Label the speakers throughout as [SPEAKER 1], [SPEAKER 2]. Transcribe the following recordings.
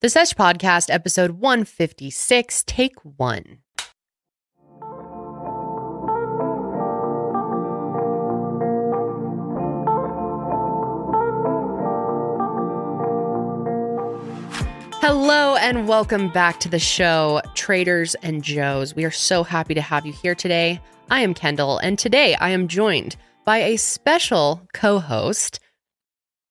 [SPEAKER 1] The Sesh Podcast, episode 156, take one. Hello and welcome back to the show, Traders and Joes. We are so happy to have you here today. I am Kendall, and today I am joined by a special co host,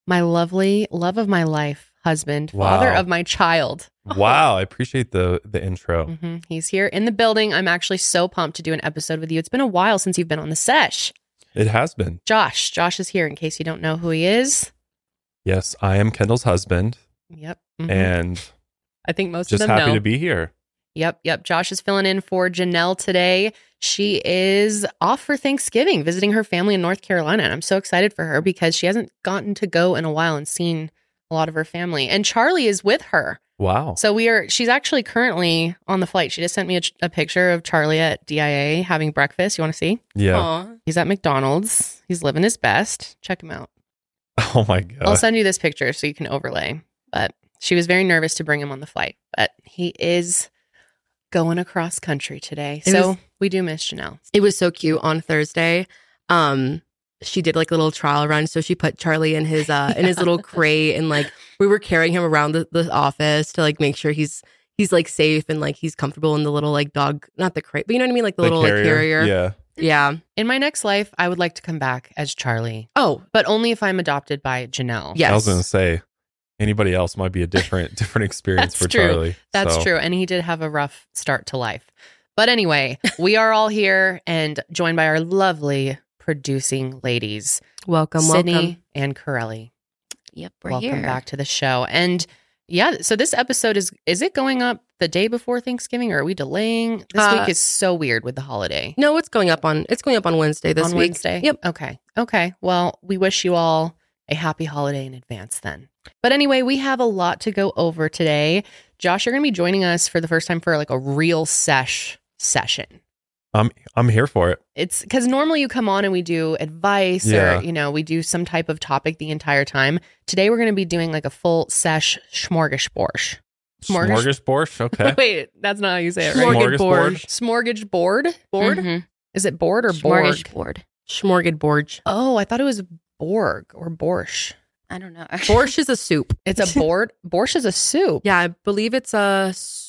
[SPEAKER 1] my lovely love of my life husband, father
[SPEAKER 2] Wow.
[SPEAKER 1] of my child.
[SPEAKER 2] Wow, I appreciate the the intro.
[SPEAKER 1] hmm He's here in the building. I'm actually so pumped to do an episode with you. It's been a while since you've been on the sesh.
[SPEAKER 2] It has been.
[SPEAKER 1] Josh, Josh is here in case you don't know who he is.
[SPEAKER 2] Yes, I am Kendall's husband
[SPEAKER 1] Yep. Mhm.
[SPEAKER 2] and
[SPEAKER 1] I think most
[SPEAKER 2] just
[SPEAKER 1] of them
[SPEAKER 2] happy
[SPEAKER 1] know.
[SPEAKER 2] to be here.
[SPEAKER 1] Yep, yep. Josh is filling in for Janelle today. She is off for Thanksgiving, visiting her family in North Carolina. And I'm so excited for her because she hasn't gotten to go in a while and seen a lot of her family. And Charlie is with her.
[SPEAKER 2] Wow.
[SPEAKER 1] So we are, she's actually currently on the flight. She just sent me a, a picture of Charlie at DIA having breakfast. You want to see?
[SPEAKER 2] yeah.
[SPEAKER 1] He's at McDonald's. He's living his best. Check him out.
[SPEAKER 2] Oh my god.
[SPEAKER 3] Uh,
[SPEAKER 1] I'll send you this picture so you can overlay. But she was very nervous to bring him on the flight, but he is going across country today.
[SPEAKER 3] It
[SPEAKER 1] so
[SPEAKER 3] was-
[SPEAKER 1] we do miss Janelle.
[SPEAKER 3] It was so cute on Thursday. Um, she did like a little trial run, so she put Charlie in his uh in his little crate, and like we were carrying him around the, the office to like make sure he's he's like safe and like he's comfortable in the little like dog, not the crate, but you know what I mean, like the,
[SPEAKER 2] The
[SPEAKER 3] little like carrier.
[SPEAKER 2] Yeah.
[SPEAKER 3] Yeah.
[SPEAKER 1] In my next life, I would like to come back as Charlie,
[SPEAKER 3] Oh
[SPEAKER 1] but only if I'm adopted by Janelle.
[SPEAKER 3] yes.
[SPEAKER 2] I was going to say anybody else might be a different different experience
[SPEAKER 1] That's
[SPEAKER 2] for
[SPEAKER 1] true.
[SPEAKER 2] Charlie.
[SPEAKER 1] That's
[SPEAKER 2] So,
[SPEAKER 1] true. And he did have a rough start to life. But anyway, we are all here and joined by our lovely producing ladies,
[SPEAKER 3] welcome,
[SPEAKER 1] Sydney
[SPEAKER 3] welcome.
[SPEAKER 1] and Corelli.
[SPEAKER 3] Yep, we're
[SPEAKER 1] welcome back to the show and yeah so this episode is is it going up the day before thanksgiving or are we delaying this
[SPEAKER 3] Uh,
[SPEAKER 1] week is so weird with the holiday
[SPEAKER 3] No, it's going up on it's going up on Wednesday this
[SPEAKER 1] on
[SPEAKER 3] week.
[SPEAKER 1] wednesday
[SPEAKER 3] Yep.
[SPEAKER 1] okay okay well we wish you all a happy holiday in advance then but anyway we have a lot to go over today josh you're gonna be joining us for the first time for like a real sesh session
[SPEAKER 2] I'm I'm here for it.
[SPEAKER 1] it's because normally you come on and we do advice
[SPEAKER 2] Yeah.
[SPEAKER 1] or you know we do some type of topic the entire time today we're gonna be doing like a full sesh smorgasbord Smorgas-
[SPEAKER 2] Smorgasbord. Okay.
[SPEAKER 1] Wait, that's not how you say it, right?
[SPEAKER 2] Smorg-
[SPEAKER 3] Smorgasbord.
[SPEAKER 1] Smorgasbord.
[SPEAKER 3] Board?
[SPEAKER 1] Is it board or borg?
[SPEAKER 4] Smorgasbord.
[SPEAKER 3] Smorgasbord.
[SPEAKER 1] Oh, I thought it was borg or borsch.
[SPEAKER 4] I don't know.
[SPEAKER 3] Borscht is a soup.
[SPEAKER 1] It's a board. borsch is a soup.
[SPEAKER 3] Yeah, I believe it's a s-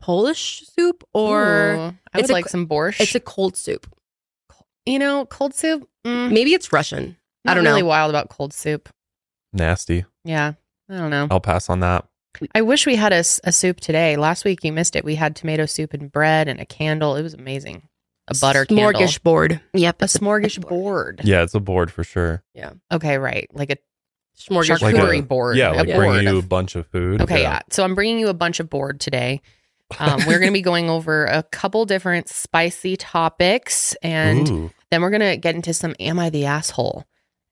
[SPEAKER 3] Polish soup or
[SPEAKER 1] Ooh, I
[SPEAKER 3] it's
[SPEAKER 1] would
[SPEAKER 3] a
[SPEAKER 1] like
[SPEAKER 3] c-
[SPEAKER 1] some borsch.
[SPEAKER 3] It's a cold soup.
[SPEAKER 1] you know cold soup. Mm,
[SPEAKER 3] Maybe it's Russian. I
[SPEAKER 1] not
[SPEAKER 3] don't
[SPEAKER 1] really
[SPEAKER 3] know.
[SPEAKER 1] wild about cold soup.
[SPEAKER 2] Nasty.
[SPEAKER 1] Yeah, I don't know.
[SPEAKER 2] I'll pass on that.
[SPEAKER 1] I wish we had a, s- a soup today. Last week you missed it. We had tomato soup and bread and a candle. It was amazing. A butter candle.
[SPEAKER 3] smorgasbord.
[SPEAKER 4] Yep.
[SPEAKER 1] A
[SPEAKER 4] it's
[SPEAKER 1] smorgasbord.
[SPEAKER 2] Yeah, it's a board for sure.
[SPEAKER 1] Okay, right. Like a
[SPEAKER 3] Smorgasbord.
[SPEAKER 2] Like a-
[SPEAKER 1] charcuterie board.
[SPEAKER 2] yeah, like
[SPEAKER 1] a
[SPEAKER 2] bring
[SPEAKER 1] board
[SPEAKER 2] you
[SPEAKER 1] of
[SPEAKER 2] a bunch of food.
[SPEAKER 1] Okay, yeah. So I'm bringing you a bunch of board today. Um, we're going to be going over a couple different spicy topics, and
[SPEAKER 2] Ooh,
[SPEAKER 1] then we're going to get into some "Am I the asshole?"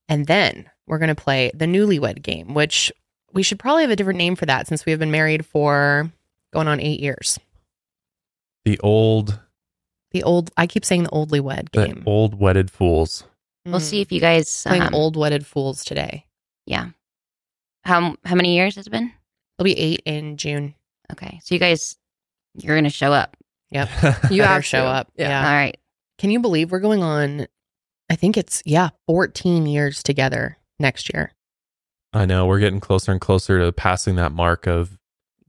[SPEAKER 1] and then we're going to play the newlywed game, which we should probably have a different name for that since we have been married for going on eight years.
[SPEAKER 2] the old
[SPEAKER 1] The old, I keep saying the oldly wed
[SPEAKER 2] the
[SPEAKER 1] game. Mm-hmm.
[SPEAKER 2] old wedded fools.
[SPEAKER 4] We'll see if you guys.
[SPEAKER 1] Playing
[SPEAKER 4] um,
[SPEAKER 1] old wedded fools today.
[SPEAKER 4] Yeah. How how many years has it been?
[SPEAKER 1] It'll be eight in June.
[SPEAKER 4] Okay, so you guys, you're gonna show up.
[SPEAKER 1] Yep.
[SPEAKER 3] You
[SPEAKER 1] Better
[SPEAKER 3] have
[SPEAKER 1] show
[SPEAKER 3] to.
[SPEAKER 1] up.
[SPEAKER 3] Yeah.
[SPEAKER 1] yeah.
[SPEAKER 4] All right.
[SPEAKER 1] Can you believe we're going on? I think it's, yeah, 14 years together next year.
[SPEAKER 2] I know we're getting closer and closer to passing that mark of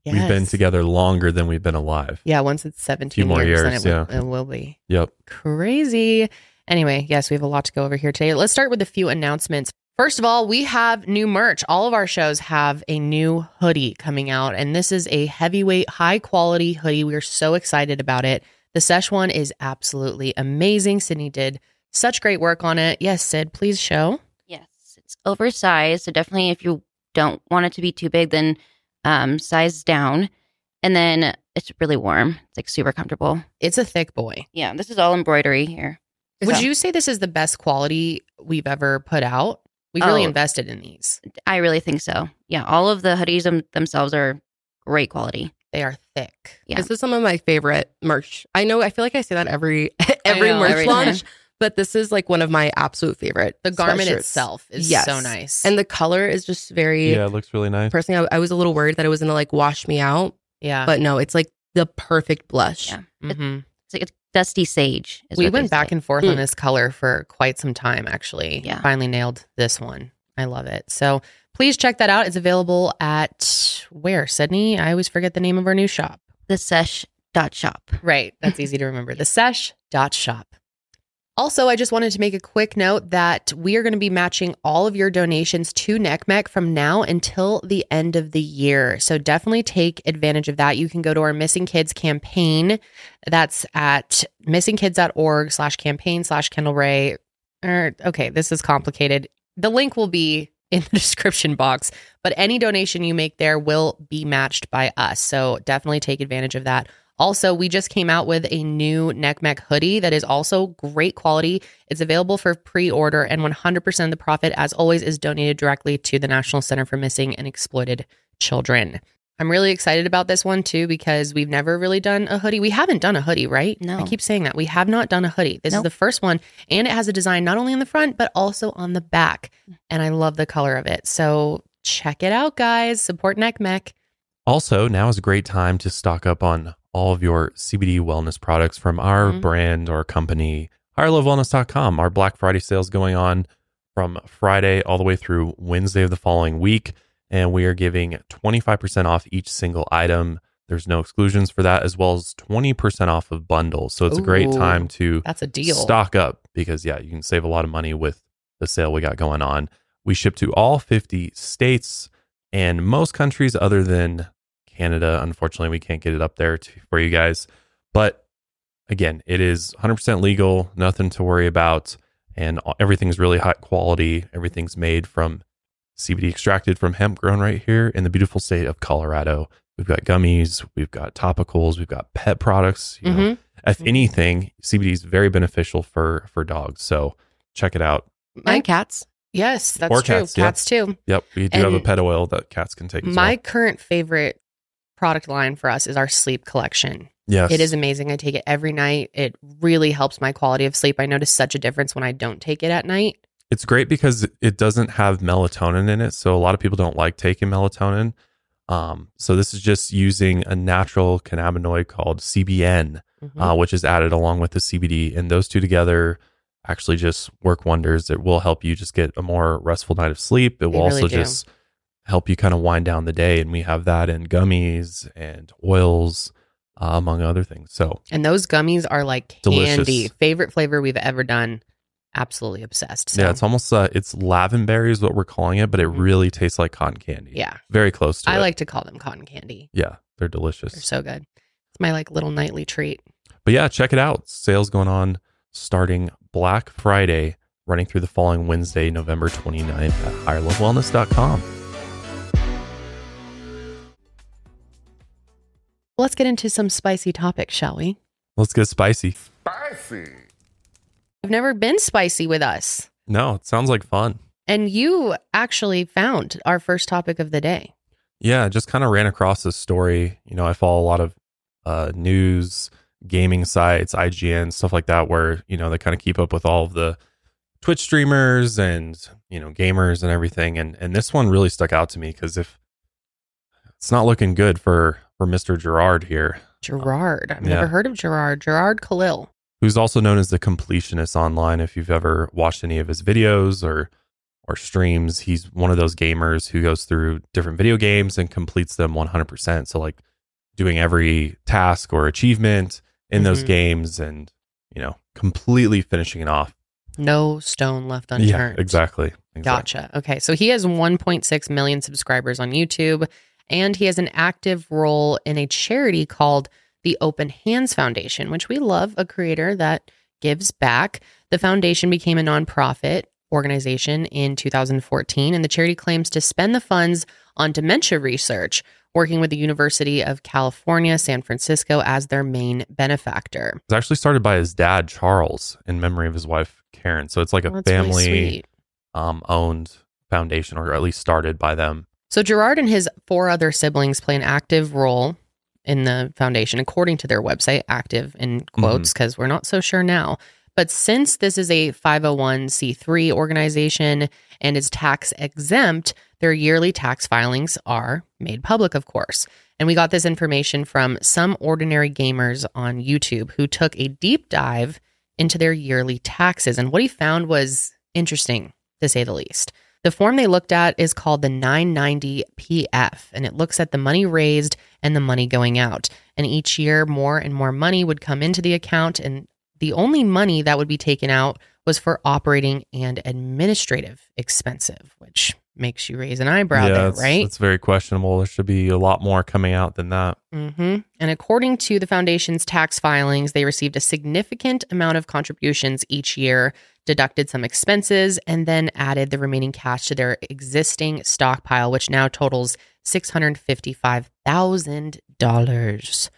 [SPEAKER 2] we've been
[SPEAKER 1] Yes.
[SPEAKER 2] together longer than we've been alive.
[SPEAKER 1] Yeah, once it's 17
[SPEAKER 2] Few more
[SPEAKER 1] years, then
[SPEAKER 2] years,
[SPEAKER 1] it, will- it will be
[SPEAKER 2] Yep.
[SPEAKER 1] crazy. Anyway, yes, we have a lot to go over here today. Let's start with a few announcements. First of all, we have new merch. All of our shows have a new hoodie coming out, and this is a heavyweight, high quality hoodie. We are so excited about it. The Sesh one is absolutely amazing. Sydney did such great work on it. Yes, Sid, please show.
[SPEAKER 4] Yes, it's oversized. So definitely, if you don't want it to be too big, then um, size down. And then it's really warm. It's like super comfortable.
[SPEAKER 1] It's a thick boy.
[SPEAKER 4] Yeah, this is all embroidery here.
[SPEAKER 1] Would
[SPEAKER 4] So-
[SPEAKER 1] you say this is the best quality we've ever put out? We really
[SPEAKER 4] Oh.
[SPEAKER 1] invested in these.
[SPEAKER 4] I really think so. Yeah, all of the hoodies them- themselves are great quality.
[SPEAKER 1] They are thick.
[SPEAKER 4] Yeah.
[SPEAKER 3] This is some of my favorite merch. I know. I feel like I say that every every
[SPEAKER 1] know,
[SPEAKER 3] merch
[SPEAKER 4] every
[SPEAKER 3] launch, But this is like one of my absolute favorite.
[SPEAKER 1] The garment
[SPEAKER 3] sweatshirts.
[SPEAKER 1] itself is
[SPEAKER 3] Yes.
[SPEAKER 1] so nice.
[SPEAKER 3] And the color is just very.
[SPEAKER 2] Yeah, it looks really nice.
[SPEAKER 3] Personally, I, I was a little worried that it was gonna like wash me out,
[SPEAKER 1] yeah.
[SPEAKER 3] but no, it's like the perfect blush.
[SPEAKER 4] Yeah.
[SPEAKER 1] Mhm.
[SPEAKER 4] It's like it's dusty sage. is
[SPEAKER 1] We
[SPEAKER 4] what they
[SPEAKER 1] went back
[SPEAKER 4] say.
[SPEAKER 1] and forth
[SPEAKER 3] Mm.
[SPEAKER 1] on this color for quite some time, actually.
[SPEAKER 4] Yeah.
[SPEAKER 1] Finally nailed this one. I love it. So please check that out. It's available at where, Sydney? I always forget the name of our new shop.
[SPEAKER 4] the sesh dot shop.
[SPEAKER 1] Right. That's easy to remember. The sesh dot shop. Also, I just wanted to make a quick note that we are going to be matching all of your donations to NECMEC from now until the end of the year. So definitely take advantage of that. You can go to our Missing Kids campaign. That's at missingkids.org slash campaign slash Kendall Ray. Or, okay, this is complicated. The link will be in the description box, but any donation you make there will be matched by us. So definitely take advantage of that. Also, we just came out with a new neck mech hoodie that is also great quality. It's available for pre order, and 100% of the profit, as always, is donated directly to the National Center for Missing and Exploited Children. I'm really excited about this one too because we've never really done a hoodie. We haven't done a hoodie, right?
[SPEAKER 4] No.
[SPEAKER 1] I keep saying that. We have not done a hoodie. This is
[SPEAKER 4] Nope.
[SPEAKER 1] the first one, and it has a design not only on the front, but also on the back. And I love the color of it. So check it out, guys. Support Neck Mech.
[SPEAKER 2] Also, now is a great time to stock up on all of your CBD wellness products from our
[SPEAKER 1] Mhm.
[SPEAKER 2] brand or company, higherlovewellness.com. Our Black Friday sales going on from Friday all the way through Wednesday of the following week. And we are giving 25% off each single item. There's no exclusions for that, as well as 20% off of bundles. So it's a great
[SPEAKER 1] Ooh.
[SPEAKER 2] time to
[SPEAKER 1] That's a deal.
[SPEAKER 2] stock up because yeah, you can save a lot of money with the sale we got going on. We ship to all 50 states and most countries other than Canada. Unfortunately, we can't get it up there to, for you guys. But again, it is 100% legal, nothing to worry about, and all- everything's really high quality. Everything's made from CBD extracted from hemp grown right here in the beautiful state of Colorado. We've got gummies, we've got topicals, we've got pet products, you know,
[SPEAKER 1] Mhm.
[SPEAKER 2] if
[SPEAKER 1] Mhm.
[SPEAKER 2] anything, CBD is very beneficial for for dogs. So check it out.
[SPEAKER 1] My
[SPEAKER 3] And cats.
[SPEAKER 1] Yes, that's
[SPEAKER 2] Or
[SPEAKER 1] true.
[SPEAKER 2] cats,
[SPEAKER 1] Cats,
[SPEAKER 2] yeah.
[SPEAKER 1] too.
[SPEAKER 2] Yep, we do have a
[SPEAKER 1] And
[SPEAKER 2] pet oil that cats can take. As
[SPEAKER 1] My
[SPEAKER 2] well.
[SPEAKER 1] current favorite product line for us is our sleep collection.
[SPEAKER 2] yes,
[SPEAKER 1] It is amazing. I take it every night. It really helps my quality of sleep. I notice such a difference when I don't take it at night.
[SPEAKER 2] It's great because it doesn't have melatonin in it, so a lot of people don't like taking melatonin. Um, so this is just using a natural cannabinoid called CBN,
[SPEAKER 1] Mm-hmm.
[SPEAKER 2] uh, which is added along with the CBD, and those two together actually just work wonders. It will help you just get a more restful night of sleep. It will
[SPEAKER 1] really
[SPEAKER 2] also
[SPEAKER 1] do.
[SPEAKER 2] just help you kind of wind down the day, and we have that in gummies and oils, uh, among other things. So
[SPEAKER 1] And those gummies are like
[SPEAKER 2] Delicious.
[SPEAKER 1] candy. Favorite flavor we've ever done. Absolutely obsessed. So,
[SPEAKER 2] yeah, it's almost uh, it's lavenberry is what we're calling it, but it
[SPEAKER 1] Mhm.
[SPEAKER 2] really tastes like cotton candy.
[SPEAKER 1] yeah.
[SPEAKER 2] very close to
[SPEAKER 1] I
[SPEAKER 2] it.
[SPEAKER 1] like to call them cotton candy.
[SPEAKER 2] Yeah, they're delicious.
[SPEAKER 1] They're so good. It's my like little nightly treat.
[SPEAKER 2] But yeah, check it out. Sales going on starting Black Friday, running through the following Wednesday, November 29th at higherlovewellness.com.
[SPEAKER 1] Let's get into some spicy topics, shall we?
[SPEAKER 2] Let's get spicy.
[SPEAKER 5] Spicy.
[SPEAKER 1] I've never been spicy with us.
[SPEAKER 2] No, it sounds like fun.
[SPEAKER 1] And you actually found our first topic of the day.
[SPEAKER 2] Yeah, I just kind of ran across this story. You know, I follow a lot of uh, news, gaming sites, IGN, stuff like that, where, you know, they kind of keep up with all of the Twitch streamers and, you know, gamers and everything. And and this one really stuck out to me because if it's not looking good for for Mr. Gerard here,
[SPEAKER 1] Gerard. I've
[SPEAKER 2] Oh, Yeah.
[SPEAKER 1] never heard of Gerard. Gerard Khalil.
[SPEAKER 2] who's also known as the completionist online if you've ever watched any of his videos or or streams he's one of those gamers who goes through different video games and completes them 100% so like doing every task or achievement in those
[SPEAKER 1] Mhm.
[SPEAKER 2] games and you know completely finishing it off
[SPEAKER 1] No stone left unturned.
[SPEAKER 2] yeah exactly, exactly.
[SPEAKER 1] Gotcha. Okay. So he has 1.6 million subscribers on YouTube and he has an active role in a charity called the Open Hands Foundation, which we love a creator that gives back. The foundation became a nonprofit organization in 2014 and the charity claims to spend the funds on dementia research, working with the University of California, San Francisco as their main benefactor.
[SPEAKER 2] it's actually started by his dad charles in memory of his wife karen so it's like a
[SPEAKER 1] That's really
[SPEAKER 2] family
[SPEAKER 1] sweet.
[SPEAKER 2] um owned foundation or at least started by them
[SPEAKER 1] So Gerard and his four other siblings play an active role in the foundation, according to their website, active in quotes, because we're not so sure now. But since this is a 501c3 organization and is tax exempt, their yearly tax filings are made public, of course. And we got this information from some ordinary gamers on YouTube who took a deep dive into their yearly taxes. And what he found was interesting, to say the least. The form they looked at is called the 990 PF, and it looks at the money raised and the money going out. And each year, more and more money would come into the account, and the only money that would be taken out was for operating and administrative expensive, which makes you raise an eyebrow there,
[SPEAKER 2] it's,
[SPEAKER 1] right?
[SPEAKER 2] It's very questionable. There should be a lot more coming out than that.
[SPEAKER 1] hmm And according to the foundation's tax filings, they received a significant amount of contributions each year, deducted some expenses, and then added the remaining cash to their existing stockpile, which now totals $655,000.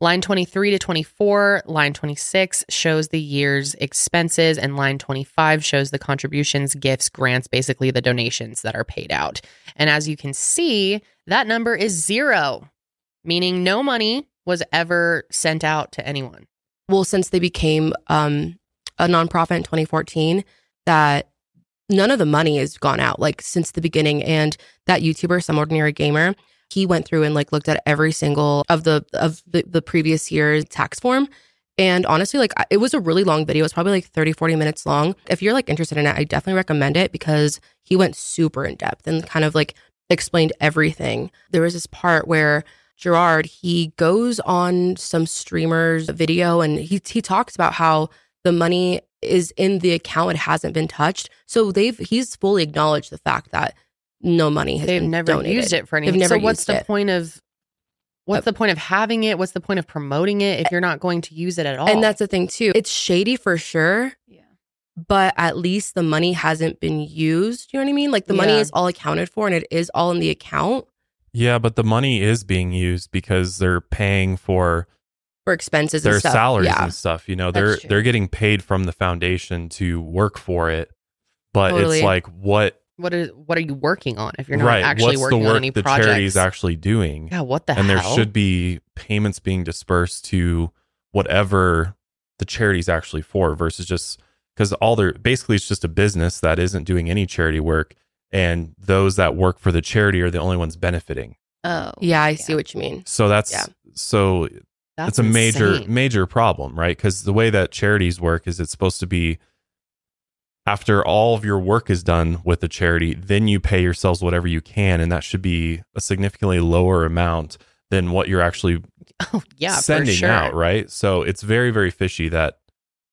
[SPEAKER 1] Line 23 to 24, line 26 shows the year's expenses, and line 25 shows the contributions, gifts, grants, basically the donations that are paid out. And as you can see, that number is zero, meaning no money was ever sent out to anyone.
[SPEAKER 3] well since they became um a nonprofit in 2014 that none of the money has gone out like since the beginning and that youtuber some ordinary gamer he went through and like looked at every single of the of the, the previous year's tax form and honestly like I- it was a really long video it's probably like 30 40 minutes long if you're like interested in it i definitely recommend it because he went super in depth and kind of like explained everything there was this part where Gerard, he goes on some streamer's video and he he talks about how the money is in the account it hasn't been touched. So they've he's fully acknowledged the fact that no money has
[SPEAKER 1] They've
[SPEAKER 3] been
[SPEAKER 1] never
[SPEAKER 3] donated.
[SPEAKER 1] used it for anything.
[SPEAKER 3] never
[SPEAKER 1] so what's
[SPEAKER 3] used
[SPEAKER 1] the
[SPEAKER 3] it.
[SPEAKER 1] point of what's
[SPEAKER 3] Uh,
[SPEAKER 1] the point of having it? What's the point of promoting it if you're not going to use it at all?
[SPEAKER 3] And that's the thing too. It's shady for sure,
[SPEAKER 4] Yeah.
[SPEAKER 3] but at least the money hasn't been used. You know what I mean? Like the money
[SPEAKER 1] Yeah.
[SPEAKER 3] is all accounted for and it is all in the account
[SPEAKER 2] Yeah, but the money is being used because they're paying for
[SPEAKER 3] for expenses
[SPEAKER 2] their
[SPEAKER 3] and stuff.
[SPEAKER 2] salaries
[SPEAKER 3] Yeah.
[SPEAKER 2] and stuff. You know,
[SPEAKER 4] That's
[SPEAKER 2] they're
[SPEAKER 4] true.
[SPEAKER 2] they're getting paid from the foundation to work for it. But
[SPEAKER 3] Totally.
[SPEAKER 2] it's like what
[SPEAKER 1] what is what are you working on if you're not
[SPEAKER 2] right?
[SPEAKER 1] actually
[SPEAKER 2] What's the
[SPEAKER 1] working on
[SPEAKER 2] work
[SPEAKER 1] any
[SPEAKER 2] the
[SPEAKER 1] projects?
[SPEAKER 2] charity's actually doing?
[SPEAKER 1] yeah, what the
[SPEAKER 2] and
[SPEAKER 1] hell?
[SPEAKER 2] there should be payments being dispersed to whatever the charity's actually for versus just because all their basically it's just a business that isn't doing any charity work and those that work for the charity are the only ones benefiting
[SPEAKER 4] Oh.
[SPEAKER 3] Yeah, I see what you mean.
[SPEAKER 2] so that's
[SPEAKER 3] Yeah.
[SPEAKER 2] so
[SPEAKER 1] That's
[SPEAKER 2] it's a major
[SPEAKER 1] insane.
[SPEAKER 2] major problem right because the way that charities work is it's supposed to be after all of your work is done with the charity then you pay yourselves whatever you can and that should be a significantly lower amount than what you're actually
[SPEAKER 1] Oh yeah, for
[SPEAKER 2] sending
[SPEAKER 1] sure.
[SPEAKER 2] out, right? So it's very, very fishy that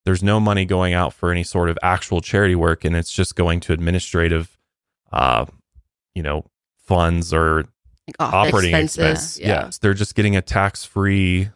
[SPEAKER 2] there's no money going out for any sort of actual charity work, and it's just going to administrative, uh, you know, funds or
[SPEAKER 4] Like office.
[SPEAKER 2] operating
[SPEAKER 3] expenses,
[SPEAKER 2] expense.
[SPEAKER 3] yeah.
[SPEAKER 2] Yes, they're just getting a tax-free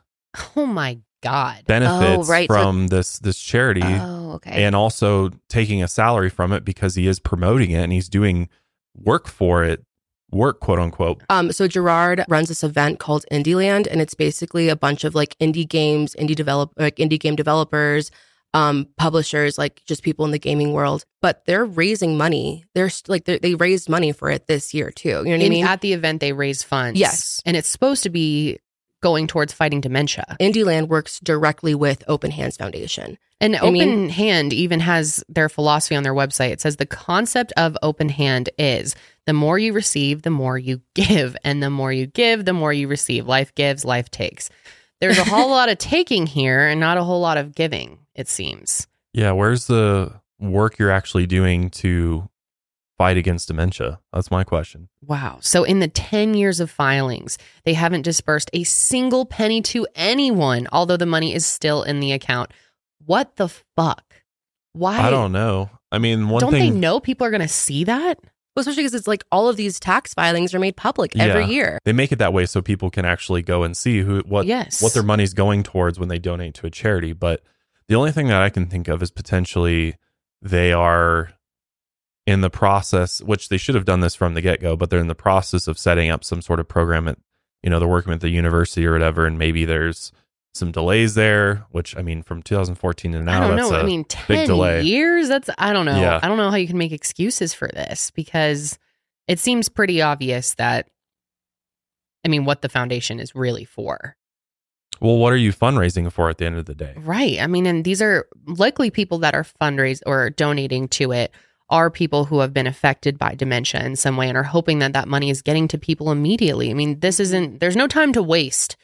[SPEAKER 1] Oh my god.
[SPEAKER 2] benefits
[SPEAKER 4] right, so-
[SPEAKER 2] from this this charity,
[SPEAKER 4] Oh, okay.
[SPEAKER 2] and also taking a salary from it because he is promoting it and he's doing work for it, work quote unquote.
[SPEAKER 3] Um, so Gerard runs this event called IndieLand, and it's basically a bunch of like indie games, indie develop, like indie game developers, um, publishers, like just people in the gaming world. But they're raising money. They're st- like they're, they raised money for it this year too. You know what I
[SPEAKER 1] In-
[SPEAKER 3] mean?
[SPEAKER 1] at the event they raise funds.
[SPEAKER 3] Yes.
[SPEAKER 1] And it's supposed to be going towards fighting dementia.
[SPEAKER 3] IndieLand works directly with Open Hands Foundation.
[SPEAKER 1] And
[SPEAKER 3] I
[SPEAKER 1] Open
[SPEAKER 3] mean-
[SPEAKER 1] Hand even has their philosophy on their website. It says the concept of Open Hand is the more you receive, the more you give. And the more you give, the more you receive. Life gives, life takes. There's a whole lot of taking here and not a whole lot of giving, it seems.
[SPEAKER 2] Yeah, where's the work you're actually doing to fight against dementia? That's my question.
[SPEAKER 1] Wow. So in the 10 years of filings, they haven't disbursed a single penny to anyone, although the money is still in the account. What the fuck? Why?
[SPEAKER 2] I, don't know. I mean, one
[SPEAKER 1] don't
[SPEAKER 2] thing
[SPEAKER 1] they know people are going to see that?
[SPEAKER 3] Well, especially because it's like all of these tax filings are made public every
[SPEAKER 2] Yeah.
[SPEAKER 3] year.
[SPEAKER 2] they make it that way so people can actually go and see who what
[SPEAKER 1] yes.
[SPEAKER 2] what their money's going towards when they donate to a charity. But the only thing that I can think of is potentially they are in the process, which they should have done this from the get go, but they're in the process of setting up some sort of program at, you know, they're working with the university or whatever, and maybe there's some delays there, which I mean, from 2014 to now,
[SPEAKER 1] I don't
[SPEAKER 2] that's
[SPEAKER 1] know.
[SPEAKER 2] a-
[SPEAKER 1] I mean, 10
[SPEAKER 2] delay.
[SPEAKER 1] years? That's, I don't know.
[SPEAKER 2] Yeah.
[SPEAKER 1] I don't know how you can make excuses for this because it seems pretty obvious that, I mean, what the foundation is really for.
[SPEAKER 2] Well, what are you fundraising for at the end of the day?
[SPEAKER 1] Right. I mean, and these are likely people that are fundraising or donating to it are people who have been affected by dementia in some way and are hoping that that money is getting to people immediately. I mean, this isn't, there's no time to waste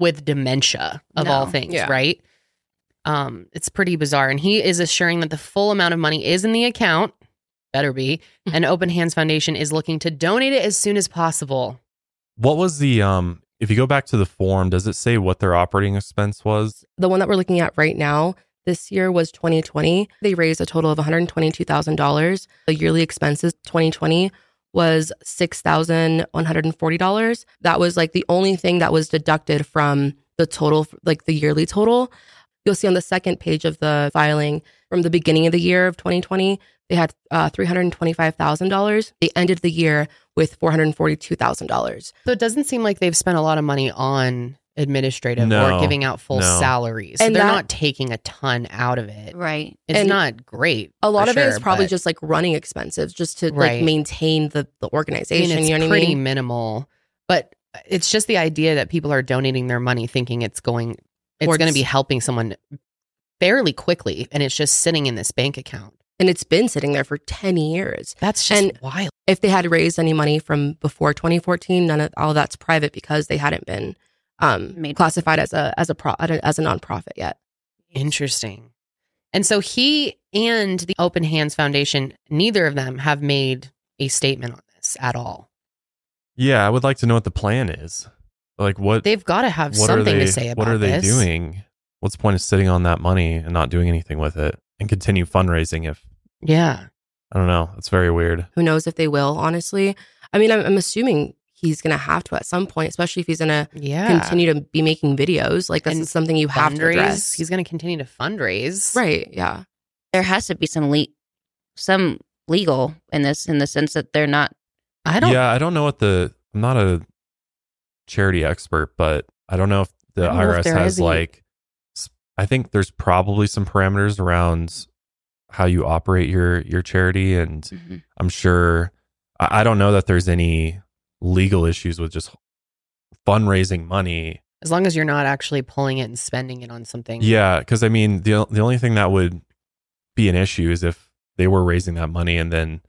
[SPEAKER 1] with dementia of all
[SPEAKER 4] No.
[SPEAKER 1] things,
[SPEAKER 3] Yeah.
[SPEAKER 1] right? Um, it's pretty bizarre. And he is assuring that the full amount of money is in the account, better be, and Open Hands Foundation is looking to donate it as soon as possible.
[SPEAKER 2] What was the um if you go back to the form, does it say what their operating expense was?
[SPEAKER 3] The one that we're looking at right now this year was 2020. They raised a total of $122,000. The yearly expenses 2020 was $6,140. That was like the only thing that was deducted from the total, like the yearly total. You'll see on the second page of the filing from the beginning of the year of 2020, they had uh, $325,000. They ended the year with $442,000.
[SPEAKER 1] So it doesn't seem like they've spent a lot of money on administrative
[SPEAKER 2] No.
[SPEAKER 1] or giving out full
[SPEAKER 2] No.
[SPEAKER 1] salaries. so
[SPEAKER 3] And
[SPEAKER 1] they're
[SPEAKER 3] that-
[SPEAKER 1] not taking a ton out of it.
[SPEAKER 4] Right.
[SPEAKER 1] It's
[SPEAKER 3] And
[SPEAKER 1] not great.
[SPEAKER 3] a lot
[SPEAKER 1] for
[SPEAKER 3] of it is
[SPEAKER 1] sure,
[SPEAKER 3] probably
[SPEAKER 1] but-
[SPEAKER 3] just like running expenses just to
[SPEAKER 1] Right.
[SPEAKER 3] like maintain the
[SPEAKER 1] I
[SPEAKER 3] the
[SPEAKER 1] mean,
[SPEAKER 3] organization
[SPEAKER 1] it's
[SPEAKER 3] you know what i
[SPEAKER 1] pretty
[SPEAKER 3] mean
[SPEAKER 1] minimal, but it's just the idea that people are donating their money thinking it's going, it's
[SPEAKER 3] Towards-
[SPEAKER 1] going to be helping someone fairly quickly, and it's just sitting in this bank account.
[SPEAKER 3] and it's been sitting there for 10 years
[SPEAKER 1] That's just
[SPEAKER 3] And-
[SPEAKER 1] wild.
[SPEAKER 3] if they had raised any money from before 2014 none of all of that's private because they hadn't been um
[SPEAKER 4] Made-
[SPEAKER 3] classified as a as a pro as a nonprofit yet
[SPEAKER 1] Interesting. And so he and the Open Hands Foundation, neither of them have made a statement on this at all.
[SPEAKER 2] Yeah, I would like to know what the plan is. Like what
[SPEAKER 1] They've got to have
[SPEAKER 2] what are
[SPEAKER 1] something
[SPEAKER 2] they
[SPEAKER 1] to say about
[SPEAKER 2] what are they
[SPEAKER 1] this.
[SPEAKER 2] doing? What's the point of sitting on that money and not doing anything with it and continue fundraising if
[SPEAKER 1] Yeah.
[SPEAKER 2] I don't know, it's very weird.
[SPEAKER 3] who knows if they will honestly i mean i'm, I'm assuming he's gonna have to at some point especially if he's gonna
[SPEAKER 1] Yeah.
[SPEAKER 3] continue to be making videos like this
[SPEAKER 1] And
[SPEAKER 3] is something you have to
[SPEAKER 1] fundraise.
[SPEAKER 3] address
[SPEAKER 1] He's going to continue to fundraise.
[SPEAKER 3] right yeah
[SPEAKER 4] There has to be some le- some legal in this in the sense that they're not
[SPEAKER 1] I don't
[SPEAKER 2] yeah, I don't know what the I'm not a charity expert, but I don't know if the
[SPEAKER 1] I don't know if
[SPEAKER 2] IRS
[SPEAKER 1] there
[SPEAKER 2] has
[SPEAKER 1] is any-
[SPEAKER 2] like s- I think there's probably some parameters around how you operate your your charity and I'm sure I, I don't know that there's any legal issues with just fundraising money.
[SPEAKER 1] As long as you're not actually pulling it and spending it on something.
[SPEAKER 2] Yeah, because I mean the the only thing that would be an issue is if they were raising that money and then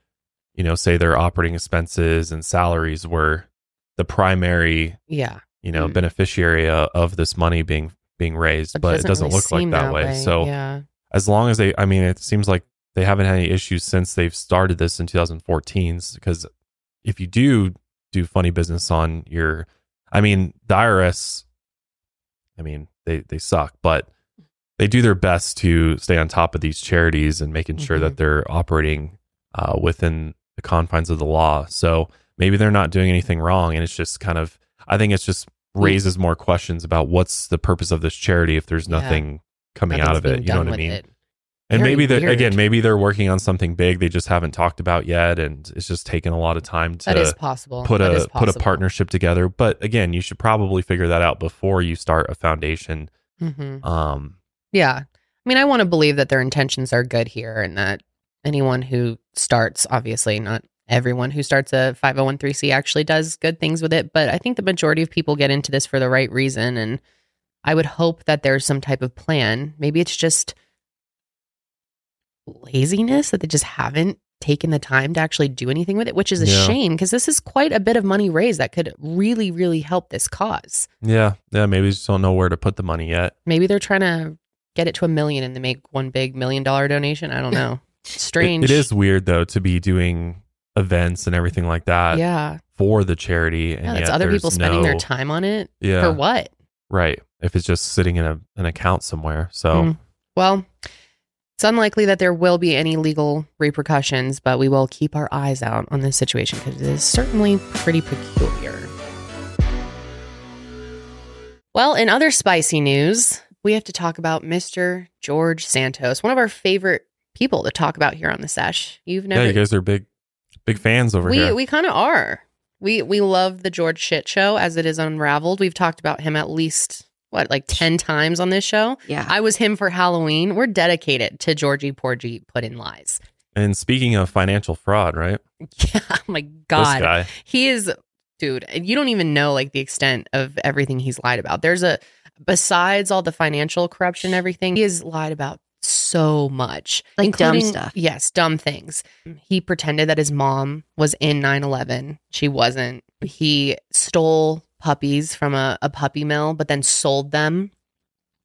[SPEAKER 2] you know say their operating expenses and salaries were the primary
[SPEAKER 1] Yeah.
[SPEAKER 2] you know
[SPEAKER 4] Mm.
[SPEAKER 2] beneficiary uh, of this money being being raised, but it doesn't
[SPEAKER 1] really
[SPEAKER 2] look like
[SPEAKER 1] seem
[SPEAKER 2] that, way. So
[SPEAKER 1] yeah.
[SPEAKER 2] as long as they, I mean, it seems like they haven't had any issues since they've started this in 2014. Because if you do do funny business on your, I mean, the IRS, I mean, they they suck, but they do their best to stay on top of these charities and making sure
[SPEAKER 1] Mhm.
[SPEAKER 2] that they're operating uh, within the confines of the law. So maybe they're not doing anything wrong, and it's just kind of, I think it's just raises more questions about what's the purpose of this charity if there's
[SPEAKER 1] Yeah.
[SPEAKER 2] nothing coming out
[SPEAKER 1] Nothing's
[SPEAKER 2] of it.
[SPEAKER 1] being
[SPEAKER 2] You know
[SPEAKER 1] done
[SPEAKER 2] what I
[SPEAKER 1] with
[SPEAKER 2] mean?
[SPEAKER 1] it.
[SPEAKER 2] And
[SPEAKER 1] Very
[SPEAKER 2] maybe they're
[SPEAKER 1] weird.
[SPEAKER 2] again, maybe they're working on something big they just haven't talked about yet, and it's just taken a lot of time
[SPEAKER 1] That is
[SPEAKER 2] to
[SPEAKER 1] possible.
[SPEAKER 2] put
[SPEAKER 1] That is
[SPEAKER 2] a put a
[SPEAKER 1] possible.
[SPEAKER 2] partnership together. But again, you should probably figure that out before you start a foundation.
[SPEAKER 1] Mhm.
[SPEAKER 2] Um,
[SPEAKER 1] Yeah. I mean, I want to believe that their intentions are good here and that anyone who starts, obviously, not everyone who starts a 501c actually does good things with it, but I think the majority of people get into this for the right reason. And I would hope that there's some type of plan. Maybe it's just laziness that they just haven't taken the time to actually do anything with it, which is a
[SPEAKER 2] Yeah.
[SPEAKER 1] shame because this is quite a bit of money raised that could really, really help this cause.
[SPEAKER 2] yeah, yeah, maybe just don't know where to put the money yet.
[SPEAKER 1] Maybe they're trying to get it to a million and they make one big million dollar donation. I don't know.
[SPEAKER 2] It-
[SPEAKER 1] Strange.
[SPEAKER 2] it is weird though to be doing events and everything like that
[SPEAKER 1] yeah.
[SPEAKER 2] for the charity, and
[SPEAKER 1] yeah
[SPEAKER 2] yet
[SPEAKER 1] it's other
[SPEAKER 2] there's
[SPEAKER 1] people spending their
[SPEAKER 2] no-
[SPEAKER 1] time on it.
[SPEAKER 2] Yeah,
[SPEAKER 1] For what?
[SPEAKER 2] right. If it's just sitting in a, an account somewhere, so.
[SPEAKER 1] Mm. Well, it's unlikely that there will be any legal repercussions, but we will keep our eyes out on this situation because it is certainly pretty peculiar. Well, in other spicy news, we have to talk about Mr. George Santos, one of our favorite people to talk about here on the sesh. You've never
[SPEAKER 2] Yeah, you guys are big, big fans over
[SPEAKER 1] we
[SPEAKER 2] here.
[SPEAKER 1] we kind of are. We we love the George shit show as it is unraveled. We've talked about him at least what like ten times on this show.
[SPEAKER 4] yeah.
[SPEAKER 1] I was him for Halloween. We're dedicated to Georgie Porgy put in lies.
[SPEAKER 2] and speaking of financial fraud, right?
[SPEAKER 1] Yeah, oh my
[SPEAKER 2] This
[SPEAKER 1] God,
[SPEAKER 2] guy.
[SPEAKER 1] he is, dude. You don't even know like the extent of everything he's lied about. There's a besides all the financial corruption and everything, he has lied about so much.
[SPEAKER 4] Like dumb
[SPEAKER 1] including-
[SPEAKER 4] stuff.
[SPEAKER 1] Yes, dumb things. He pretended that his mom was in 9 11. She wasn't. He stole puppies from a, a puppy mill, but then sold them.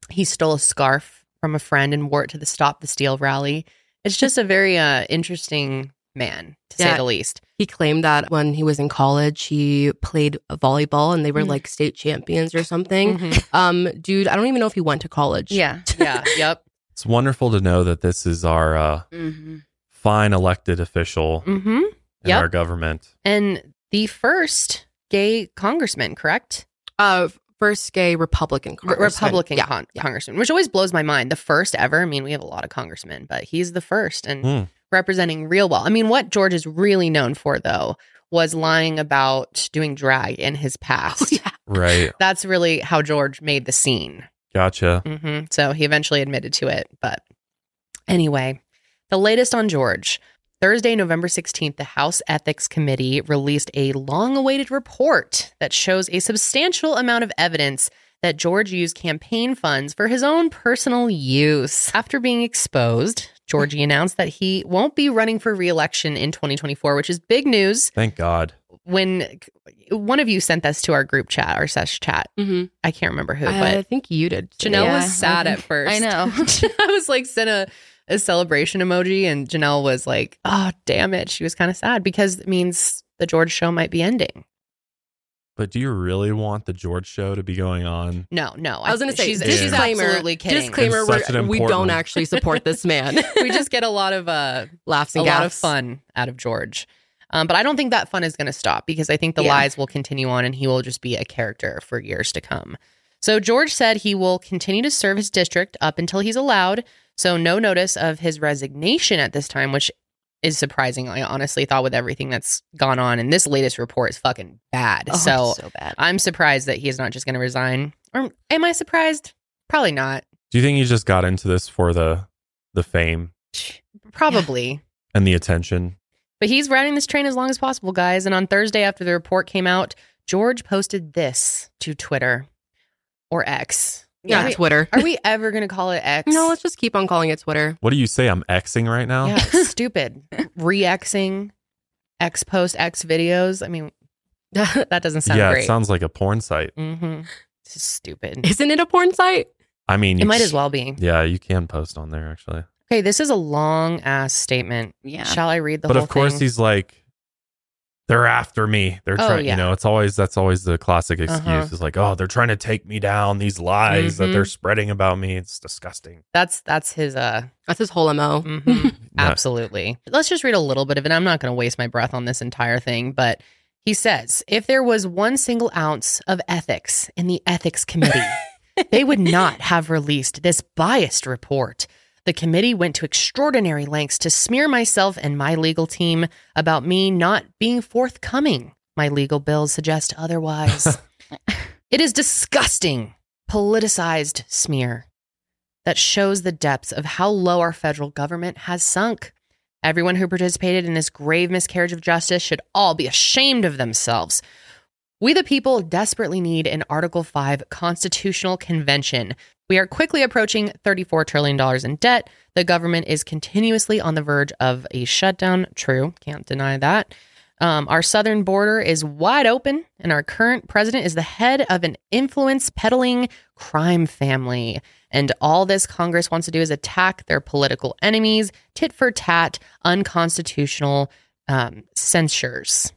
[SPEAKER 1] He stole a scarf from a friend and wore it to the Stop the Steal rally. It's just a very uh, interesting man, to say
[SPEAKER 3] Yeah.
[SPEAKER 1] the least.
[SPEAKER 3] He claimed that when he was in college, he played volleyball and they were
[SPEAKER 4] Mm.
[SPEAKER 3] like state champions or something. Um, dude, I don't even know if he went to college.
[SPEAKER 4] Yeah.
[SPEAKER 1] Mm-hmm. Yeah, yep.
[SPEAKER 2] It's wonderful to know that this is our uh,
[SPEAKER 4] Mm-hmm.
[SPEAKER 2] fine elected official
[SPEAKER 1] hmm
[SPEAKER 2] in
[SPEAKER 1] Yep.
[SPEAKER 2] our government.
[SPEAKER 1] And the first gay congressman, correct?
[SPEAKER 3] Uh, first gay Republican
[SPEAKER 1] Re-
[SPEAKER 3] congressman.
[SPEAKER 1] Republican
[SPEAKER 3] Yeah.
[SPEAKER 1] con- congressman, which always blows my mind. The first ever. I mean, we have a lot of congressmen, but he's the first and
[SPEAKER 2] Hmm.
[SPEAKER 1] representing real well. I mean, what George is really known for, though, was lying about doing drag in his
[SPEAKER 3] Oh,
[SPEAKER 1] past.
[SPEAKER 2] Right.
[SPEAKER 1] That's really how George made the scene.
[SPEAKER 2] Gotcha.
[SPEAKER 1] hmm So he eventually admitted to it. But anyway, the latest on George. Thursday, November 16th, the House Ethics Committee released a long awaited report that shows a substantial amount of evidence that George used campaign funds for his own personal use. After being exposed, Georgie announced that he won't be running for reelection in 2024, which is big news.
[SPEAKER 2] Thank God.
[SPEAKER 1] When one of you sent this to our group chat, our sesh chat,
[SPEAKER 3] Mhm.
[SPEAKER 1] I can't remember who, Mm-hmm. but
[SPEAKER 3] I think you did. too.
[SPEAKER 1] Janelle
[SPEAKER 4] Yeah,
[SPEAKER 1] was sad
[SPEAKER 4] I-
[SPEAKER 1] at first.
[SPEAKER 4] I know.
[SPEAKER 1] I was like sent a, a celebration emoji and Janelle was like, Oh damn it. She was kind of sad because it means the George show might be ending.
[SPEAKER 2] But do you really want the George show to be going on?
[SPEAKER 1] No, no.
[SPEAKER 3] I was gonna say,
[SPEAKER 1] she's,
[SPEAKER 2] Yeah.
[SPEAKER 1] she's
[SPEAKER 3] disclaimer-
[SPEAKER 1] absolutely kidding.
[SPEAKER 3] Disclaimer:
[SPEAKER 2] It's such
[SPEAKER 3] we're-
[SPEAKER 2] an
[SPEAKER 3] We don't
[SPEAKER 2] important-
[SPEAKER 3] actually support this man.
[SPEAKER 1] we just get a lot of uh
[SPEAKER 3] laughs
[SPEAKER 1] a
[SPEAKER 3] and
[SPEAKER 1] lot of
[SPEAKER 3] gaffes.
[SPEAKER 1] fun out of George. Um, but I don't think that fun is going to stop because I think the
[SPEAKER 3] Yeah.
[SPEAKER 1] lies will continue on and he will just be a character for years to come. So George said he will continue to serve his district up until he's allowed. So no notice of his resignation at this time, which is surprising. I honestly thought with everything that's gone on, and this latest report is fucking bad.
[SPEAKER 4] Oh,
[SPEAKER 1] so
[SPEAKER 4] so bad.
[SPEAKER 1] I'm surprised that he is not just going to resign. Or am I surprised? Probably not.
[SPEAKER 2] Do you think he just got into this for the the fame
[SPEAKER 1] Probably.
[SPEAKER 2] and the attention?
[SPEAKER 1] But he's riding this train as long as possible, guys. And on Thursday, after the report came out, George posted this to Twitter or X.
[SPEAKER 3] Yeah,
[SPEAKER 1] Are we,
[SPEAKER 3] Twitter.
[SPEAKER 1] are we ever going to call it X?
[SPEAKER 3] No, let's just keep on calling it Twitter.
[SPEAKER 2] What do you say? I'm Xing right now.
[SPEAKER 1] yeah, it's stupid. Re Xing, X post, X videos. I mean, that doesn't sound
[SPEAKER 2] Yeah,
[SPEAKER 1] great.
[SPEAKER 2] it sounds like a porn site.
[SPEAKER 1] mm-hmm. This is stupid.
[SPEAKER 3] Isn't it a porn site?
[SPEAKER 2] I mean,
[SPEAKER 1] It
[SPEAKER 2] you-
[SPEAKER 1] might as well be.
[SPEAKER 2] Yeah, you can post on there actually.
[SPEAKER 1] Okay, this is a long ass statement.
[SPEAKER 4] Yeah.
[SPEAKER 1] Shall I read the
[SPEAKER 2] but
[SPEAKER 1] whole
[SPEAKER 2] of course,
[SPEAKER 1] thing?
[SPEAKER 2] he's like, they're after me. They're
[SPEAKER 1] Oh,
[SPEAKER 2] trying.
[SPEAKER 1] yeah.
[SPEAKER 2] You know, it's always that's always the classic excuse.
[SPEAKER 1] Uh-huh.
[SPEAKER 2] It's like, oh, they're trying to take me down. These lies that
[SPEAKER 1] Mhm.
[SPEAKER 2] they're spreading about me. It's disgusting.
[SPEAKER 1] that's that's his uh
[SPEAKER 3] That's his whole mo.
[SPEAKER 1] mhm.
[SPEAKER 2] No.
[SPEAKER 1] Absolutely. Let's just read a little bit of it. I'm not going to waste my breath on this entire thing, but he says if there was one single ounce of ethics in the ethics committee, they would not have released this biased report. The committee went to extraordinary lengths to smear myself and my legal team about me not being forthcoming. My legal bills suggest otherwise. it is disgusting, politicized smear that shows the depths of how low our federal government has sunk. Everyone who participated in this grave miscarriage of justice should all be ashamed of themselves. We, the people, desperately need an Article 5 constitutional convention. We are quickly approaching $34 trillion in debt. The government is continuously on the verge of a shutdown. True, can't deny that. Um, our southern border is wide open, and our current president is the head of an influence peddling crime family. And all this Congress wants to do is attack their political enemies, tit for tat, unconstitutional um, censures,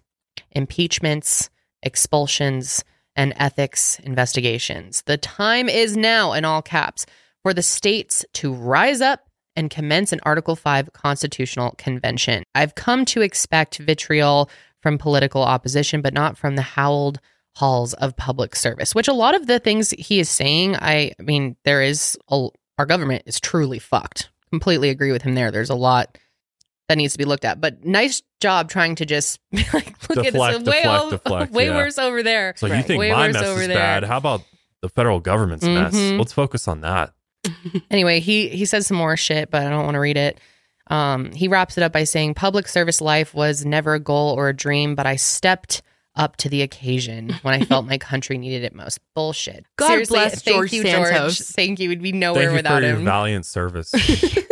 [SPEAKER 1] impeachments, expulsions, and ethics investigations. The time is now, in all caps, for the states to rise up and commence an Article 5 constitutional convention. I've come to expect vitriol from political opposition, but not from the howled halls of public service, which a lot of the things he is saying, I I mean, there is a, our government is truly fucked. Completely agree with him there. There's a lot that needs to be looked at, but nice job trying to just be like, look
[SPEAKER 2] Deflect,
[SPEAKER 1] at this way,
[SPEAKER 2] deflect,
[SPEAKER 1] o-
[SPEAKER 2] deflect,
[SPEAKER 1] way
[SPEAKER 2] yeah.
[SPEAKER 1] worse over there.
[SPEAKER 2] So you
[SPEAKER 3] Right.
[SPEAKER 2] think
[SPEAKER 1] Way
[SPEAKER 2] my
[SPEAKER 1] worse
[SPEAKER 2] mess
[SPEAKER 1] over
[SPEAKER 2] is
[SPEAKER 1] there.
[SPEAKER 2] bad? How about the federal government's mess?
[SPEAKER 1] Mhm.
[SPEAKER 2] Let's focus on that.
[SPEAKER 1] anyway, he he says some more shit, but I don't want to read it. Um, he wraps it up by saying, "Public service life was never a goal or a dream, but I stepped up to the occasion when I felt my country needed it most. Bullshit.
[SPEAKER 3] God
[SPEAKER 1] Seriously,
[SPEAKER 3] bless
[SPEAKER 1] thank
[SPEAKER 3] George
[SPEAKER 1] you, George.
[SPEAKER 3] Santos.
[SPEAKER 1] Thank you. We'd be nowhere
[SPEAKER 2] Thank you
[SPEAKER 1] without
[SPEAKER 2] for your
[SPEAKER 1] him.
[SPEAKER 2] valiant service.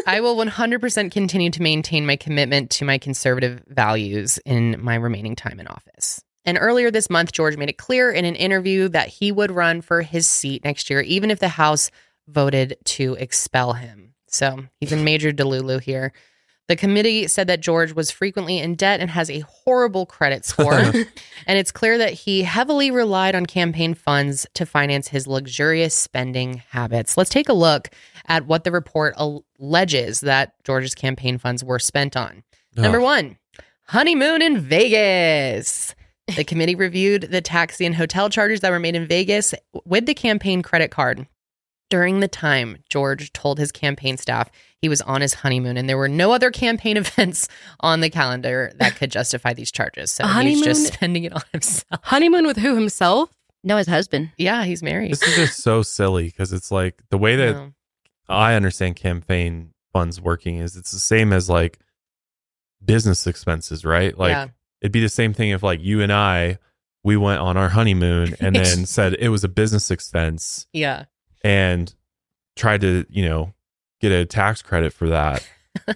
[SPEAKER 1] I will 100% continue to maintain my commitment to my conservative values in my remaining time in office. And earlier this month, George made it clear in an interview that he would run for his seat next year, even if the House voted to expel him. So he's in major delulu here. The committee said that George was frequently in debt and has a horrible credit score. And it's clear that he heavily relied on campaign funds to finance his luxurious spending habits. Let's take a look at what the report alleges that George's campaign funds were spent on. Number
[SPEAKER 2] Ugh.
[SPEAKER 1] one, honeymoon in Vegas. The committee reviewed the taxi and hotel charges that were made in Vegas with the campaign credit card. During the time, George told his campaign staff he was on his honeymoon and there were no other campaign events on the calendar that could justify these charges. So
[SPEAKER 3] A
[SPEAKER 1] he's just
[SPEAKER 3] honeymoon?
[SPEAKER 1] spending it on himself.
[SPEAKER 3] Honeymoon with who? Himself?
[SPEAKER 4] No, his husband.
[SPEAKER 1] Yeah, he's married.
[SPEAKER 2] This is just so silly because it's like the way that
[SPEAKER 1] No.
[SPEAKER 2] I understand campaign funds working is it's the same as like business expenses, right? Like
[SPEAKER 1] Yeah.
[SPEAKER 2] it'd be the same thing if like you and I we went on our honeymoon and then said it was a business expense
[SPEAKER 1] Yeah.
[SPEAKER 2] and tried to, you know, get a tax credit for that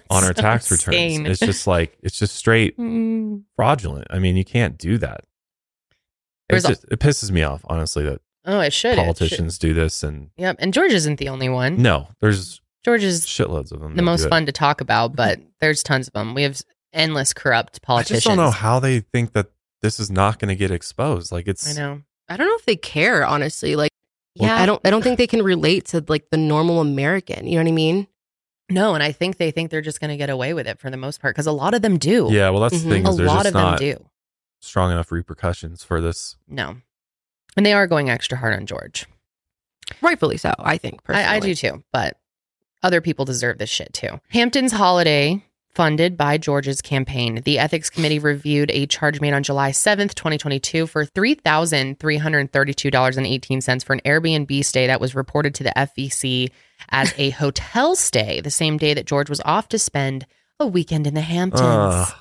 [SPEAKER 2] on our
[SPEAKER 1] So
[SPEAKER 2] tax returns.
[SPEAKER 1] insane.
[SPEAKER 2] It's just like it's just straight
[SPEAKER 1] Mm.
[SPEAKER 2] fraudulent. I mean, you can't do that. It's
[SPEAKER 1] Result-
[SPEAKER 2] just, it pisses me off, honestly, that
[SPEAKER 1] Oh, it should. it should.
[SPEAKER 2] politicians do this and
[SPEAKER 1] Yep. And George isn't the only one.
[SPEAKER 2] no, there's
[SPEAKER 1] George is
[SPEAKER 2] shitloads of them. that
[SPEAKER 1] the
[SPEAKER 2] do
[SPEAKER 1] most
[SPEAKER 2] it.
[SPEAKER 1] fun to talk about, but there's tons of them. We have endless corrupt
[SPEAKER 2] I
[SPEAKER 1] politicians.
[SPEAKER 2] just don't know how they think that this is not going to get exposed. Like
[SPEAKER 1] I
[SPEAKER 2] it's
[SPEAKER 1] know.
[SPEAKER 3] I don't know if they care, honestly. Like
[SPEAKER 4] Yeah.
[SPEAKER 3] I don't I don't think they can relate to like the normal American. You know what I mean?
[SPEAKER 1] No, and I think they think they're just going to get away with it for the most part because a lot of them do.
[SPEAKER 2] yeah. Well, that's
[SPEAKER 3] Mhm.
[SPEAKER 2] the thing
[SPEAKER 1] Mm-hmm. A
[SPEAKER 2] is there's
[SPEAKER 1] lot
[SPEAKER 2] just
[SPEAKER 1] of them
[SPEAKER 2] not
[SPEAKER 1] do.
[SPEAKER 2] strong enough repercussions for this.
[SPEAKER 1] No. And they are going extra hard on George.
[SPEAKER 3] Rightfully so, I think personally.
[SPEAKER 1] I, I do too, but other people deserve this shit too. Hampton's holiday, funded by George's campaign, the Ethics Committee reviewed a charge made on July 7th, 2022, for $3,332.18 for an Airbnb stay that was reported to the E FEC as a hotel stay the same day that George was off to spend a weekend in the Hamptons.
[SPEAKER 2] Ugh.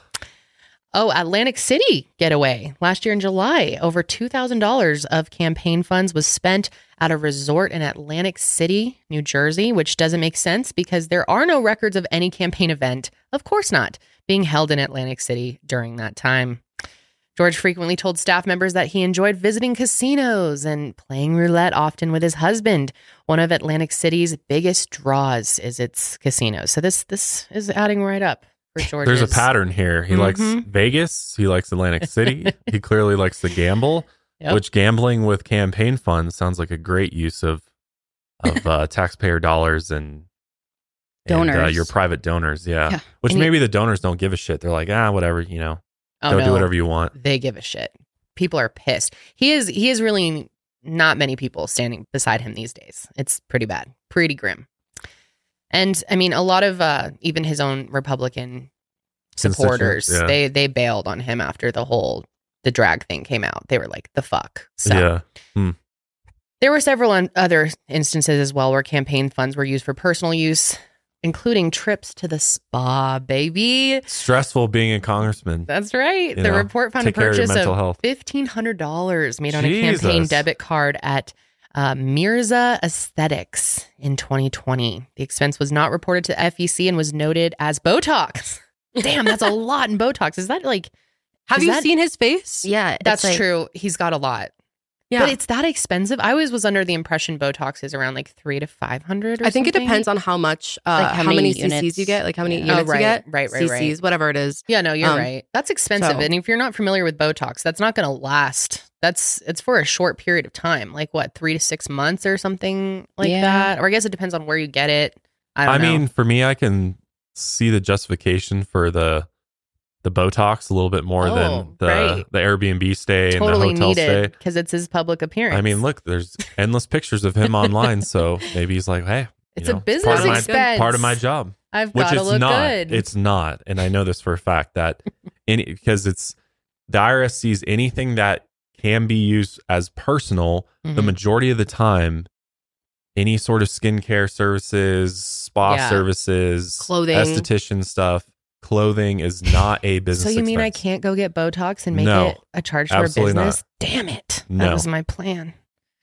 [SPEAKER 1] Oh, Atlantic City getaway. Last year in July, over $2,000 of campaign funds was spent at a resort in Atlantic City, New Jersey, which doesn't make sense because there are no records of any campaign event, of course not, being held in Atlantic City during that time. George frequently told staff members that he enjoyed visiting casinos and playing roulette often with his husband. One of Atlantic City's biggest draws is its casinos. So this this is adding right up for George.
[SPEAKER 2] There's a pattern here. He likes
[SPEAKER 1] Mhm.
[SPEAKER 2] Vegas. He likes Atlantic City. he clearly likes to gamble,
[SPEAKER 1] Yep.
[SPEAKER 2] which gambling with campaign funds sounds like a great use of of uh, taxpayer dollars and and, uh,
[SPEAKER 4] Donors.
[SPEAKER 2] your private donors. Yeah,
[SPEAKER 4] Yeah.
[SPEAKER 2] which
[SPEAKER 4] And you-
[SPEAKER 2] maybe the donors don't give a shit. They're like, ah, whatever. You know,
[SPEAKER 1] Oh,
[SPEAKER 2] go
[SPEAKER 1] no.
[SPEAKER 2] do whatever you want.
[SPEAKER 1] they give a shit. People are pissed. He is he is really not many people standing beside him these days. It's pretty bad, pretty grim. And I mean, a lot of uh, even his own Republican supporters
[SPEAKER 2] Constituents, yeah.
[SPEAKER 1] they they bailed on him after the whole the drag thing came out. They were like, "The fuck." So
[SPEAKER 2] Yeah.
[SPEAKER 1] there were several un- other instances as well where campaign funds were used for personal use, including trips to the spa, baby.
[SPEAKER 2] Stressful being a congressman.
[SPEAKER 1] That's right.
[SPEAKER 2] You
[SPEAKER 1] the
[SPEAKER 2] know,
[SPEAKER 1] report found a
[SPEAKER 2] Take care of your
[SPEAKER 1] purchase of
[SPEAKER 2] mental health.
[SPEAKER 1] fifteen hundred dollars made on a
[SPEAKER 2] Jesus.
[SPEAKER 1] campaign debit card at uh, Mirza Aesthetics in 2020. The expense was not reported to the FEC and was noted as Botox. Damn, that's a lot in Botox. Is that like?
[SPEAKER 3] Have
[SPEAKER 1] is
[SPEAKER 3] you
[SPEAKER 1] that-
[SPEAKER 3] seen his face?
[SPEAKER 4] Yeah. it's
[SPEAKER 1] That's
[SPEAKER 4] like-
[SPEAKER 1] true. He's got a lot,
[SPEAKER 3] Yeah.
[SPEAKER 1] but it's that expensive. I always was under the impression Botox is around like three to five hundred.
[SPEAKER 3] I think it depends on how much, uh,
[SPEAKER 4] Like how
[SPEAKER 3] how,
[SPEAKER 4] many
[SPEAKER 3] many,
[SPEAKER 4] units.
[SPEAKER 3] CCs you get, like how many
[SPEAKER 4] Yeah.
[SPEAKER 1] Oh,
[SPEAKER 3] units
[SPEAKER 1] right,
[SPEAKER 3] you get,
[SPEAKER 1] right, right,
[SPEAKER 3] CCs,
[SPEAKER 1] right.
[SPEAKER 3] whatever it is.
[SPEAKER 1] Yeah, no, you're
[SPEAKER 3] Um,
[SPEAKER 1] right. That's expensive,
[SPEAKER 3] so-
[SPEAKER 1] and if you're not familiar with Botox, that's not going to last. That's it's for a short period of time, like what three to six months or something like
[SPEAKER 4] Yeah.
[SPEAKER 1] that. Or I guess it depends on where you get it. I don't
[SPEAKER 2] I
[SPEAKER 1] know.
[SPEAKER 2] mean, for me, I can see the justification for the the Botox a little bit more
[SPEAKER 1] Oh,
[SPEAKER 2] than the
[SPEAKER 1] right.
[SPEAKER 2] the Airbnb stay
[SPEAKER 1] totally
[SPEAKER 2] and the hotel
[SPEAKER 1] needed
[SPEAKER 2] stay.
[SPEAKER 1] because it's his public appearance.
[SPEAKER 2] I mean, look, there's endless pictures of him online, so maybe he's like, hey, you
[SPEAKER 1] it's
[SPEAKER 2] know,
[SPEAKER 1] a
[SPEAKER 2] part
[SPEAKER 1] business
[SPEAKER 2] of my-
[SPEAKER 1] expense.
[SPEAKER 2] part of my job,
[SPEAKER 1] I've
[SPEAKER 2] which
[SPEAKER 1] got to
[SPEAKER 2] it's
[SPEAKER 1] look
[SPEAKER 2] not.
[SPEAKER 1] good.
[SPEAKER 2] It's not, and I know this for a fact that any because it's the IRS sees anything that can be used as personal the
[SPEAKER 3] Mm-hmm.
[SPEAKER 1] Mhm.
[SPEAKER 2] majority of the time, any sort of skincare services, spa
[SPEAKER 1] Yeah.
[SPEAKER 2] services,
[SPEAKER 3] Clothing.
[SPEAKER 2] esthetician stuff, clothing is not a
[SPEAKER 1] So
[SPEAKER 2] business.
[SPEAKER 1] you mean I
[SPEAKER 2] expense.
[SPEAKER 1] can't go get Botox and make
[SPEAKER 2] No.
[SPEAKER 1] it a charge for a
[SPEAKER 2] Absolutely not.
[SPEAKER 1] business? Damn it. That
[SPEAKER 2] No.
[SPEAKER 1] was my plan.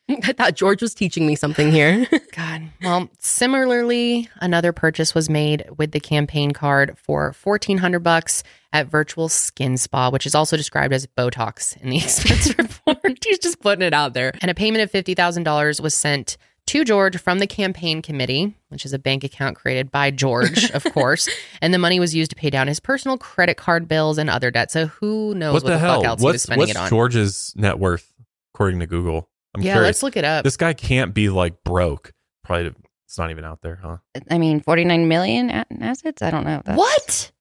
[SPEAKER 3] I thought George was teaching me something here.
[SPEAKER 1] God. Well, similarly, another purchase was made with the campaign card for 1400 bucks at Virtual Skin Spa, which is also described as Botox in the expense report. He's just putting it out there. And a payment of $50,000 was sent to George from the campaign committee, which is a bank account created by George, of course. And the money was used to pay down his personal credit card bills and other debt. So who knows what,
[SPEAKER 2] What the hell?
[SPEAKER 1] fuck else he was
[SPEAKER 2] what's
[SPEAKER 1] spending
[SPEAKER 2] what's
[SPEAKER 1] it on?
[SPEAKER 2] George's net worth according to Google? I'm
[SPEAKER 1] yeah,
[SPEAKER 2] curious.
[SPEAKER 1] let's look it up.
[SPEAKER 2] This guy can't be like broke. Probably it's not even out there, huh?
[SPEAKER 4] I mean, 49 million a- in assets? I don't know. That's,
[SPEAKER 1] what?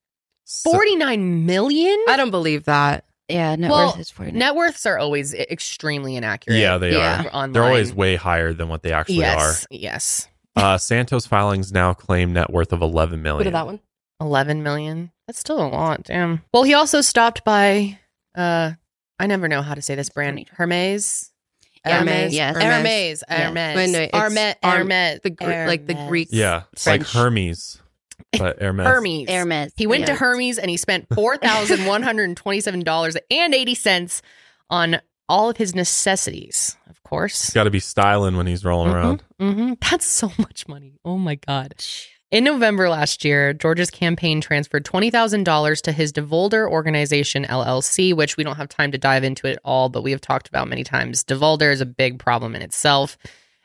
[SPEAKER 2] So-
[SPEAKER 1] 49 million?
[SPEAKER 3] I don't believe that.
[SPEAKER 4] Yeah, net
[SPEAKER 1] Well,
[SPEAKER 4] worth is 49.
[SPEAKER 1] Net worths are always i- extremely inaccurate.
[SPEAKER 2] yeah, they
[SPEAKER 3] Yeah.
[SPEAKER 2] are.
[SPEAKER 1] Online.
[SPEAKER 2] They're always way higher than what they actually
[SPEAKER 1] yes, yes.
[SPEAKER 2] are. Uh, Santos filings now claim net worth of 11
[SPEAKER 1] Oh,
[SPEAKER 2] million.
[SPEAKER 3] What did that one?
[SPEAKER 1] 11 million. That's still a lot. Damn. Well, he also stopped by, uh, I never know how to say this brand, Hermes.
[SPEAKER 4] Yeah,
[SPEAKER 3] Hermes,
[SPEAKER 4] yes.
[SPEAKER 1] Hermes. Hermes.
[SPEAKER 4] Yeah.
[SPEAKER 3] Wait,
[SPEAKER 1] Hermes.
[SPEAKER 3] no, it's
[SPEAKER 1] Herme-
[SPEAKER 3] Arm-
[SPEAKER 1] Hermes.
[SPEAKER 3] the Gr- like the Greek-
[SPEAKER 2] Yeah, it's like
[SPEAKER 4] French.
[SPEAKER 2] Hermes, but Hermes.
[SPEAKER 1] Hermes.
[SPEAKER 4] Hermes.
[SPEAKER 1] He went to
[SPEAKER 4] Yeah.
[SPEAKER 1] Hermes and he spent four thousand one hundred twenty-seven dollars and eighty cents on all of his necessities. Of course,
[SPEAKER 2] He's got to be styling when he's rolling
[SPEAKER 1] Mhm.
[SPEAKER 2] around.
[SPEAKER 1] hmm That's so much money. Oh my God. In November last year, George's campaign transferred $20,000 to his DeVolder Organization LLC, which we don't have time to dive into at all, but we have talked about many times. DeVolder is a big problem in itself.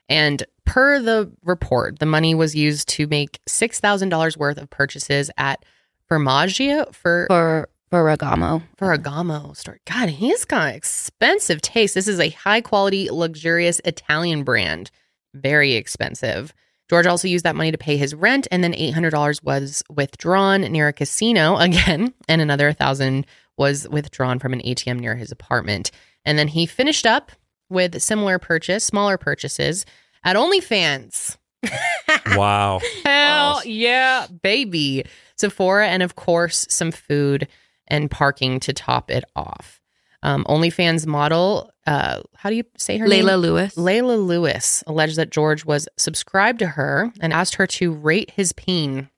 [SPEAKER 1] And per the report, the money was used to make $6,000 worth of purchases at Fermagia for
[SPEAKER 4] For Ferragamo.
[SPEAKER 1] Ferragamo store. God, he's got expensive taste. This is a high quality, luxurious Italian brand. Very expensive. George also used that money to pay his rent, and then $800 was withdrawn near a casino again, and another 1000 was withdrawn from an ATM near his apartment. And then he finished up with similar purchase, smaller purchases at OnlyFans.
[SPEAKER 2] Wow.
[SPEAKER 1] Hell
[SPEAKER 4] Oh.
[SPEAKER 1] yeah, baby. Sephora, and of course, some food and parking to top it off. Um, OnlyFans model, uh, how do you say her name?
[SPEAKER 3] Layla Lewis.
[SPEAKER 1] Layla Lewis alleged that George was subscribed to her and asked her to rate his peen.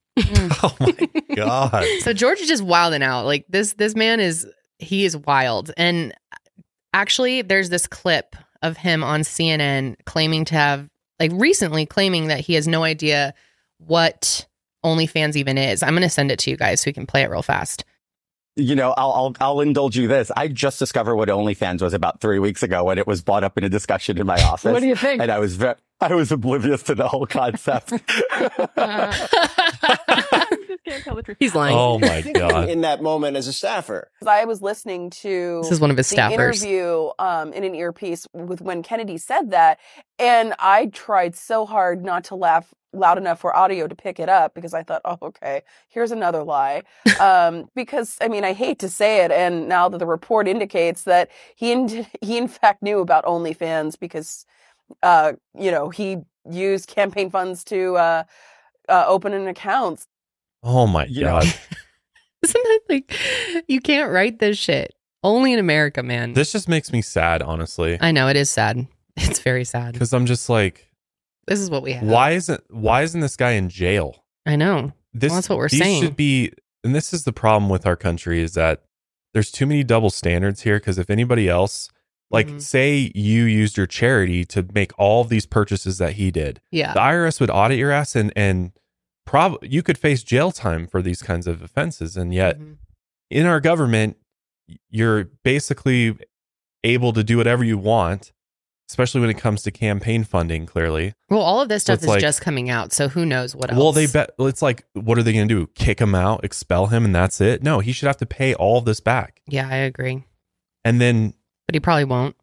[SPEAKER 2] Oh my God.
[SPEAKER 1] So George is just wilding out. Like this, this man is he is wild. And actually, there's this clip of him on CNN claiming to have like recently claiming that he has no idea what OnlyFans even is. I'm gonna send it to you guys so we can play it real fast.
[SPEAKER 5] you know, I'll, I'll, I'll indulge you this. I just discovered what OnlyFans was about three weeks ago when it was brought up in a discussion in my office.
[SPEAKER 6] What do you think?
[SPEAKER 5] and I was very, I was oblivious to the whole concept.
[SPEAKER 6] just can't tell the truth.
[SPEAKER 3] He's lying.
[SPEAKER 2] Oh my
[SPEAKER 7] thinking
[SPEAKER 2] God.
[SPEAKER 7] in that moment as a staffer.
[SPEAKER 6] 'Cause I was listening to
[SPEAKER 1] This is one of his
[SPEAKER 6] the
[SPEAKER 1] staffers.
[SPEAKER 6] interview um, in an earpiece with when Kennedy said that, and I tried so hard not to laugh loud enough for audio to pick it up because I thought, oh, okay, here's another lie. um, because I mean, I hate to say it, and now that the report indicates that he in, he in fact knew about OnlyFans because, uh, you know, he used campaign funds to uh, uh, open an account.
[SPEAKER 2] Oh my
[SPEAKER 5] You know,
[SPEAKER 2] God.
[SPEAKER 1] Isn't that like you can't write this shit? Only in America, man.
[SPEAKER 2] This just makes me sad, honestly.
[SPEAKER 1] I know it is sad. It's very sad.
[SPEAKER 2] Because I'm just like,
[SPEAKER 1] This is what we have.
[SPEAKER 2] why isn't why isn't this guy in jail?
[SPEAKER 1] I know.
[SPEAKER 2] This
[SPEAKER 1] Well, that's what we're
[SPEAKER 2] these
[SPEAKER 1] saying.
[SPEAKER 2] should be and this is the problem with our country is that there's too many double standards here because if anybody else like
[SPEAKER 7] Mm-hmm.
[SPEAKER 1] Mhm.
[SPEAKER 2] say you used your charity to make all these purchases that he did,
[SPEAKER 1] Yeah.
[SPEAKER 2] the IRS would audit your ass and and prob you could face jail time for these kinds of offenses and yet
[SPEAKER 1] Mhm.
[SPEAKER 2] in our government, you're basically able to do whatever you want, especially when it comes to campaign funding. Clearly,
[SPEAKER 1] Well, all of this
[SPEAKER 2] So
[SPEAKER 1] stuff
[SPEAKER 2] it's
[SPEAKER 1] is
[SPEAKER 2] like-
[SPEAKER 1] just coming out, so who knows what else?
[SPEAKER 2] well, they bet it's like, what are they going to do? Kick him out, expel him, and that's it? No, he should have to pay all this back
[SPEAKER 1] Yeah, I agree,
[SPEAKER 2] and then
[SPEAKER 1] but he probably won't.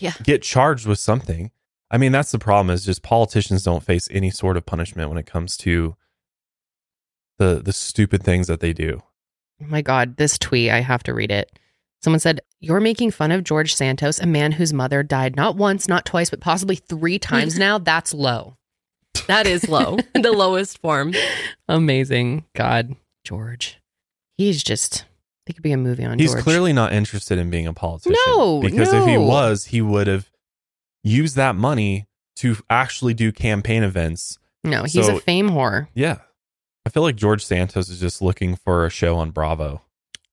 [SPEAKER 4] Yeah.
[SPEAKER 2] get charged with something. I mean, that's the problem is just politicians don't face any sort of punishment when it comes to the the stupid things that they do.
[SPEAKER 1] Oh my God, this tweet, I have to read it. Someone said, You're making fun of George Santos, a man whose mother died not once, not twice, but possibly three times now. That's low.
[SPEAKER 3] That is low. the lowest form.
[SPEAKER 1] Amazing. God, George. He's just, There could be a movie on
[SPEAKER 2] He's
[SPEAKER 1] George.
[SPEAKER 2] clearly not interested in being a politician.
[SPEAKER 1] No,
[SPEAKER 2] because if he
[SPEAKER 1] no.
[SPEAKER 2] was, he would have used that money to actually do campaign events.
[SPEAKER 1] no, he's
[SPEAKER 2] so-
[SPEAKER 1] a fame whore.
[SPEAKER 2] Yeah, I feel like George Santos is just looking for a show on Bravo.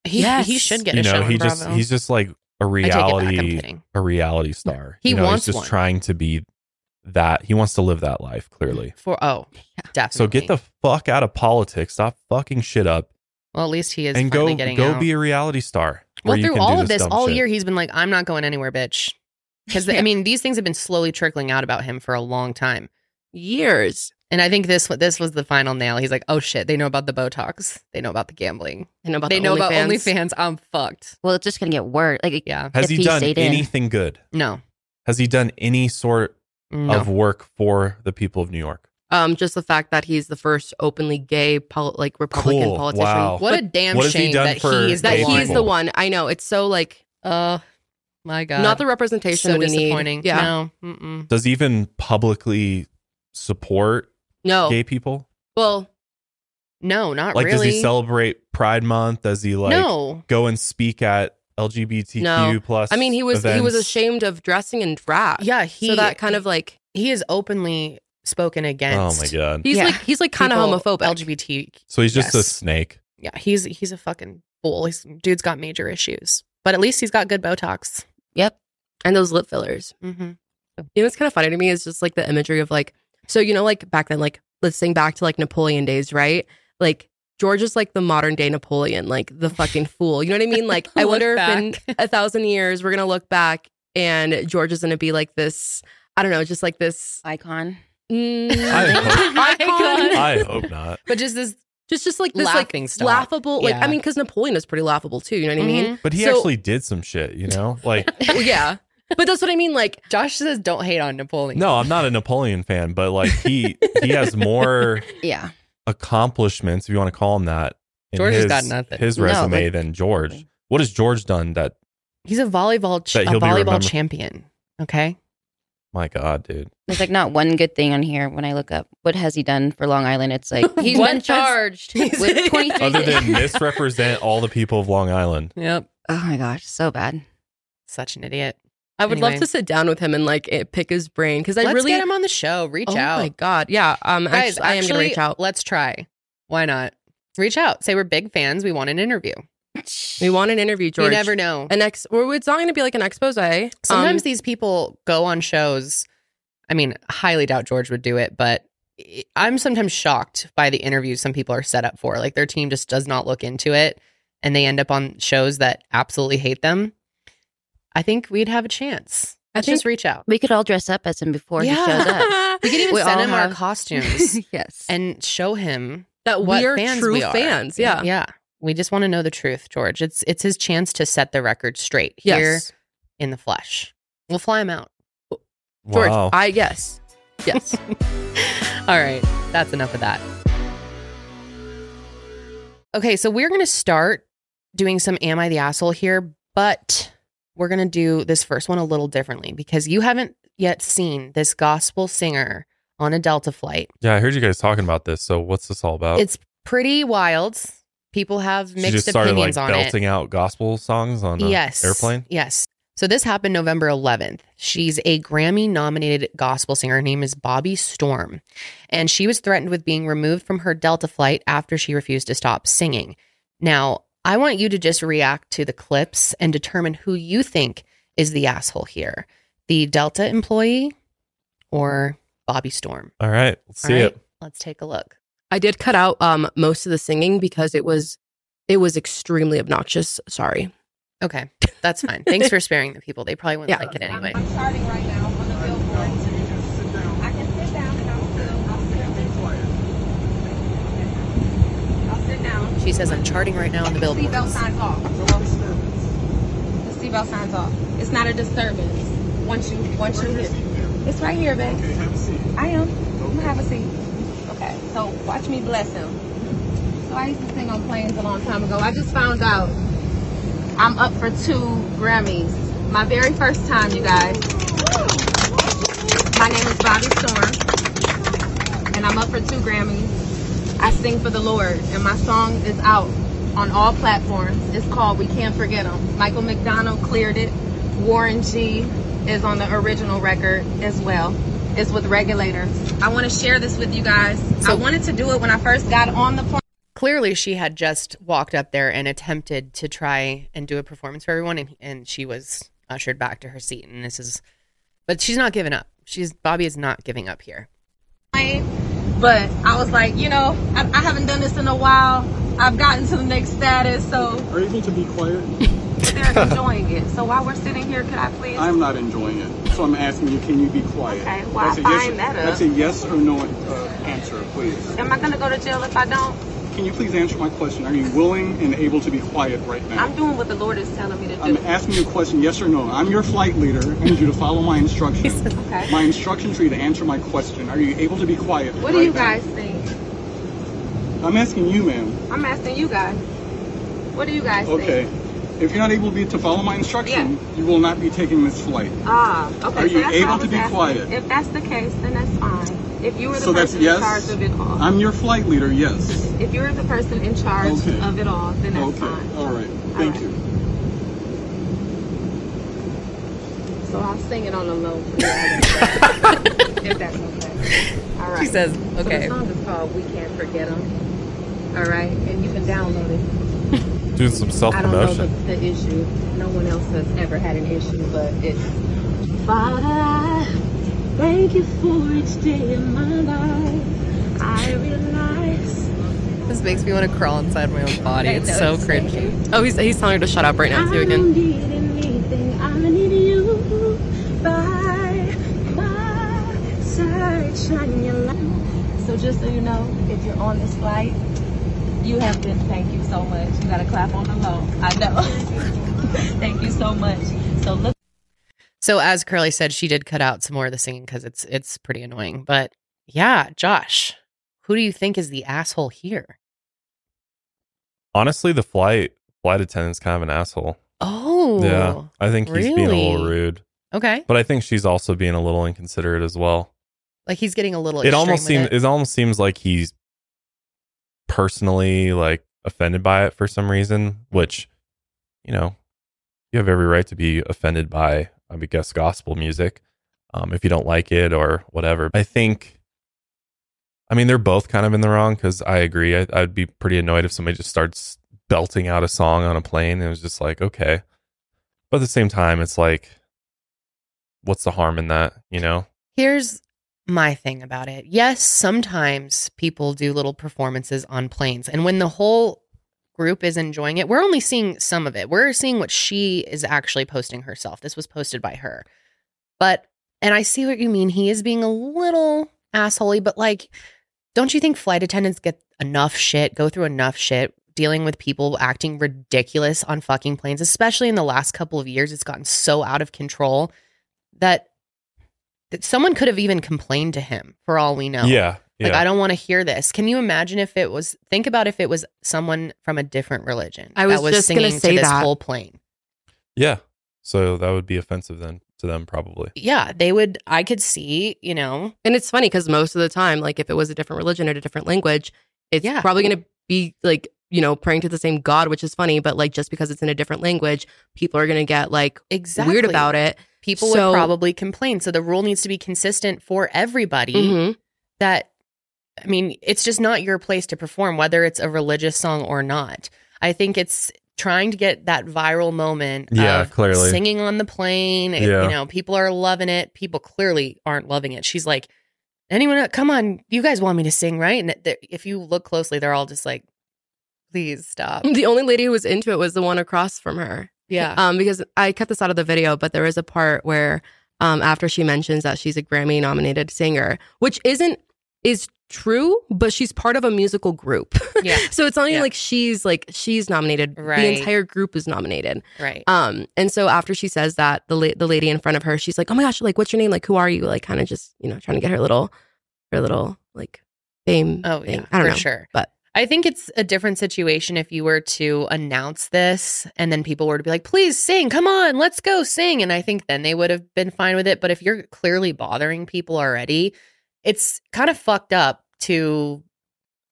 [SPEAKER 1] He,
[SPEAKER 3] Yes.
[SPEAKER 1] he should get
[SPEAKER 2] you
[SPEAKER 1] a show.
[SPEAKER 2] know,
[SPEAKER 1] on
[SPEAKER 2] he just
[SPEAKER 1] Bravo.
[SPEAKER 2] he's just like a
[SPEAKER 1] I take it back. I'm
[SPEAKER 2] reality
[SPEAKER 1] kidding.
[SPEAKER 2] a reality star.
[SPEAKER 1] He
[SPEAKER 2] you know,
[SPEAKER 1] wants
[SPEAKER 2] he's just
[SPEAKER 1] one.
[SPEAKER 2] trying to be that. He wants to live that life clearly.
[SPEAKER 1] For oh, definitely.
[SPEAKER 2] So get the fuck out of politics. Stop fucking shit up
[SPEAKER 1] well. At least he is
[SPEAKER 2] and
[SPEAKER 1] finally
[SPEAKER 2] go
[SPEAKER 1] getting
[SPEAKER 2] go
[SPEAKER 1] out.
[SPEAKER 2] be a reality star. where
[SPEAKER 1] well
[SPEAKER 2] you
[SPEAKER 1] through
[SPEAKER 2] can do
[SPEAKER 1] all of this
[SPEAKER 2] dumb
[SPEAKER 1] all
[SPEAKER 2] shit.
[SPEAKER 1] year he's been like i'm not going anywhere bitch because i mean these things have been slowly trickling out about him for a long time
[SPEAKER 3] years
[SPEAKER 1] and i think this this was the final nail he's like oh shit they know about the botox they know about the gambling
[SPEAKER 3] and about
[SPEAKER 1] they
[SPEAKER 3] the
[SPEAKER 1] know about
[SPEAKER 3] OnlyFans.
[SPEAKER 1] onlyfans i'm fucked
[SPEAKER 4] Well, it's just gonna get worse. Like it-
[SPEAKER 1] yeah
[SPEAKER 2] Has
[SPEAKER 4] if
[SPEAKER 2] he
[SPEAKER 4] he
[SPEAKER 2] done
[SPEAKER 4] stayed in.
[SPEAKER 2] anything good?
[SPEAKER 1] no
[SPEAKER 2] Has he done any sort
[SPEAKER 1] no
[SPEAKER 2] of work for the people of New York?
[SPEAKER 3] Um, just the fact that he's the first openly gay, pol- like Republican
[SPEAKER 2] Cool.
[SPEAKER 3] politician.
[SPEAKER 2] Wow.
[SPEAKER 1] what a damn
[SPEAKER 2] What has he
[SPEAKER 1] shame
[SPEAKER 2] done
[SPEAKER 1] that
[SPEAKER 2] for
[SPEAKER 1] he is
[SPEAKER 3] That
[SPEAKER 2] Gay
[SPEAKER 3] he's
[SPEAKER 2] people.
[SPEAKER 3] the one. I know. It's so like
[SPEAKER 1] uh my god
[SPEAKER 3] not the representation
[SPEAKER 1] so
[SPEAKER 3] we
[SPEAKER 1] disappointing
[SPEAKER 3] need. Yeah.
[SPEAKER 1] no mm-mm.
[SPEAKER 2] Does he even publicly support
[SPEAKER 3] No.
[SPEAKER 2] gay people?
[SPEAKER 3] Well,
[SPEAKER 1] no not
[SPEAKER 2] Like,
[SPEAKER 1] really
[SPEAKER 2] does he celebrate Pride Month? Does he like
[SPEAKER 1] no
[SPEAKER 2] go and speak at LGBTQ
[SPEAKER 3] No.
[SPEAKER 2] plus?
[SPEAKER 3] I mean, he was he was
[SPEAKER 2] events?
[SPEAKER 3] ashamed of dressing in drag.
[SPEAKER 1] yeah he
[SPEAKER 3] Uh, so that kind of like
[SPEAKER 1] he is openly spoken
[SPEAKER 2] Oh
[SPEAKER 1] against
[SPEAKER 2] my god!
[SPEAKER 3] he's
[SPEAKER 1] Yeah.
[SPEAKER 3] like he's like kind of
[SPEAKER 1] people,
[SPEAKER 3] homophobic.
[SPEAKER 1] lgbt
[SPEAKER 2] So he's just a
[SPEAKER 1] Yes.
[SPEAKER 2] snake.
[SPEAKER 1] yeah, he's he's a fucking fool. He's, dude's got major issues, but at least he's got good Botox.
[SPEAKER 4] yep.
[SPEAKER 3] and those lip fillers.
[SPEAKER 1] Mm-hmm.
[SPEAKER 3] You know, what's kind of funny to me is just like the imagery of like, so you know, like back then, like let's think back to like Napoleon days, right? Like George is like the modern day Napoleon, like the fucking fool. You know what I mean? Like I
[SPEAKER 1] Look
[SPEAKER 3] wonder
[SPEAKER 1] back.
[SPEAKER 3] if in a thousand years we're gonna look back and George is gonna be like this. I don't know, just like this.
[SPEAKER 4] Icon.
[SPEAKER 3] mm,
[SPEAKER 1] I hope-
[SPEAKER 3] icon.
[SPEAKER 2] I hope not.
[SPEAKER 1] But just this,
[SPEAKER 3] Just, just like this,
[SPEAKER 1] Laughing
[SPEAKER 3] like
[SPEAKER 1] stock.
[SPEAKER 3] laughable. Like
[SPEAKER 1] Yeah. Mm-hmm.
[SPEAKER 3] I mean, because Napoleon is pretty laughable too. You know what I mean?
[SPEAKER 2] But he
[SPEAKER 3] So-
[SPEAKER 2] actually did some shit, you know? Like,
[SPEAKER 3] Well, yeah, but that's what I mean. Like
[SPEAKER 1] Josh says, "Don't hate on Napoleon."
[SPEAKER 2] no, I'm not a Napoleon fan, but like he he has more
[SPEAKER 4] Yeah.
[SPEAKER 2] accomplishments, if you want to call him that. in
[SPEAKER 1] George has
[SPEAKER 2] his-
[SPEAKER 1] got nothing.
[SPEAKER 2] His
[SPEAKER 4] No,
[SPEAKER 2] resume
[SPEAKER 4] like-
[SPEAKER 2] than George. What has George done that?
[SPEAKER 1] he's a volleyball ch- a
[SPEAKER 2] That he'll be
[SPEAKER 1] volleyball
[SPEAKER 2] remembered.
[SPEAKER 1] champion. Okay,
[SPEAKER 2] My God, dude.
[SPEAKER 4] There's like not one good thing on here when I look up what has he done for Long Island. It's like he's
[SPEAKER 1] What
[SPEAKER 4] been
[SPEAKER 1] has-
[SPEAKER 4] charged with 23.
[SPEAKER 2] Other than misrepresent all the people of Long Island.
[SPEAKER 1] yep,
[SPEAKER 4] oh my gosh, so bad.
[SPEAKER 1] such an idiot.
[SPEAKER 3] I would love
[SPEAKER 1] Anyway.
[SPEAKER 3] to sit down with him and like it, pick his brain because I
[SPEAKER 1] let's
[SPEAKER 3] really
[SPEAKER 1] get him on the show. Reach
[SPEAKER 3] oh
[SPEAKER 1] out,
[SPEAKER 3] my god, yeah. Um,
[SPEAKER 1] guys.
[SPEAKER 3] actually, I am gonna
[SPEAKER 1] actually,
[SPEAKER 3] reach out.
[SPEAKER 1] Let's try. Why not? Reach out. Say we're big fans. We want an interview.
[SPEAKER 3] We want an interview, George.
[SPEAKER 1] You never know.
[SPEAKER 3] An ex, or it's not going to be like an expose. um, Sometimes
[SPEAKER 1] Sometimes these people go on shows. I mean, highly doubt George would do it, but I- I'm sometimes shocked by the interviews some people are set up for. Like their team just does not look into it and they end up on shows that absolutely hate them. I think we'd have a chance.
[SPEAKER 3] I
[SPEAKER 1] Let's
[SPEAKER 3] think-
[SPEAKER 1] just reach out.
[SPEAKER 4] We could all dress up as him before
[SPEAKER 1] Yeah.
[SPEAKER 4] he shows up.
[SPEAKER 1] We could even
[SPEAKER 4] We
[SPEAKER 1] send
[SPEAKER 4] all
[SPEAKER 1] him our
[SPEAKER 4] have-
[SPEAKER 1] costumes
[SPEAKER 4] yes.
[SPEAKER 1] and show him
[SPEAKER 3] that
[SPEAKER 1] what
[SPEAKER 3] we are
[SPEAKER 1] fans
[SPEAKER 3] true
[SPEAKER 1] we are.
[SPEAKER 3] fans. Yeah.
[SPEAKER 1] Yeah. We just want to know the truth, George. It's it's his chance to set the record straight here
[SPEAKER 3] Yes.
[SPEAKER 1] in the flesh. We'll fly him out.
[SPEAKER 3] George,
[SPEAKER 2] wow.
[SPEAKER 3] I yes, yes.
[SPEAKER 1] All right, that's enough of that. Okay, so we're going to start doing some Am I the Asshole here, but we're going to do this first one a little differently because you haven't yet seen this gospel singer on a Delta flight.
[SPEAKER 2] yeah, I heard you guys talking about this. So what's this all about?
[SPEAKER 1] It's pretty wild. People have
[SPEAKER 2] Oh. she just
[SPEAKER 1] mixed
[SPEAKER 2] started like
[SPEAKER 1] opinions on it.
[SPEAKER 2] belting out gospel songs on the
[SPEAKER 1] yes.
[SPEAKER 2] airplane.
[SPEAKER 1] Yes. So this happened November 11th. She's a Grammy nominated gospel singer. Her name is Bobby Storm. And she was threatened with being removed from her Delta flight after she refused to stop singing. Now, I want you to just react to the clips and determine who you think is the asshole here the Delta employee or Bobby Storm.
[SPEAKER 2] All right, let's
[SPEAKER 1] All
[SPEAKER 2] see
[SPEAKER 1] right?
[SPEAKER 2] it.
[SPEAKER 1] Let's take a look.
[SPEAKER 3] I did cut out um most of the singing because it was it was extremely obnoxious. Sorry.
[SPEAKER 1] Okay, that's fine. Thanks for sparing the people. They probably wouldn't
[SPEAKER 3] Yeah.
[SPEAKER 1] like it anyway.
[SPEAKER 7] I'm charting right now on the billboard. I can sit down and I'll still, I'll still. I'll sit down.
[SPEAKER 1] She says, I'm charting right now on the billboard.
[SPEAKER 7] Seatbelt signs off. The seatbelt signs off. It's not a disturbance. Once you, once you hit. It's right here, babe. I am. You have a seat. Okay, so watch me bless him. So I used to sing on planes a long time ago. I just found out I'm up for two Grammys. My very first time, you guys. My name is Bobby Storm, and I'm up for two Grammys. I sing for the Lord, and my song is out on all platforms. It's called We Can't Forget Him. Michael McDonald cleared it. Warren G is on the original record as well. is with regulators. I want to share this with you guys. I wanted to do it when I first got on the plane.
[SPEAKER 1] Clearly, she had just walked up there and attempted to try and do a performance for everyone, and, and she was ushered back to her seat. And this is, but she's not giving up. She's Bobby is not giving up here.
[SPEAKER 7] plane, but I was like, you know, I, I haven't done this in a while. I've gotten to the next status, so
[SPEAKER 8] Are you able to be quiet?
[SPEAKER 7] they're enjoying it. So while we're sitting here, could I please?
[SPEAKER 8] I'm not enjoying it. So I'm asking you, can you be quiet?
[SPEAKER 7] Okay, well,
[SPEAKER 8] That's a
[SPEAKER 7] I
[SPEAKER 8] yes-
[SPEAKER 7] find that up.
[SPEAKER 8] That's a yes or no uh, answer, please.
[SPEAKER 7] Am I gonna go to jail if I don't?
[SPEAKER 8] Can you please answer my question? Are you willing and able to be quiet right now?
[SPEAKER 7] I'm doing what the Lord is telling me to do.
[SPEAKER 8] I'm asking you a question, yes or no. I'm your flight leader. I need you to follow my instructions.
[SPEAKER 7] Okay.
[SPEAKER 8] My instructions for you to answer my question. Are you able to be quiet?
[SPEAKER 7] what do
[SPEAKER 8] right
[SPEAKER 7] you
[SPEAKER 8] now?
[SPEAKER 7] guys think?
[SPEAKER 8] I'm asking you, ma'am.
[SPEAKER 7] I'm asking you guys. What do you guys
[SPEAKER 8] Okay.
[SPEAKER 7] think?
[SPEAKER 8] If you're not able to, be, to follow my instruction, you will not be taking this flight.
[SPEAKER 7] Ah, okay.
[SPEAKER 8] Are
[SPEAKER 7] so
[SPEAKER 8] you
[SPEAKER 7] that's what
[SPEAKER 8] able
[SPEAKER 7] I
[SPEAKER 8] to
[SPEAKER 7] was
[SPEAKER 8] be
[SPEAKER 7] asking.
[SPEAKER 8] quiet?
[SPEAKER 7] If that's the case, then that's fine. If you were the
[SPEAKER 8] So that's
[SPEAKER 7] person in
[SPEAKER 8] yes?
[SPEAKER 7] charge of it all,
[SPEAKER 8] I'm your flight leader, yes.
[SPEAKER 7] if you were the person in charge
[SPEAKER 8] Okay.
[SPEAKER 7] of it all, then that's
[SPEAKER 8] Okay.
[SPEAKER 7] fine.
[SPEAKER 8] All right.
[SPEAKER 7] All
[SPEAKER 8] Thank
[SPEAKER 7] right.
[SPEAKER 8] you.
[SPEAKER 7] So I'll sing it on the low. for you. if that's okay. All right.
[SPEAKER 1] She says,
[SPEAKER 7] So the
[SPEAKER 1] "Okay."
[SPEAKER 7] song is called "We Can't Forget 'Em." All right, and you can download it.
[SPEAKER 2] Doing some self
[SPEAKER 7] I don't know the,
[SPEAKER 2] promotion.
[SPEAKER 7] the issue. No one else has ever had an issue, but it's. Father, I thank you for each day in my life. I realize.
[SPEAKER 1] This makes me want to crawl inside my own body.
[SPEAKER 7] I
[SPEAKER 1] It's so
[SPEAKER 7] know
[SPEAKER 1] cringy.
[SPEAKER 3] Oh, he's, he's telling her to shut up right now. Let's do it
[SPEAKER 7] I
[SPEAKER 3] again.
[SPEAKER 7] don't need anything. I need you by my side. Shine your light. So just so you know, if you're on this flight, you have been. Thank you so much. You gotta clap on the low. I know. thank you so much. So look.
[SPEAKER 1] So as Curly said, she did cut out some more of the singing because it's it's pretty annoying. But yeah, Josh, who do you think is the asshole here?
[SPEAKER 2] Honestly, the flight flight attendant's kind of an asshole.
[SPEAKER 1] Oh,
[SPEAKER 2] yeah, I think he's being a little
[SPEAKER 1] really?
[SPEAKER 2] rude,
[SPEAKER 1] Okay,
[SPEAKER 2] but I think she's also being a little inconsiderate as well.
[SPEAKER 1] like he's getting a little.
[SPEAKER 2] it almost
[SPEAKER 1] extreme
[SPEAKER 2] seems
[SPEAKER 1] with
[SPEAKER 2] it. almost seems like he's personally like offended by it for some reason, which you know you have every right to be offended by. I would guess gospel music, um, if you don't like it or whatever. I think. I mean, they're both kind of in the wrong because I agree. I, I'd be pretty annoyed if somebody just starts belting out a song on a plane and it was just like, okay. But at the same time, it's like, what's the harm in that? You know?
[SPEAKER 1] Here's my thing about it. Yes, sometimes people do little performances on planes. And when the whole group is enjoying it, we're only seeing some of it. We're seeing what she is actually posting herself. This was posted by her. But, and I see what you mean. He is being a little assholey, but like, don't you think flight attendants get enough shit, go through enough shit? Dealing with people acting ridiculous on fucking planes, especially in the last couple of years, it's gotten so out of control that that someone could have even complained to him for all we know.
[SPEAKER 2] Yeah. yeah.
[SPEAKER 1] Like, I don't want to hear this. Can you imagine if it was, think about if it was someone from a different religion
[SPEAKER 3] I was
[SPEAKER 1] that was
[SPEAKER 3] just gonna
[SPEAKER 1] singing
[SPEAKER 3] say
[SPEAKER 1] to this
[SPEAKER 3] that.
[SPEAKER 1] whole plane?
[SPEAKER 2] Yeah. So that would be offensive then to them probably.
[SPEAKER 1] Yeah, they would, I could see, you know,
[SPEAKER 3] And it's funny because most of the time, like if it was a different religion or a different language, it's
[SPEAKER 1] Yeah.
[SPEAKER 3] probably going to be like, you know, praying to the same God, which is funny. But like just because it's in a different language, people are going to get like
[SPEAKER 1] exactly.
[SPEAKER 3] weird about it.
[SPEAKER 1] People
[SPEAKER 3] So-
[SPEAKER 1] would probably complain. So the rule needs to be consistent for everybody
[SPEAKER 3] Mhm.
[SPEAKER 1] that, I mean, it's just not your place to perform, whether it's a religious song or not. I think it's trying to get that viral moment
[SPEAKER 2] Yeah,
[SPEAKER 1] of
[SPEAKER 2] clearly.
[SPEAKER 1] singing on the plane. It-
[SPEAKER 2] Yeah.
[SPEAKER 1] You know, people are loving it. People clearly aren't loving it. She's like, anyone, el- come on, you guys want me to sing, right? And th- if you look closely, they're all just like, please stop.
[SPEAKER 3] The only lady who was into it was the one across from her.
[SPEAKER 1] Yeah.
[SPEAKER 3] Um, because I cut this out of the video, but there is a part where um, after she mentions that she's a Grammy nominated singer, which isn't is true, but she's part of a musical group.
[SPEAKER 1] Yeah.
[SPEAKER 3] so it's not even
[SPEAKER 1] Yeah.
[SPEAKER 3] like she's like she's nominated.
[SPEAKER 1] Right.
[SPEAKER 3] The entire group is nominated.
[SPEAKER 1] Right.
[SPEAKER 3] Um, and so after she says that, the la- the lady in front of her, she's like, "Oh my gosh, like what's your name? Like who are you?" Like kind of just you know trying to get her little her little like fame.
[SPEAKER 1] Oh,
[SPEAKER 3] thing.
[SPEAKER 1] yeah.
[SPEAKER 3] I don't
[SPEAKER 1] for
[SPEAKER 3] know.
[SPEAKER 1] sure.
[SPEAKER 3] but-
[SPEAKER 1] I think it's a different situation if you were to announce this and then people were to be like, please sing, come on, let's go sing. And I think then they would have been fine with it. But if you're clearly bothering people already, it's kind of fucked up to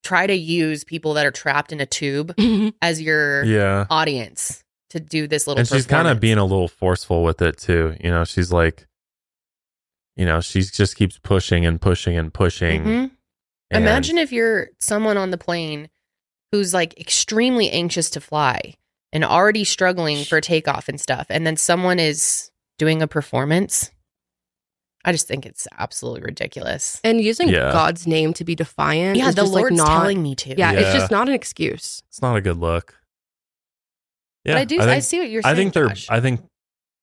[SPEAKER 1] try to use people that are trapped in a tube as your
[SPEAKER 2] Yeah.
[SPEAKER 1] audience to do this little
[SPEAKER 2] And she's kind of
[SPEAKER 1] performance.
[SPEAKER 2] being a little forceful with it too. You know, she's like, You know, she just keeps pushing and pushing and pushing.
[SPEAKER 1] Mhm.
[SPEAKER 2] and-
[SPEAKER 1] Imagine if you're someone on the plane who's like extremely anxious to fly and already struggling for takeoff and stuff, and then someone is doing a performance. I just think it's absolutely ridiculous.
[SPEAKER 3] And using
[SPEAKER 2] Yeah.
[SPEAKER 3] God's name to be defiant.
[SPEAKER 1] yeah,
[SPEAKER 3] is
[SPEAKER 1] the
[SPEAKER 3] just, like,
[SPEAKER 1] Lord's
[SPEAKER 3] not,
[SPEAKER 1] telling me to.
[SPEAKER 3] Yeah, it's
[SPEAKER 2] Yeah.
[SPEAKER 3] just not an excuse.
[SPEAKER 2] it's not a good look. Yeah,
[SPEAKER 1] but I do. I,
[SPEAKER 2] think,
[SPEAKER 1] see what you're saying.
[SPEAKER 2] I think they're.
[SPEAKER 1] Josh.
[SPEAKER 2] I think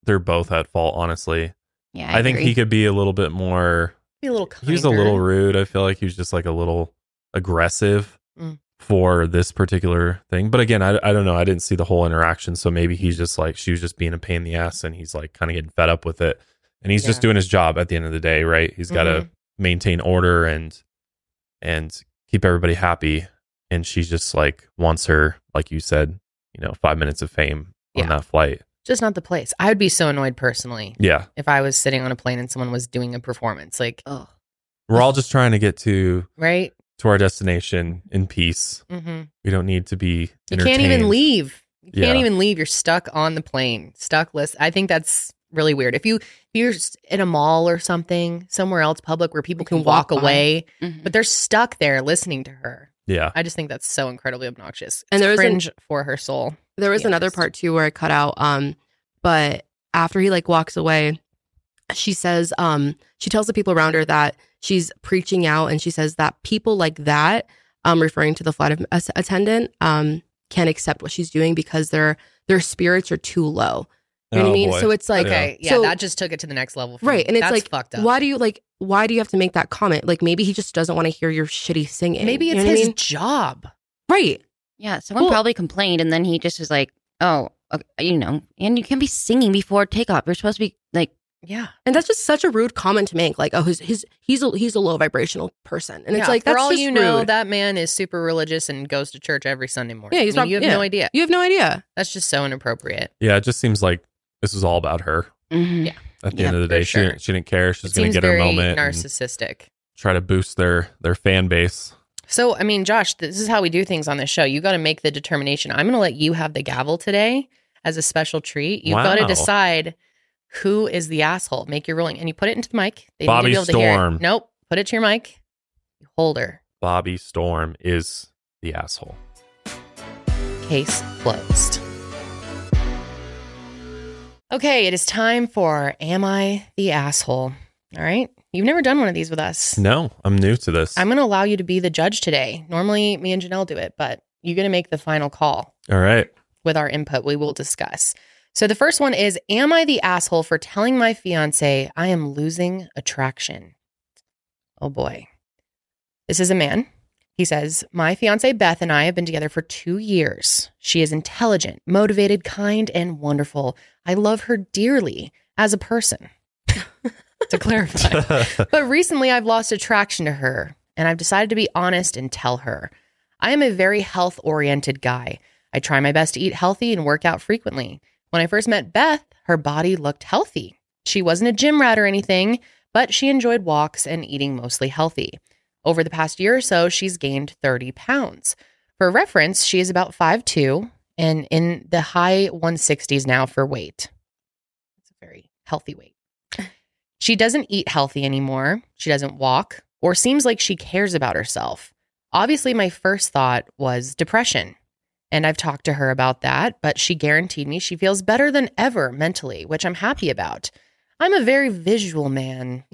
[SPEAKER 2] they're both at fault. Honestly,
[SPEAKER 4] Yeah,
[SPEAKER 2] I, think
[SPEAKER 4] agree.
[SPEAKER 2] he could be a little bit more.
[SPEAKER 1] Be a little.
[SPEAKER 2] He was a
[SPEAKER 1] kinder.
[SPEAKER 2] little rude. I feel like he was just like a little aggressive
[SPEAKER 1] Mm.
[SPEAKER 2] for this particular thing. But again, I, I don't know. I didn't see the whole interaction, so maybe he's just like she was just being a pain in the ass, and he's like kind of getting fed up with it, and he's just
[SPEAKER 1] Yeah. Mm-hmm.
[SPEAKER 2] doing his job at the end of the day, right? He's got to maintain order and and keep everybody happy. And she's just like wants her, like you said, you know, five minutes of fame
[SPEAKER 1] Yeah.
[SPEAKER 2] on that flight.
[SPEAKER 1] Just not the place. I would be so annoyed personally
[SPEAKER 2] Yeah.
[SPEAKER 1] if I was sitting on a plane and someone was doing a performance. Like,
[SPEAKER 4] Ugh.
[SPEAKER 2] We're all just trying to get to
[SPEAKER 1] right?
[SPEAKER 2] to our destination in peace.
[SPEAKER 1] Mm-hmm.
[SPEAKER 2] We don't need to be.
[SPEAKER 1] You can't even
[SPEAKER 2] entertained.
[SPEAKER 1] leave. You can't
[SPEAKER 2] Yeah.
[SPEAKER 1] even leave. You're stuck on the plane. Stuck list. I think that's really weird. If you if you're s- in a mall or something, somewhere else public where people
[SPEAKER 3] You
[SPEAKER 1] can,
[SPEAKER 3] can
[SPEAKER 1] walk,
[SPEAKER 3] walk by. Mm-hmm.
[SPEAKER 1] away,
[SPEAKER 4] Mhm.
[SPEAKER 1] but they're stuck there listening to her.
[SPEAKER 2] Yeah.
[SPEAKER 1] I just think that's so incredibly obnoxious.
[SPEAKER 3] And
[SPEAKER 1] It's
[SPEAKER 3] there was an-
[SPEAKER 1] cringe for her soul.
[SPEAKER 3] There was
[SPEAKER 1] Yeah,
[SPEAKER 3] another
[SPEAKER 1] just-
[SPEAKER 3] part too where I cut out. Um, but after he like walks away, she says, um, she tells the people around her that she's preaching out, and she says that people like that, um, referring to the flight of- as- attendant, um, can't accept what she's doing because their their spirits are too low. You know what I
[SPEAKER 2] Oh,
[SPEAKER 3] mean?
[SPEAKER 2] boy.
[SPEAKER 3] So it's like,
[SPEAKER 1] Okay, yeah,
[SPEAKER 3] So-
[SPEAKER 1] that just took it to the next level. For
[SPEAKER 3] Right,
[SPEAKER 1] me.
[SPEAKER 3] and it's
[SPEAKER 1] That's
[SPEAKER 3] like,
[SPEAKER 1] fucked up.
[SPEAKER 3] why do you like? Why do you have to make that comment? Like maybe he just doesn't want to hear your shitty singing.
[SPEAKER 1] Maybe
[SPEAKER 3] You
[SPEAKER 1] it's
[SPEAKER 3] know what I
[SPEAKER 1] his
[SPEAKER 3] mean?
[SPEAKER 1] job.
[SPEAKER 3] right.
[SPEAKER 4] Yeah, someone
[SPEAKER 1] Well-
[SPEAKER 4] probably complained, and then he just was like, "Oh, okay, you know, and you can't be singing before takeoff. You're supposed to be like,
[SPEAKER 1] Yeah,
[SPEAKER 3] And that's just such a rude comment to make. Like, oh, his, his he's a he's a low vibrational person, and
[SPEAKER 1] Yeah,
[SPEAKER 3] it's like
[SPEAKER 1] for
[SPEAKER 3] that's
[SPEAKER 1] all
[SPEAKER 3] just
[SPEAKER 1] you know,
[SPEAKER 3] rude.
[SPEAKER 1] that man is super religious and goes to church every Sunday morning.
[SPEAKER 3] Yeah, he's
[SPEAKER 1] I mean,
[SPEAKER 3] prob-
[SPEAKER 1] you have
[SPEAKER 3] yeah.
[SPEAKER 1] no idea.
[SPEAKER 3] you have no idea.
[SPEAKER 1] That's just so inappropriate.
[SPEAKER 2] Yeah. It just seems like this was all about her.
[SPEAKER 4] mhm.
[SPEAKER 1] Yeah.
[SPEAKER 2] At the
[SPEAKER 4] Yeah,
[SPEAKER 2] end of the
[SPEAKER 1] for
[SPEAKER 2] day,
[SPEAKER 1] sure.
[SPEAKER 2] she didn't, she didn't care. She's
[SPEAKER 1] it
[SPEAKER 2] going to
[SPEAKER 1] seems
[SPEAKER 2] get her
[SPEAKER 1] very
[SPEAKER 2] moment. and
[SPEAKER 1] narcissistic.
[SPEAKER 2] try to boost their their fan base.
[SPEAKER 1] So, I mean, Josh, this is how we do things on this show. You got to make the determination. I'm going to let you have the gavel today as a special treat. You've got to
[SPEAKER 2] Wow.
[SPEAKER 1] decide who is the asshole. Make your ruling and you put it into the mic. They
[SPEAKER 2] Bobby
[SPEAKER 1] need to be able to hear it.
[SPEAKER 2] Storm.
[SPEAKER 1] Nope. Put it to your mic. You hold her.
[SPEAKER 2] Bobby Storm is the asshole.
[SPEAKER 1] Case closed. Okay, it is time for Am I the Asshole? All right. You've never done one of these with us.
[SPEAKER 2] No, I'm new to this.
[SPEAKER 1] I'm going to allow you to be the judge today. Normally, me and Janelle do it, but you're going to make the final call.
[SPEAKER 2] all right.
[SPEAKER 1] with our input we will discuss. So the first one is Am I the asshole for telling my fiance I am losing attraction? Oh boy. This is a man. He says, My fiance Beth and I have been together for two years. She is intelligent, motivated, kind, and wonderful. I love her dearly as a person. to clarify. But recently, I've lost attraction to her, and I've decided to be honest and tell her. I am a very health oriented guy. I try my best to eat healthy and work out frequently. When I first met Beth, her body looked healthy. She wasn't a gym rat or anything, but she enjoyed walks and eating mostly healthy. Over the past year or so, she's gained 30 pounds. For reference, she is about 5'2 and in the high 160s now for weight. It's a very healthy weight. She doesn't eat healthy anymore. She doesn't walk or seems like she cares about herself. Obviously, my first thought was depression. And I've talked to her about that, but she guaranteed me she feels better than ever mentally, which I'm happy about. I'm a very visual man.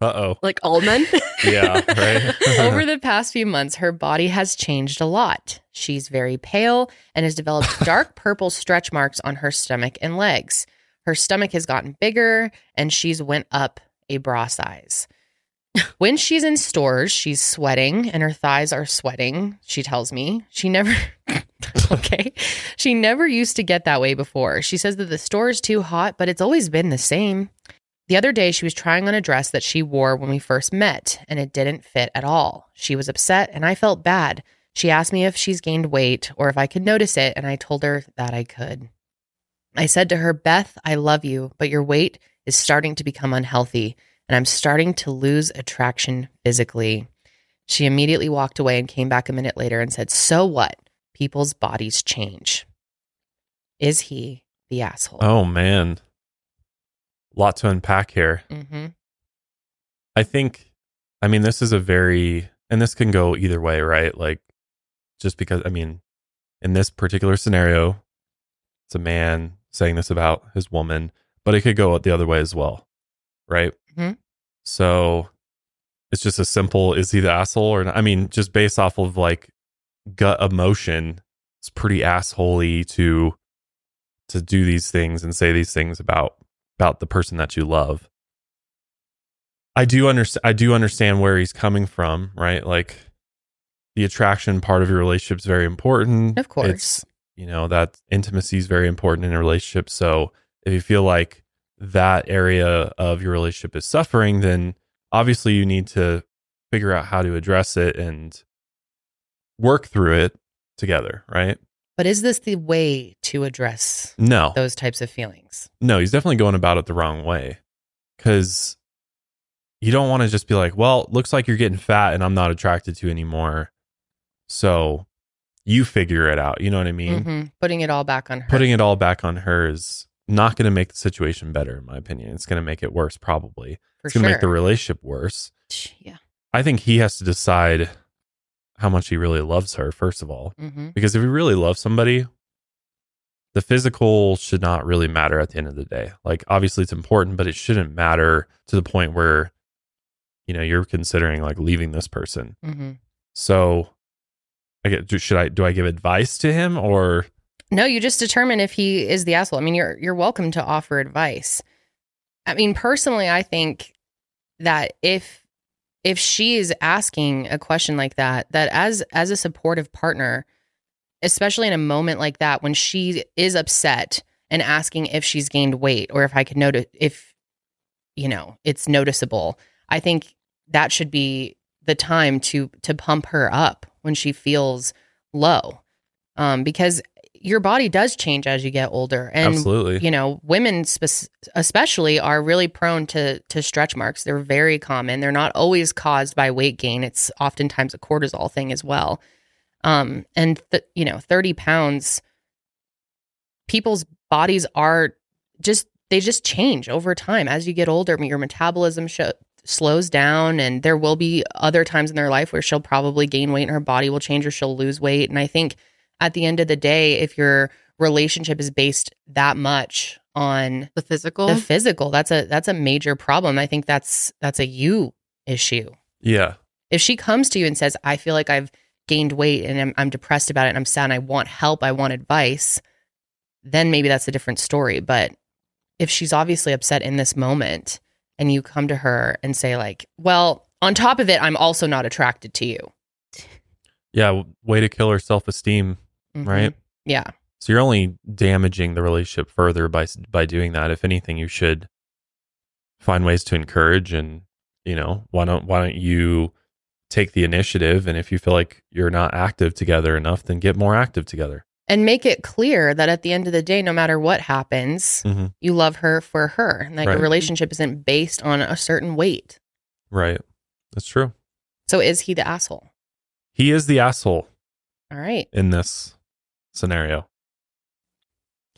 [SPEAKER 2] uh oh.
[SPEAKER 3] Like all men.
[SPEAKER 2] Yeah. Right.
[SPEAKER 1] Over the past few months, her body has changed a lot. She's very pale and has developed dark purple stretch marks on her stomach and legs. Her stomach has gotten bigger and she's went up a bra size. When she's in stores, she's sweating and her thighs are sweating, she tells me. She never Okay. She never used to get that way before. She says that the store is too hot, but it's always been the same. The other day, she was trying on a dress that she wore when we first met, and it didn't fit at all. She was upset, and I felt bad. She asked me if she's gained weight or if I could notice it, and I told her that I could. I said to her, Beth, I love you, but your weight is starting to become unhealthy, and I'm starting to lose attraction physically. She immediately walked away and came back a minute later and said, So what? People's bodies change. Is he the asshole?
[SPEAKER 2] oh man. Lot to unpack here.
[SPEAKER 1] Mm-hmm.
[SPEAKER 2] I think, I mean, this is a very, and this can go either way, right? Like, just because, I mean, in this particular scenario, it's a man saying this about his woman, but it could go the other way as well, right?
[SPEAKER 1] Mhm.
[SPEAKER 2] So it's just a simple, is he the asshole or not? I mean, just based off of like gut emotion, it's pretty assholey to to do these things and say these things about about the person that you love. I do understand. I do understand where he's coming from, right? Like the attraction part of your relationship is very important.
[SPEAKER 1] Of course.
[SPEAKER 2] It's- you know that intimacy is very important in a relationship. So if you feel like that area of your relationship is suffering, then obviously you need to figure out how to address it and work through it together, right?
[SPEAKER 1] But is this the way to address
[SPEAKER 2] No,
[SPEAKER 1] those types of feelings?
[SPEAKER 2] no, he's definitely going about it the wrong way because you don't want to just be like, well, looks like you're getting fat and I'm not attracted to you anymore. So you figure it out. You know what I mean?
[SPEAKER 1] Mhm. Putting it all back on her.
[SPEAKER 2] Mm-hmm. Putting it all back on her is not going to make the situation better, in my opinion. It's going to make it worse, probably.
[SPEAKER 1] for
[SPEAKER 2] it's going to make the
[SPEAKER 1] sure.
[SPEAKER 2] relationship worse.
[SPEAKER 4] Yeah.
[SPEAKER 2] I think he has to decide how much he really loves her, first of all.
[SPEAKER 1] Mhm.
[SPEAKER 2] Because if you really love somebody, the physical should not really matter at the end of the day. Like obviously it's important, but it shouldn't matter to the point where you know you're considering like leaving this person.
[SPEAKER 1] Mhm.
[SPEAKER 2] So I get do- should I do I give advice to him or
[SPEAKER 1] No, you just determine if he is the asshole. I mean, you're you're welcome to offer advice. I mean, personally, I think that if if she is asking a question like that, that as as a supportive partner, especially in a moment like that when she is upset and asking if she's gained weight or if I could notice if you know, it's noticeable. I think that should be the time to to pump her up when she feels low. Um because your body does change as you get older and
[SPEAKER 2] absolutely
[SPEAKER 1] you know women spec- especially are really prone to to stretch marks they're very common they're not always caused by weight gain it's oftentimes a cortisol thing as well um and th- you know 30 pounds people's bodies are just they just change over time as you get older your metabolism sho- slows down and there will be other times in their life where she'll probably gain weight and her body will change or she'll lose weight and i think at the end of the day if your relationship is based that much on
[SPEAKER 3] The physical.
[SPEAKER 1] the physical that's a that's a major problem i think that's that's a you issue
[SPEAKER 2] yeah
[SPEAKER 1] if she comes to you and says i feel like i've gained weight and i'm, I'm depressed about it and i'm sad and i want help i want advice then maybe that's a different story but if she's obviously upset in this moment and you come to her and say like well on top of it i'm also not attracted to you
[SPEAKER 2] yeah w- way to kill her self esteem
[SPEAKER 1] Mhm.
[SPEAKER 2] right
[SPEAKER 1] yeah
[SPEAKER 2] so you're only damaging the relationship further by s- by doing that if anything you should find ways to encourage and you know why don't why don't you take the initiative and if you feel like you're not active together enough then get more active together
[SPEAKER 1] and make it clear that at the end of the day no matter what happens
[SPEAKER 2] Mhm.
[SPEAKER 1] you love her for her and that
[SPEAKER 2] Right.
[SPEAKER 1] your relationship isn't based on a certain weight
[SPEAKER 2] right that's true
[SPEAKER 1] so is he the asshole
[SPEAKER 2] he is the asshole
[SPEAKER 1] all right
[SPEAKER 2] in this scenario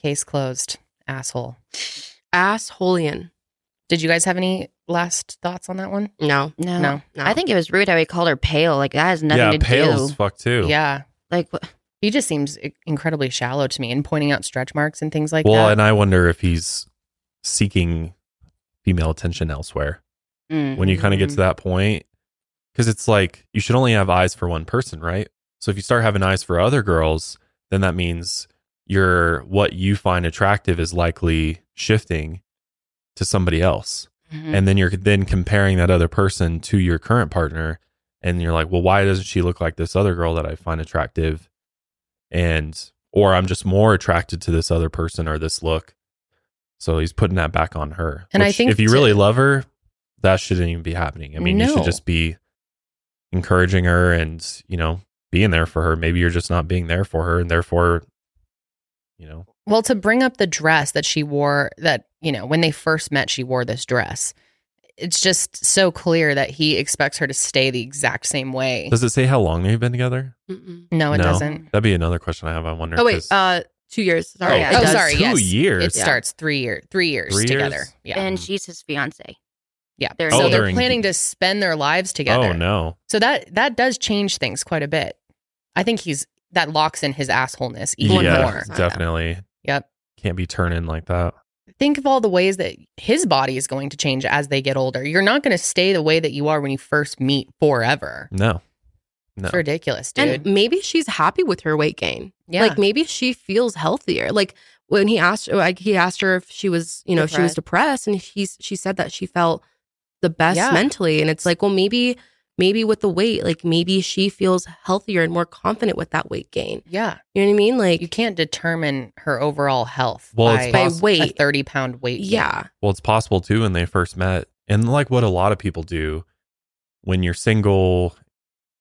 [SPEAKER 1] case closed asshole
[SPEAKER 3] Assholian.
[SPEAKER 1] Did you guys have any last thoughts on that one?
[SPEAKER 3] No,
[SPEAKER 4] No.
[SPEAKER 1] No.
[SPEAKER 3] no.
[SPEAKER 4] I think it was rude how he called her pale. Like that has nothing
[SPEAKER 2] yeah
[SPEAKER 4] to
[SPEAKER 2] pale as
[SPEAKER 4] do.
[SPEAKER 2] fuck too
[SPEAKER 1] Yeah.
[SPEAKER 4] Like wh-
[SPEAKER 1] He just seems i- incredibly shallow to me and pointing out stretch marks and things like
[SPEAKER 2] well
[SPEAKER 1] that.
[SPEAKER 2] and i wonder if he's seeking female attention elsewhere
[SPEAKER 4] mm.
[SPEAKER 2] when you kind of get to that point because it's like you should only have eyes for one person right so if you start having eyes for other girls then that means your what you find attractive is likely shifting to somebody else
[SPEAKER 4] Mhm.
[SPEAKER 2] and
[SPEAKER 1] Mm.
[SPEAKER 2] then you're then comparing that other person to your current partner and you're like well why doesn't she look like this other girl that i find attractive and or i'm just more attracted to this other person or this look so he's putting that back on her
[SPEAKER 1] And I
[SPEAKER 2] Which,
[SPEAKER 1] think
[SPEAKER 2] if you
[SPEAKER 1] to-
[SPEAKER 2] really love her that shouldn't even be happening i mean you
[SPEAKER 1] No.
[SPEAKER 2] should just be encouraging her and you know being there for her maybe you're just not being there for her and therefore you know
[SPEAKER 1] Well, to bring up the dress that she wore, that, you know, when they first met, she wore this dress. It's just so clear that he expects her to stay the exact same way.
[SPEAKER 2] does it say how long they've been together
[SPEAKER 3] Mm-mm.
[SPEAKER 1] no, it
[SPEAKER 2] No.
[SPEAKER 1] doesn't.
[SPEAKER 2] that'd be another question i have i wonder
[SPEAKER 3] Oh wait,
[SPEAKER 2] 'cause-
[SPEAKER 3] uh, two years. Sorry.
[SPEAKER 4] Oh,
[SPEAKER 3] it
[SPEAKER 1] oh,
[SPEAKER 3] does.
[SPEAKER 1] sorry.
[SPEAKER 2] two
[SPEAKER 1] yes.
[SPEAKER 2] years
[SPEAKER 1] It starts three year, three years
[SPEAKER 2] Three
[SPEAKER 1] together.
[SPEAKER 2] years? Oh,
[SPEAKER 1] Yeah.
[SPEAKER 4] And she's his fiance.
[SPEAKER 1] Yeah.
[SPEAKER 4] They're
[SPEAKER 1] so
[SPEAKER 4] engaged.
[SPEAKER 1] they're
[SPEAKER 2] they're engaged.
[SPEAKER 1] planning to spend their lives together.
[SPEAKER 2] Oh no.
[SPEAKER 1] So that that does change things quite a bit. I think he's that locks in his assholeness even
[SPEAKER 2] yeah,
[SPEAKER 1] more.
[SPEAKER 2] definitely
[SPEAKER 1] Yep.
[SPEAKER 2] can't be turning like that.
[SPEAKER 1] Think of all the ways that his body is going to change as they get older. You're not going to stay the way that you are when you first meet forever.
[SPEAKER 2] No, no.
[SPEAKER 1] It's ridiculous, dude.
[SPEAKER 3] And maybe she's happy with her weight gain.
[SPEAKER 1] yeah.
[SPEAKER 3] Like maybe she feels healthier. Like when he asked, like he asked her if she was, you know, if she was depressed, and he's she said that she felt the best
[SPEAKER 1] Yeah.
[SPEAKER 3] mentally, and it's like, well, maybe, maybe with the weight, like maybe she feels healthier and more confident with that weight gain.
[SPEAKER 1] yeah.
[SPEAKER 3] You know what I mean? Like,
[SPEAKER 1] You can't determine her overall health
[SPEAKER 2] Well,
[SPEAKER 1] by,
[SPEAKER 2] it's
[SPEAKER 3] by weight,
[SPEAKER 1] a 30 pound weight. gain.
[SPEAKER 3] yeah,
[SPEAKER 2] Well, it's possible too when they first met. And like what a lot of people do when you're single,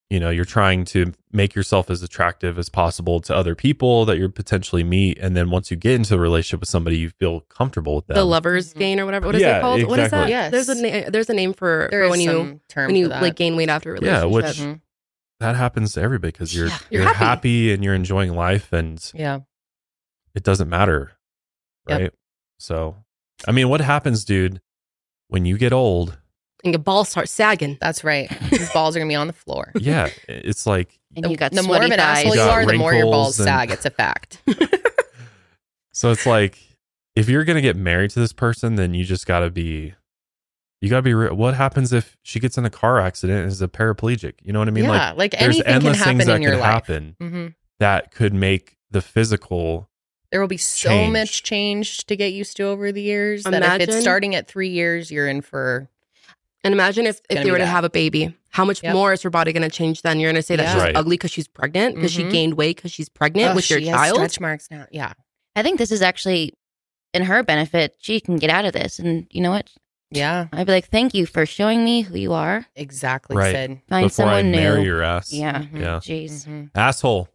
[SPEAKER 2] you know, you're trying to make yourself as attractive as possible to other people that you're potentially meet. And then once you get into a relationship with somebody, you feel comfortable with them.
[SPEAKER 3] the lovers
[SPEAKER 1] Mhm.
[SPEAKER 3] gain or whatever. What is
[SPEAKER 2] Yeah,
[SPEAKER 3] it called? What is
[SPEAKER 2] exactly.
[SPEAKER 3] that?
[SPEAKER 1] Yes.
[SPEAKER 3] There's a na- there's a name for,
[SPEAKER 1] There
[SPEAKER 3] for
[SPEAKER 1] is
[SPEAKER 3] when you
[SPEAKER 1] some term
[SPEAKER 3] when you
[SPEAKER 1] for that.
[SPEAKER 3] like gain weight after a
[SPEAKER 2] Yeah,
[SPEAKER 3] relationship.
[SPEAKER 2] which-
[SPEAKER 1] Mhm.
[SPEAKER 2] that happens to everybody because you're,
[SPEAKER 3] Yeah,
[SPEAKER 2] you're,
[SPEAKER 3] you're
[SPEAKER 2] happy. and you're enjoying life and
[SPEAKER 1] Yeah.
[SPEAKER 2] it doesn't matter.
[SPEAKER 1] Yep.
[SPEAKER 2] Right. So, I mean, what happens, dude, when you get old
[SPEAKER 3] and your balls start sagging.
[SPEAKER 1] That's right. His balls are going to be on the floor.
[SPEAKER 2] yeah, it's like
[SPEAKER 4] and
[SPEAKER 1] The,
[SPEAKER 4] you got
[SPEAKER 1] the more of
[SPEAKER 4] sweaty
[SPEAKER 1] an
[SPEAKER 4] thighs.
[SPEAKER 1] asshole you
[SPEAKER 2] You got
[SPEAKER 1] are, the more your balls
[SPEAKER 2] wrinkles and-
[SPEAKER 1] sag. It's a fact.
[SPEAKER 2] so it's like if you're gonna get married to this person, then you just gotta be, you gotta be. Re- what happens if she gets in a car accident and is a paraplegic? You know what I mean?
[SPEAKER 1] yeah.
[SPEAKER 2] Like
[SPEAKER 1] Like,
[SPEAKER 2] there's
[SPEAKER 1] anything can
[SPEAKER 2] endless
[SPEAKER 1] happen
[SPEAKER 2] things that
[SPEAKER 1] in your
[SPEAKER 2] could
[SPEAKER 1] life.
[SPEAKER 2] happen
[SPEAKER 1] hmm
[SPEAKER 2] that could make the physical.
[SPEAKER 1] There will be so
[SPEAKER 2] Change.
[SPEAKER 1] much change to get used to over the years that if it's
[SPEAKER 3] Imagine-
[SPEAKER 1] starting at three years, you're in for
[SPEAKER 3] And imagine if, if
[SPEAKER 1] gonna
[SPEAKER 3] they
[SPEAKER 1] be
[SPEAKER 3] were to
[SPEAKER 1] that.
[SPEAKER 3] have a baby, how much
[SPEAKER 1] Yep.
[SPEAKER 3] more is her body going to change then? You're going to say that
[SPEAKER 1] Yeah.
[SPEAKER 3] she's
[SPEAKER 2] Right.
[SPEAKER 3] ugly because she's pregnant, because
[SPEAKER 1] Mhm.
[SPEAKER 3] she gained weight because she's pregnant
[SPEAKER 1] Oh,
[SPEAKER 3] with your
[SPEAKER 1] she has
[SPEAKER 3] child?
[SPEAKER 1] stretch marks now. Yeah.
[SPEAKER 4] I think this is actually in her benefit. She can get out of this, and you know what?
[SPEAKER 1] Yeah.
[SPEAKER 4] I'd be like, thank you for showing me who you are.
[SPEAKER 1] Exactly.
[SPEAKER 2] Right.
[SPEAKER 1] Sid.
[SPEAKER 4] Find
[SPEAKER 2] before
[SPEAKER 4] someone
[SPEAKER 2] I marry
[SPEAKER 4] new.
[SPEAKER 2] your uh, ass,
[SPEAKER 4] Yeah. Ah,
[SPEAKER 1] Mhm.
[SPEAKER 2] yeah,
[SPEAKER 4] Jeez.
[SPEAKER 1] Mhm.
[SPEAKER 2] asshole,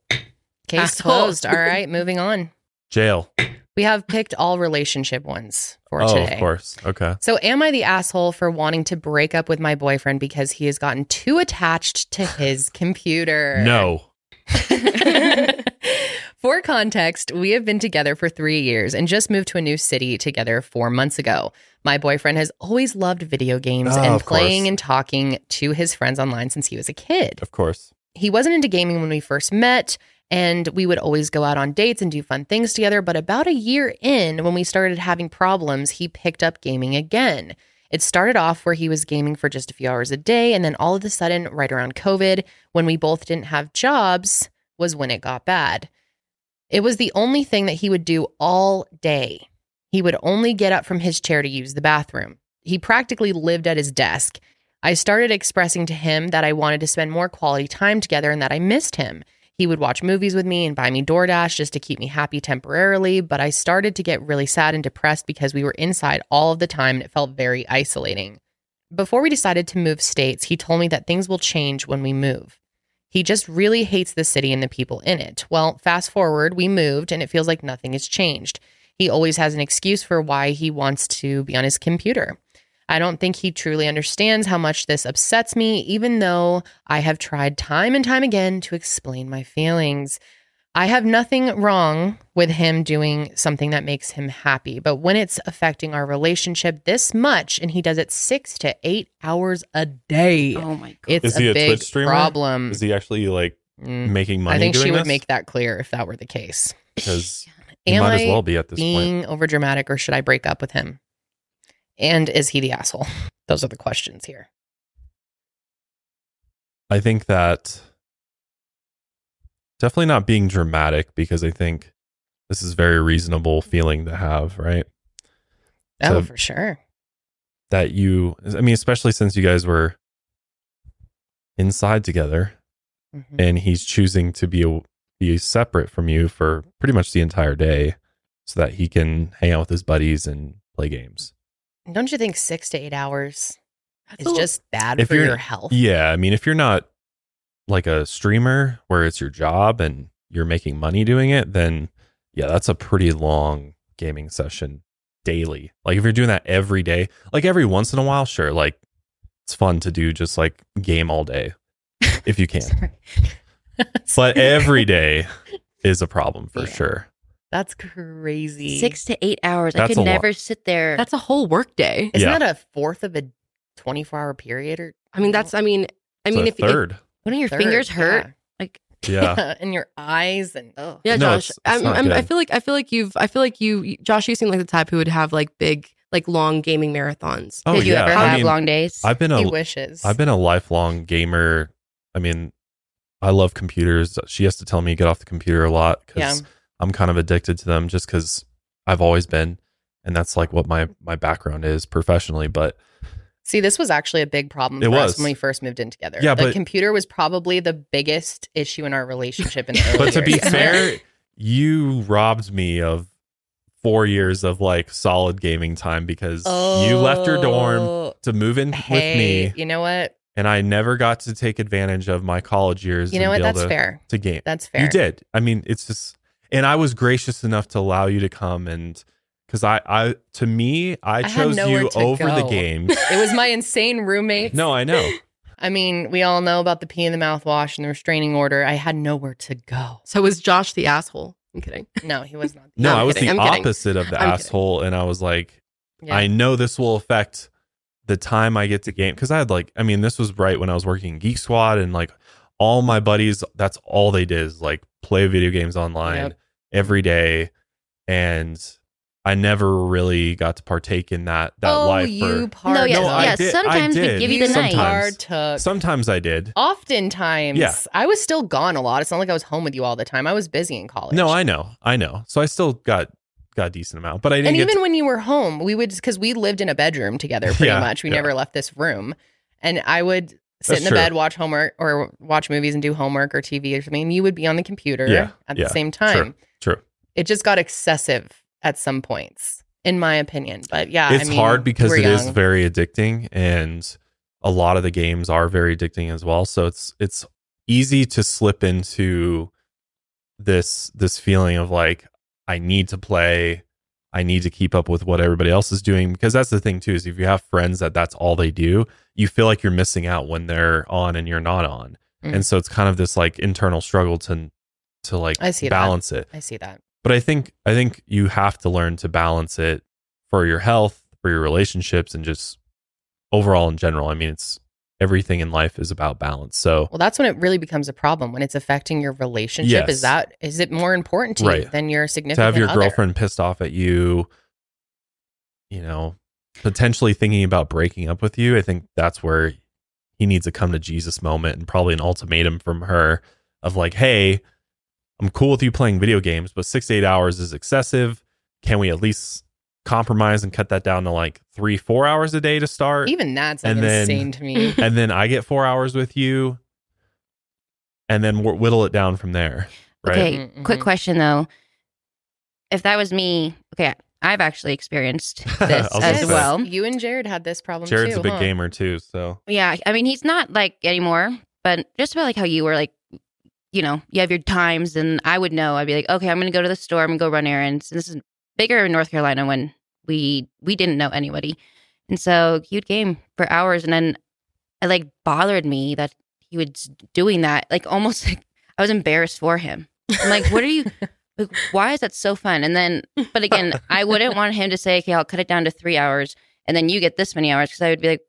[SPEAKER 1] Case
[SPEAKER 3] Asshole.
[SPEAKER 1] closed. All right. Moving on.
[SPEAKER 2] jail.
[SPEAKER 1] We have picked all relationship ones for
[SPEAKER 2] oh,
[SPEAKER 1] today.
[SPEAKER 2] of course. Okay.
[SPEAKER 1] So, am I the asshole for wanting to break up with my boyfriend because he has gotten too attached to his computer?
[SPEAKER 2] No.
[SPEAKER 1] for context, we have been together for three years and just moved to a new city together four months ago. My boyfriend has always loved video games
[SPEAKER 2] Oh,
[SPEAKER 1] and
[SPEAKER 2] of course.
[SPEAKER 1] playing and talking to his friends online since he was a kid.
[SPEAKER 2] Of course.
[SPEAKER 1] He wasn't into gaming when we first met, and we would always go out on dates and do fun things together. But about a year in, when we started having problems, he picked up gaming again. It started off where he was gaming for just a few hours a day, and then all of a sudden, right around COVID, when we both didn't have jobs, was when it got bad. It was the only thing that he would do all day. He would only get up from his chair to use the bathroom. He practically lived at his desk. I started expressing to him that I wanted to spend more quality time together and that I missed him. He would watch movies with me and buy me DoorDash just to keep me happy temporarily, but I started to get really sad and depressed because we were inside all of the time and it felt very isolating. Before we decided to move states, he told me that things will change when we move. He just really hates the city and the people in it. Well, fast forward, we moved and it feels like nothing has changed. He always has an excuse for why he wants to be on his computer. I don't think he truly understands how much this upsets me, even though I have tried time and time again to explain my feelings. I have nothing wrong with him doing something that makes him happy, but when it's affecting our relationship this much and he does it six to eight hours a day,
[SPEAKER 4] Oh my god.
[SPEAKER 1] it's
[SPEAKER 2] Is
[SPEAKER 1] a
[SPEAKER 2] he a
[SPEAKER 1] big
[SPEAKER 2] Twitch streamer?
[SPEAKER 1] problem.
[SPEAKER 2] Is he actually like
[SPEAKER 1] Mm.
[SPEAKER 2] making money?
[SPEAKER 1] I think
[SPEAKER 2] doing
[SPEAKER 1] she would
[SPEAKER 2] this?
[SPEAKER 1] make that clear if that were the case.
[SPEAKER 2] because he
[SPEAKER 1] Am
[SPEAKER 2] might
[SPEAKER 1] I
[SPEAKER 2] as well be at this point.
[SPEAKER 1] Being overdramatic, or should I break up with him? And is he the asshole? Those are the questions here.
[SPEAKER 2] I think that definitely not being dramatic because I think this is very reasonable feeling to have, right?
[SPEAKER 1] Oh,
[SPEAKER 2] So-
[SPEAKER 1] for sure.
[SPEAKER 2] That you, I mean, especially since you guys were inside together,
[SPEAKER 1] Mhm.
[SPEAKER 2] and he's choosing to be a, be separate from you for pretty much the entire day, so that he can hang out with his buddies and play games.
[SPEAKER 1] Don't you think six to eight hours
[SPEAKER 3] That's
[SPEAKER 1] is
[SPEAKER 3] a-
[SPEAKER 1] just bad
[SPEAKER 2] If
[SPEAKER 1] for
[SPEAKER 2] you're-
[SPEAKER 1] your health?
[SPEAKER 2] Yeah, I mean, if you're not like a streamer where it's your job and you're making money doing it, then yeah, that's a pretty long gaming session daily. Like if you're doing that every day, like every once in a while, sure, like it's fun to do just like game all day if you can.
[SPEAKER 1] Sorry.
[SPEAKER 2] but every day is a problem for
[SPEAKER 1] Yeah.
[SPEAKER 2] sure.
[SPEAKER 1] That's crazy.
[SPEAKER 4] Six to eight hours.
[SPEAKER 2] That's
[SPEAKER 4] I
[SPEAKER 2] a
[SPEAKER 4] could
[SPEAKER 2] lot.
[SPEAKER 4] never sit there.
[SPEAKER 3] that's a whole work day.
[SPEAKER 1] Isn't
[SPEAKER 2] yeah.
[SPEAKER 1] that a fourth of a 24 hour period or
[SPEAKER 3] I mean, that's. I mean, I mean,
[SPEAKER 2] a
[SPEAKER 3] if
[SPEAKER 2] third.
[SPEAKER 4] When your
[SPEAKER 1] third,
[SPEAKER 4] fingers hurt,
[SPEAKER 1] yeah.
[SPEAKER 2] yeah.
[SPEAKER 1] and your eyes and oh
[SPEAKER 3] Yeah,
[SPEAKER 2] No,
[SPEAKER 3] Josh.
[SPEAKER 2] it's- it's
[SPEAKER 3] I'm,
[SPEAKER 2] not
[SPEAKER 3] I'm, I
[SPEAKER 2] good.
[SPEAKER 3] feel like I feel like you've I feel like you, Josh. You seem like the type who would have like big, like long gaming marathons.
[SPEAKER 2] Oh
[SPEAKER 4] did you
[SPEAKER 2] yeah.
[SPEAKER 4] ever
[SPEAKER 2] I
[SPEAKER 4] have
[SPEAKER 2] mean,
[SPEAKER 4] long days?
[SPEAKER 2] I've been a
[SPEAKER 1] he wishes
[SPEAKER 2] I've been a lifelong gamer. I mean, I love computers. She has to tell me to get off the computer a lot
[SPEAKER 1] yeah
[SPEAKER 2] because I'm kind of addicted to them, just because I've always been, and that's like what my my background is professionally. But
[SPEAKER 1] see this was actually a big problem
[SPEAKER 2] It
[SPEAKER 1] for
[SPEAKER 2] was.
[SPEAKER 1] us when we first moved in together
[SPEAKER 2] Yeah,
[SPEAKER 1] the
[SPEAKER 2] but-
[SPEAKER 1] computer was probably the biggest issue in our relationship in the early
[SPEAKER 2] but to be
[SPEAKER 1] years.
[SPEAKER 2] fair, you robbed me of four years of like solid gaming time because you left your dorm
[SPEAKER 1] Oh,
[SPEAKER 2] to move in
[SPEAKER 1] hey,
[SPEAKER 2] with me,
[SPEAKER 1] you know what
[SPEAKER 2] and I never got to take advantage of my college years.
[SPEAKER 1] you know what
[SPEAKER 2] and be able
[SPEAKER 1] that's
[SPEAKER 2] to,
[SPEAKER 1] fair
[SPEAKER 2] to game.
[SPEAKER 1] that's fair
[SPEAKER 2] You did. I mean, it's just, and I was gracious enough to allow you to come and because I, I, to me, I
[SPEAKER 1] had
[SPEAKER 2] chose
[SPEAKER 1] nowhere
[SPEAKER 2] you
[SPEAKER 1] to
[SPEAKER 2] over the
[SPEAKER 1] go.
[SPEAKER 2] games.
[SPEAKER 1] it was my insane roommate
[SPEAKER 2] no, I know.
[SPEAKER 1] i mean we all know about the pee in the mouthwash and the restraining order i had nowhere to go
[SPEAKER 3] So was Josh the asshole? I'm kidding.
[SPEAKER 1] no he was not
[SPEAKER 2] No,
[SPEAKER 3] I'm
[SPEAKER 2] I was
[SPEAKER 3] kidding,
[SPEAKER 2] the
[SPEAKER 3] I'm kidding.
[SPEAKER 2] opposite of the
[SPEAKER 3] I'm kidding.
[SPEAKER 2] asshole, and I was like,
[SPEAKER 1] Yeah.
[SPEAKER 2] I know this will affect the time I get to game because I had like, I mean, this was right when I was working Geek Squad, and like all my buddies, that's all they did is like play video games online
[SPEAKER 1] Yep.
[SPEAKER 2] every day, and I never really got to partake in that that
[SPEAKER 1] oh,
[SPEAKER 2] life.
[SPEAKER 1] you
[SPEAKER 2] or-
[SPEAKER 1] part
[SPEAKER 4] No, yes,
[SPEAKER 2] No, I
[SPEAKER 4] yes.
[SPEAKER 2] did- I
[SPEAKER 4] Sometimes we
[SPEAKER 2] did.
[SPEAKER 4] give you the
[SPEAKER 2] Sometimes.
[SPEAKER 4] night.
[SPEAKER 1] partook.
[SPEAKER 2] Sometimes I did.
[SPEAKER 1] Oftentimes,
[SPEAKER 2] Yeah.
[SPEAKER 1] I was still gone a lot. It's not like I was home with you all the time. I was busy in college.
[SPEAKER 2] No, I know, I know. So I still got got a decent amount, but I didn't
[SPEAKER 1] and
[SPEAKER 2] get.
[SPEAKER 1] even
[SPEAKER 2] to-
[SPEAKER 1] when you were home, we would because we lived in a bedroom together pretty
[SPEAKER 2] Yeah,
[SPEAKER 1] much. We
[SPEAKER 2] yeah.
[SPEAKER 1] never left this room, and I would sit
[SPEAKER 2] That's
[SPEAKER 1] in the
[SPEAKER 2] true.
[SPEAKER 1] bed, watch homework or watch movies and do homework or TV or something. And you would be on the computer
[SPEAKER 2] Yeah,
[SPEAKER 1] at
[SPEAKER 2] yeah,
[SPEAKER 1] the same time.
[SPEAKER 2] true.
[SPEAKER 1] It just got excessive at some points, in my opinion. But yeah,
[SPEAKER 2] it's
[SPEAKER 1] I mean,
[SPEAKER 2] hard because
[SPEAKER 1] we're
[SPEAKER 2] it is
[SPEAKER 1] young.
[SPEAKER 2] very addicting, and a lot of the games are very addicting as well. So it's it's easy to slip into this this feeling of like I need to play, I need to keep up with what everybody else is doing because that's the thing too is if you have friends that that's all they do, you feel like you're missing out when they're on and you're not on,
[SPEAKER 1] Mm.
[SPEAKER 2] and so it's kind of this like internal struggle to to like
[SPEAKER 1] I see that.
[SPEAKER 2] balance it
[SPEAKER 1] I see that.
[SPEAKER 2] but I think I think you have to learn to balance it for your health, for your relationships, and just overall in general. I mean, it's everything in life is about balance. So
[SPEAKER 1] Well, that's when it really becomes a problem when it's affecting your relationship.
[SPEAKER 2] Yes.
[SPEAKER 1] Is that is it more important to you
[SPEAKER 2] Right.
[SPEAKER 1] than your
[SPEAKER 2] to
[SPEAKER 1] significant
[SPEAKER 2] have your
[SPEAKER 1] other?
[SPEAKER 2] girlfriend pissed off at you, you know, potentially thinking about breaking up with you, I think that's where he needs a come to Jesus moment and probably an ultimatum from her of like, hey, I'm cool with you playing video games, but six to eight hours is excessive. Can we at least compromise and cut that down to like three, four hours a day to start?
[SPEAKER 1] Even that's like
[SPEAKER 2] And then-
[SPEAKER 1] insane to me.
[SPEAKER 2] and then I get four hours with you, and then wh- whittle it down from there. Right.
[SPEAKER 4] Okay,
[SPEAKER 1] Mhm,
[SPEAKER 4] quick
[SPEAKER 1] mhm.
[SPEAKER 4] question though. If that was me, okay, I've actually experienced this
[SPEAKER 2] I was
[SPEAKER 4] as
[SPEAKER 2] gonna say.
[SPEAKER 4] well.
[SPEAKER 1] You and Jared had this problem
[SPEAKER 2] Jared's
[SPEAKER 1] too.
[SPEAKER 2] a big
[SPEAKER 1] huh?
[SPEAKER 2] gamer too, so
[SPEAKER 4] Yeah, I mean, he's not like anymore, but just about like how you were like, you know, you have your times, and I would know. I'd be like, okay, I'm gonna go to the store, I'm gonna go run errands. And this is bigger in North Carolina when we we didn't know anybody, and so you'd game for hours, and then it like bothered me that he was doing that, like almost like I was embarrassed for him. I'm like, what are you? Like, why is that so fun? And then, but again, I wouldn't want him to say, okay, I'll cut it down to three hours, and then you get this many hours, because I would be like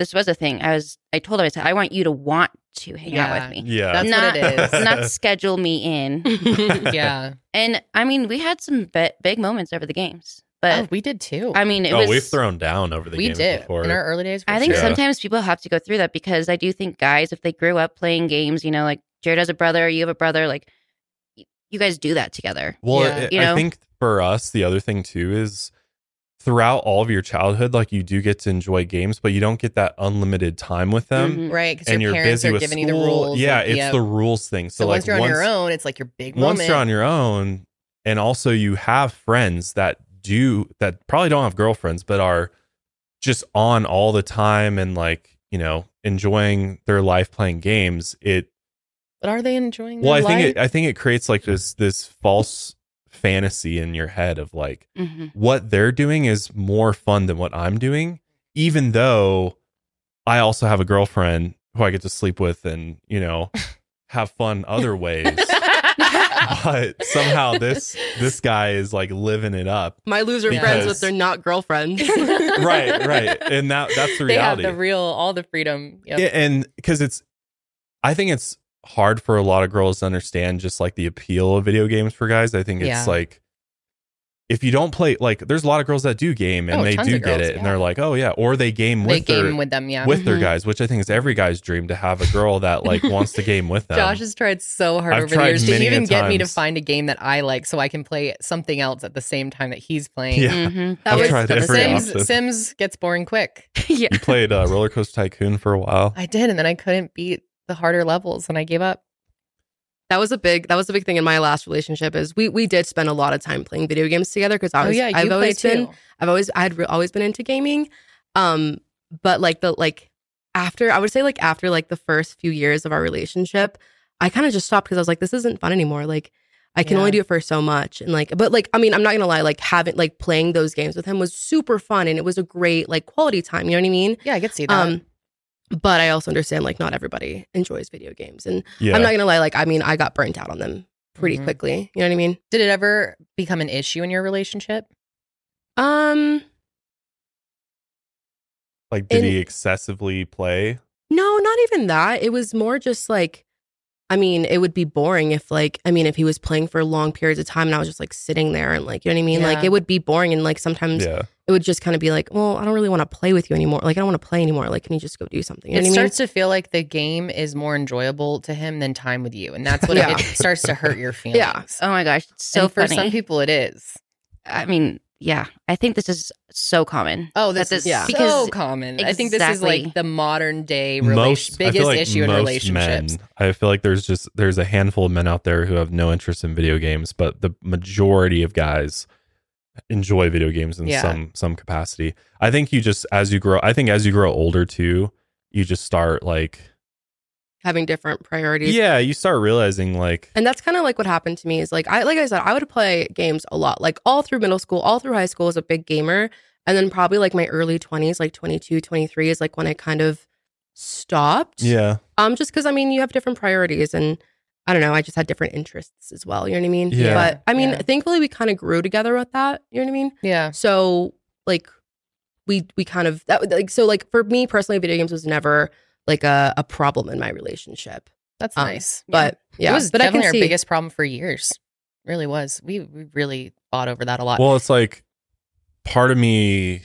[SPEAKER 4] this was a thing. I was I told him I said I want you to want to hang out
[SPEAKER 1] Yeah.
[SPEAKER 4] with me.
[SPEAKER 2] yeah,
[SPEAKER 1] That's
[SPEAKER 4] not,
[SPEAKER 1] what it is.
[SPEAKER 4] not schedule me in.
[SPEAKER 1] yeah.
[SPEAKER 4] And I mean, we had some bi- big moments over the games,
[SPEAKER 1] Oh,
[SPEAKER 4] but
[SPEAKER 1] we did too.
[SPEAKER 4] I mean, it
[SPEAKER 2] oh,
[SPEAKER 4] was.
[SPEAKER 2] we've thrown down over the
[SPEAKER 1] we
[SPEAKER 2] games
[SPEAKER 1] did
[SPEAKER 2] before.
[SPEAKER 1] in our early days. for
[SPEAKER 4] I think
[SPEAKER 1] sure.
[SPEAKER 2] Yeah.
[SPEAKER 4] sometimes people have to go through that because I do think guys, if they grew up playing games, you know, like Jared has a brother, you have a brother, like y- you guys do that together.
[SPEAKER 2] well,
[SPEAKER 1] Yeah.
[SPEAKER 2] it-
[SPEAKER 4] You
[SPEAKER 2] I
[SPEAKER 4] know?
[SPEAKER 2] think for us, the other thing too is throughout all of your childhood, like you do get to enjoy games, but you don't get that unlimited time with them,
[SPEAKER 4] Mhm.
[SPEAKER 1] right because
[SPEAKER 2] and
[SPEAKER 1] Mm-hmm. your
[SPEAKER 2] you're
[SPEAKER 1] parents
[SPEAKER 2] busy
[SPEAKER 1] are
[SPEAKER 2] with
[SPEAKER 1] giving
[SPEAKER 2] school.
[SPEAKER 1] you the rules.
[SPEAKER 2] yeah,
[SPEAKER 1] and-
[SPEAKER 2] it's
[SPEAKER 1] yep.
[SPEAKER 2] the rules thing. So,
[SPEAKER 1] so
[SPEAKER 2] like
[SPEAKER 1] once you're on your own, it's like your big
[SPEAKER 2] once
[SPEAKER 1] moment.
[SPEAKER 2] you're on your own and also you have friends that do that probably don't have girlfriends but are just on all the time and like you know enjoying their life playing games it
[SPEAKER 1] but are they enjoying?
[SPEAKER 2] well i
[SPEAKER 1] their
[SPEAKER 2] think
[SPEAKER 1] life?
[SPEAKER 2] it i think it creates like this this false fantasy in your head of like
[SPEAKER 4] Mhm.
[SPEAKER 2] what they're doing is more fun than what i'm doing even though i also have a girlfriend who i get to sleep with and you know have fun other ways but somehow this this guy is like living it up.
[SPEAKER 3] My loser friends
[SPEAKER 2] Because-
[SPEAKER 3] with their not girlfriends.
[SPEAKER 2] Right, right. And that that's the
[SPEAKER 1] they have
[SPEAKER 2] reality.
[SPEAKER 1] the real, all the freedom. Yep.
[SPEAKER 2] Yeah, and because it's, I think it's hard for a lot of girls to understand just like the appeal of video games for guys. I think it's
[SPEAKER 1] Yeah.
[SPEAKER 2] like if you don't play, like there's a lot of girls that do game and
[SPEAKER 1] Oh,
[SPEAKER 2] they
[SPEAKER 1] tons
[SPEAKER 2] do
[SPEAKER 1] of
[SPEAKER 2] get
[SPEAKER 1] girls,
[SPEAKER 2] it,
[SPEAKER 1] yeah.
[SPEAKER 2] and they're like, oh yeah, or they game
[SPEAKER 1] they
[SPEAKER 2] with
[SPEAKER 1] game
[SPEAKER 2] their, with,
[SPEAKER 1] with them. Yeah. Mm-hmm.
[SPEAKER 2] their
[SPEAKER 3] Mhm.
[SPEAKER 2] guys, which I think is every guy's dream to have a girl that like wants to game with them.
[SPEAKER 1] Josh has tried so hard
[SPEAKER 2] I've
[SPEAKER 1] over the
[SPEAKER 2] tried
[SPEAKER 1] years to
[SPEAKER 2] many a
[SPEAKER 1] even get me to
[SPEAKER 2] times.
[SPEAKER 1] find a game that I like so I can play something else at the same time that he's playing.
[SPEAKER 2] Yeah.
[SPEAKER 4] Mhm.
[SPEAKER 3] That
[SPEAKER 2] I've
[SPEAKER 3] was
[SPEAKER 2] tried
[SPEAKER 3] the
[SPEAKER 2] every
[SPEAKER 3] same-
[SPEAKER 2] option.
[SPEAKER 1] Sims, Sims gets boring quick.
[SPEAKER 4] yeah.
[SPEAKER 2] You played uh, Roller Coaster Tycoon for a while.
[SPEAKER 1] I did, and then I couldn't beat the harder levels and I gave up.
[SPEAKER 3] That was a big that was a big thing in my last relationship is we we did spend a lot of time playing video games together because I
[SPEAKER 1] oh
[SPEAKER 3] was
[SPEAKER 1] yeah, you
[SPEAKER 3] I've
[SPEAKER 1] play
[SPEAKER 3] always
[SPEAKER 1] too.
[SPEAKER 3] been I've always I had re- always been into gaming, um, but like the like after I would say like after like the first few years of our relationship, I kind of just stopped because I was like, this isn't fun anymore. Like, I can
[SPEAKER 1] Yeah.
[SPEAKER 3] only do it for so much, and like, but like I mean, I'm not gonna lie, like having like playing those games with him was super fun, and it was a great like quality time. You know what I mean?
[SPEAKER 1] Yeah, I could see that.
[SPEAKER 3] Um, but I also understand like not everybody enjoys video games, and
[SPEAKER 2] Yeah,
[SPEAKER 3] I'm not gonna lie, like I mean, I got burnt out on them pretty
[SPEAKER 1] Mhm.
[SPEAKER 3] quickly. You know what I mean?
[SPEAKER 1] Did it ever become an issue in your relationship?
[SPEAKER 3] Um,
[SPEAKER 2] like did
[SPEAKER 3] and-
[SPEAKER 2] he excessively play?
[SPEAKER 3] No, not even that. It was more just like, I mean, it would be boring if, like, I mean, if he was playing for long periods of time and I was just like sitting there and, like, you know what I mean? Like,
[SPEAKER 1] Yeah.
[SPEAKER 3] it would be boring. And, like, sometimes
[SPEAKER 2] Yeah,
[SPEAKER 3] it would just kind of be like, well, I don't really want to play with you anymore. Like, I don't want to play anymore. Like, can you just go do something? You
[SPEAKER 1] it
[SPEAKER 3] know what I mean?
[SPEAKER 1] starts to feel like the game is more enjoyable to him than time with you, and that's when
[SPEAKER 3] Yeah.
[SPEAKER 1] it starts to hurt your feelings.
[SPEAKER 3] Yeah.
[SPEAKER 4] Oh my gosh, it's so
[SPEAKER 1] And for
[SPEAKER 4] funny.
[SPEAKER 1] some people, it is.
[SPEAKER 4] I mean, yeah, I think this is so common.
[SPEAKER 1] Oh,
[SPEAKER 4] That
[SPEAKER 1] this is
[SPEAKER 3] yeah.
[SPEAKER 1] so
[SPEAKER 4] because-
[SPEAKER 1] common. I think this is like
[SPEAKER 4] Exactly.
[SPEAKER 1] the modern day rela-
[SPEAKER 2] most I feel
[SPEAKER 1] biggest
[SPEAKER 2] like
[SPEAKER 1] issue in
[SPEAKER 2] most
[SPEAKER 1] relationships.
[SPEAKER 2] Men, I feel like there's just there's a handful of men out there who have no interest in video games, but the majority of guys enjoy video games in
[SPEAKER 1] Yeah.
[SPEAKER 2] some some capacity. I think you just as you grow, I think as you grow older too, you just start like
[SPEAKER 3] Having different priorities.
[SPEAKER 2] yeah, you start realizing like
[SPEAKER 3] And that's kind of like what happened to me is like I like I said I would play games a lot like all through middle school, all through high school as a big gamer and then probably like my early 20s like 22, 23 is like when I kind of stopped.
[SPEAKER 2] yeah,
[SPEAKER 3] Um, just because I mean you have different priorities and I don't know, I just had different interests as well. You know what I mean?
[SPEAKER 2] Yeah.
[SPEAKER 3] But I mean,
[SPEAKER 1] Yeah.
[SPEAKER 3] thankfully we kind of grew together with that. You know what I mean?
[SPEAKER 1] Yeah.
[SPEAKER 3] So like we we kind of that like so like for me personally, video games was never like a, a problem in my relationship.
[SPEAKER 1] That's
[SPEAKER 3] Um,
[SPEAKER 1] nice.
[SPEAKER 3] But yeah,
[SPEAKER 1] Uh, it was
[SPEAKER 3] but
[SPEAKER 1] definitely
[SPEAKER 3] I can
[SPEAKER 1] our
[SPEAKER 3] see,
[SPEAKER 1] biggest problem for years. Really was. We, we really fought over that a lot.
[SPEAKER 2] Well, it's like part of me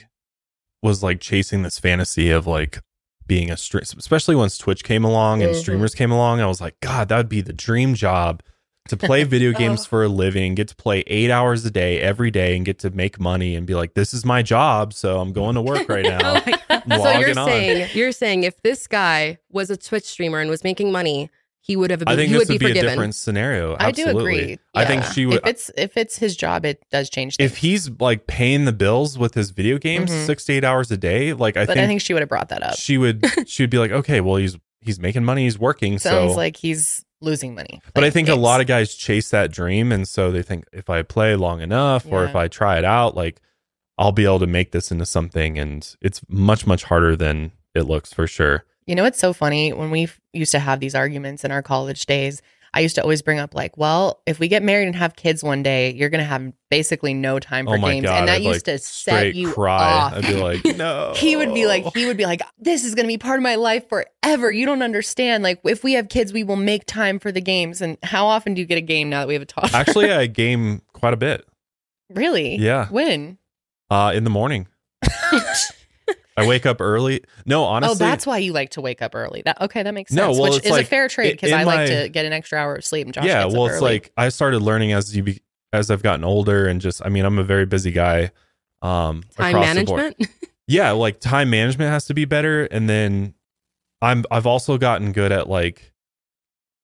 [SPEAKER 2] was like chasing this fantasy of like being a stream, especially once Twitch came along and
[SPEAKER 1] Mm-hmm.
[SPEAKER 3] Mhm.
[SPEAKER 2] streamers came along. I was like, God, that would be the dream job to play video
[SPEAKER 1] Oh.
[SPEAKER 2] games for a living, get to play eight hours a day every day, and get to make money and be like, this is my job. So I'm going to work right now.
[SPEAKER 3] so
[SPEAKER 2] Logging
[SPEAKER 3] you're
[SPEAKER 2] on.
[SPEAKER 3] saying you're saying if this guy was a Twitch streamer and was making money, he would have been
[SPEAKER 2] I think
[SPEAKER 3] he
[SPEAKER 2] this
[SPEAKER 3] would
[SPEAKER 2] would be, a
[SPEAKER 3] forgiven.
[SPEAKER 2] different scenario.
[SPEAKER 1] I do
[SPEAKER 2] Absolutely.
[SPEAKER 1] agree.
[SPEAKER 2] I think
[SPEAKER 1] Yeah.
[SPEAKER 2] she would.
[SPEAKER 1] If it's if it's his job, it does change. Things.
[SPEAKER 2] If he's like paying the bills with his video games
[SPEAKER 1] Mhm.
[SPEAKER 2] six to eight hours a day, like I
[SPEAKER 1] but
[SPEAKER 2] think
[SPEAKER 1] I think she would have brought that up.
[SPEAKER 2] she would she would be like, okay, well he's he's making money, he's working,
[SPEAKER 1] Sounds
[SPEAKER 2] so.
[SPEAKER 1] like he's losing money.
[SPEAKER 2] but I think a lot of guys chase that dream, and so they think if I play long enough or
[SPEAKER 1] Yeah.
[SPEAKER 2] if I try it out, like I'll be able to make this into something, and it's much much harder than it looks for sure.
[SPEAKER 1] You know, it's so funny when we f- used to have these arguments in our college days. I used to always bring up like, well, if we get married and have kids one day, you're gonna have basically no time for
[SPEAKER 2] oh my
[SPEAKER 1] games,
[SPEAKER 2] god,
[SPEAKER 1] and that
[SPEAKER 2] I'd,
[SPEAKER 1] used to
[SPEAKER 2] like,
[SPEAKER 1] set
[SPEAKER 2] straight
[SPEAKER 1] you
[SPEAKER 2] cry.
[SPEAKER 1] off.
[SPEAKER 2] I'd oh. be like, no.
[SPEAKER 1] he would be like he would be like this is going to be part of my life forever you don't understand like if we have kids we will make time for the games and how often do you get a game now that we have a toddler
[SPEAKER 2] Actually, I game quite a bit.
[SPEAKER 1] really
[SPEAKER 2] Yeah.
[SPEAKER 1] when
[SPEAKER 2] Uh, in the morning, I wake up early. No, honestly,
[SPEAKER 1] oh that's why you like to wake up early that okay that makes sense
[SPEAKER 2] No, well,
[SPEAKER 1] which
[SPEAKER 2] it's
[SPEAKER 1] is a
[SPEAKER 2] like,
[SPEAKER 1] fair trade because
[SPEAKER 2] in
[SPEAKER 1] i like
[SPEAKER 2] my-
[SPEAKER 1] to get an extra hour of sleep and Josh
[SPEAKER 2] yeah
[SPEAKER 1] gets
[SPEAKER 2] well
[SPEAKER 1] up
[SPEAKER 2] it's
[SPEAKER 1] early.
[SPEAKER 2] like i started learning as you be, as i've gotten older and just i mean i'm a very busy guy um
[SPEAKER 3] Time
[SPEAKER 2] across the board.
[SPEAKER 3] management.
[SPEAKER 2] yeah like time management has to be better and then i'm i've also gotten good at like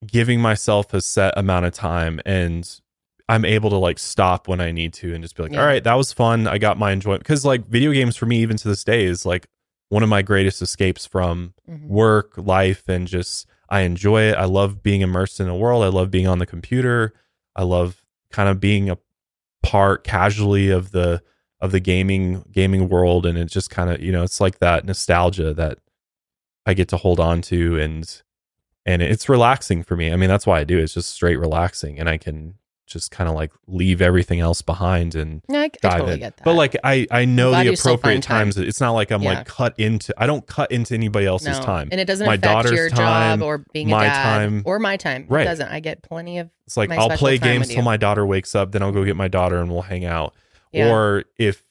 [SPEAKER 2] giving myself a set amount of time and i'm able to like stop when i need to and just be like
[SPEAKER 1] Yeah.
[SPEAKER 2] all right that was fun i got my enjoyment because like video games for me even to this day is like one of my greatest escapes from
[SPEAKER 1] Mhm.
[SPEAKER 2] work, life, and just I enjoy it. I love being immersed in a world. I love being on the computer. I love kind of being a part casually of the of the gaming gaming world and it's just kind of you know it's like that nostalgia that I get to hold on to and and it's relaxing for me. I mean that's why I do. it. It's just straight relaxing and I can just kind of like leave everything else behind and
[SPEAKER 1] No, I, I
[SPEAKER 2] dive
[SPEAKER 1] totally
[SPEAKER 2] in.
[SPEAKER 1] get that.
[SPEAKER 2] But like I I know
[SPEAKER 1] glad
[SPEAKER 2] the
[SPEAKER 1] you still
[SPEAKER 2] appropriate
[SPEAKER 1] find time.
[SPEAKER 2] times. It's not like I'm
[SPEAKER 1] Yeah.
[SPEAKER 2] like cut into I don't cut into anybody else's
[SPEAKER 1] No.
[SPEAKER 2] time.
[SPEAKER 1] and it doesn't
[SPEAKER 2] My
[SPEAKER 1] affect your
[SPEAKER 2] daughter's time,
[SPEAKER 1] job or being
[SPEAKER 2] my
[SPEAKER 1] a dad
[SPEAKER 2] time.
[SPEAKER 1] or my time. It
[SPEAKER 2] Right.
[SPEAKER 1] doesn't. I get plenty of
[SPEAKER 2] It's like
[SPEAKER 1] my
[SPEAKER 2] I'll
[SPEAKER 1] special
[SPEAKER 2] play
[SPEAKER 1] time
[SPEAKER 2] games
[SPEAKER 1] with
[SPEAKER 2] till
[SPEAKER 1] you.
[SPEAKER 2] my daughter wakes up, then I'll go get my daughter and we'll hang out.
[SPEAKER 1] Yeah.
[SPEAKER 2] Or if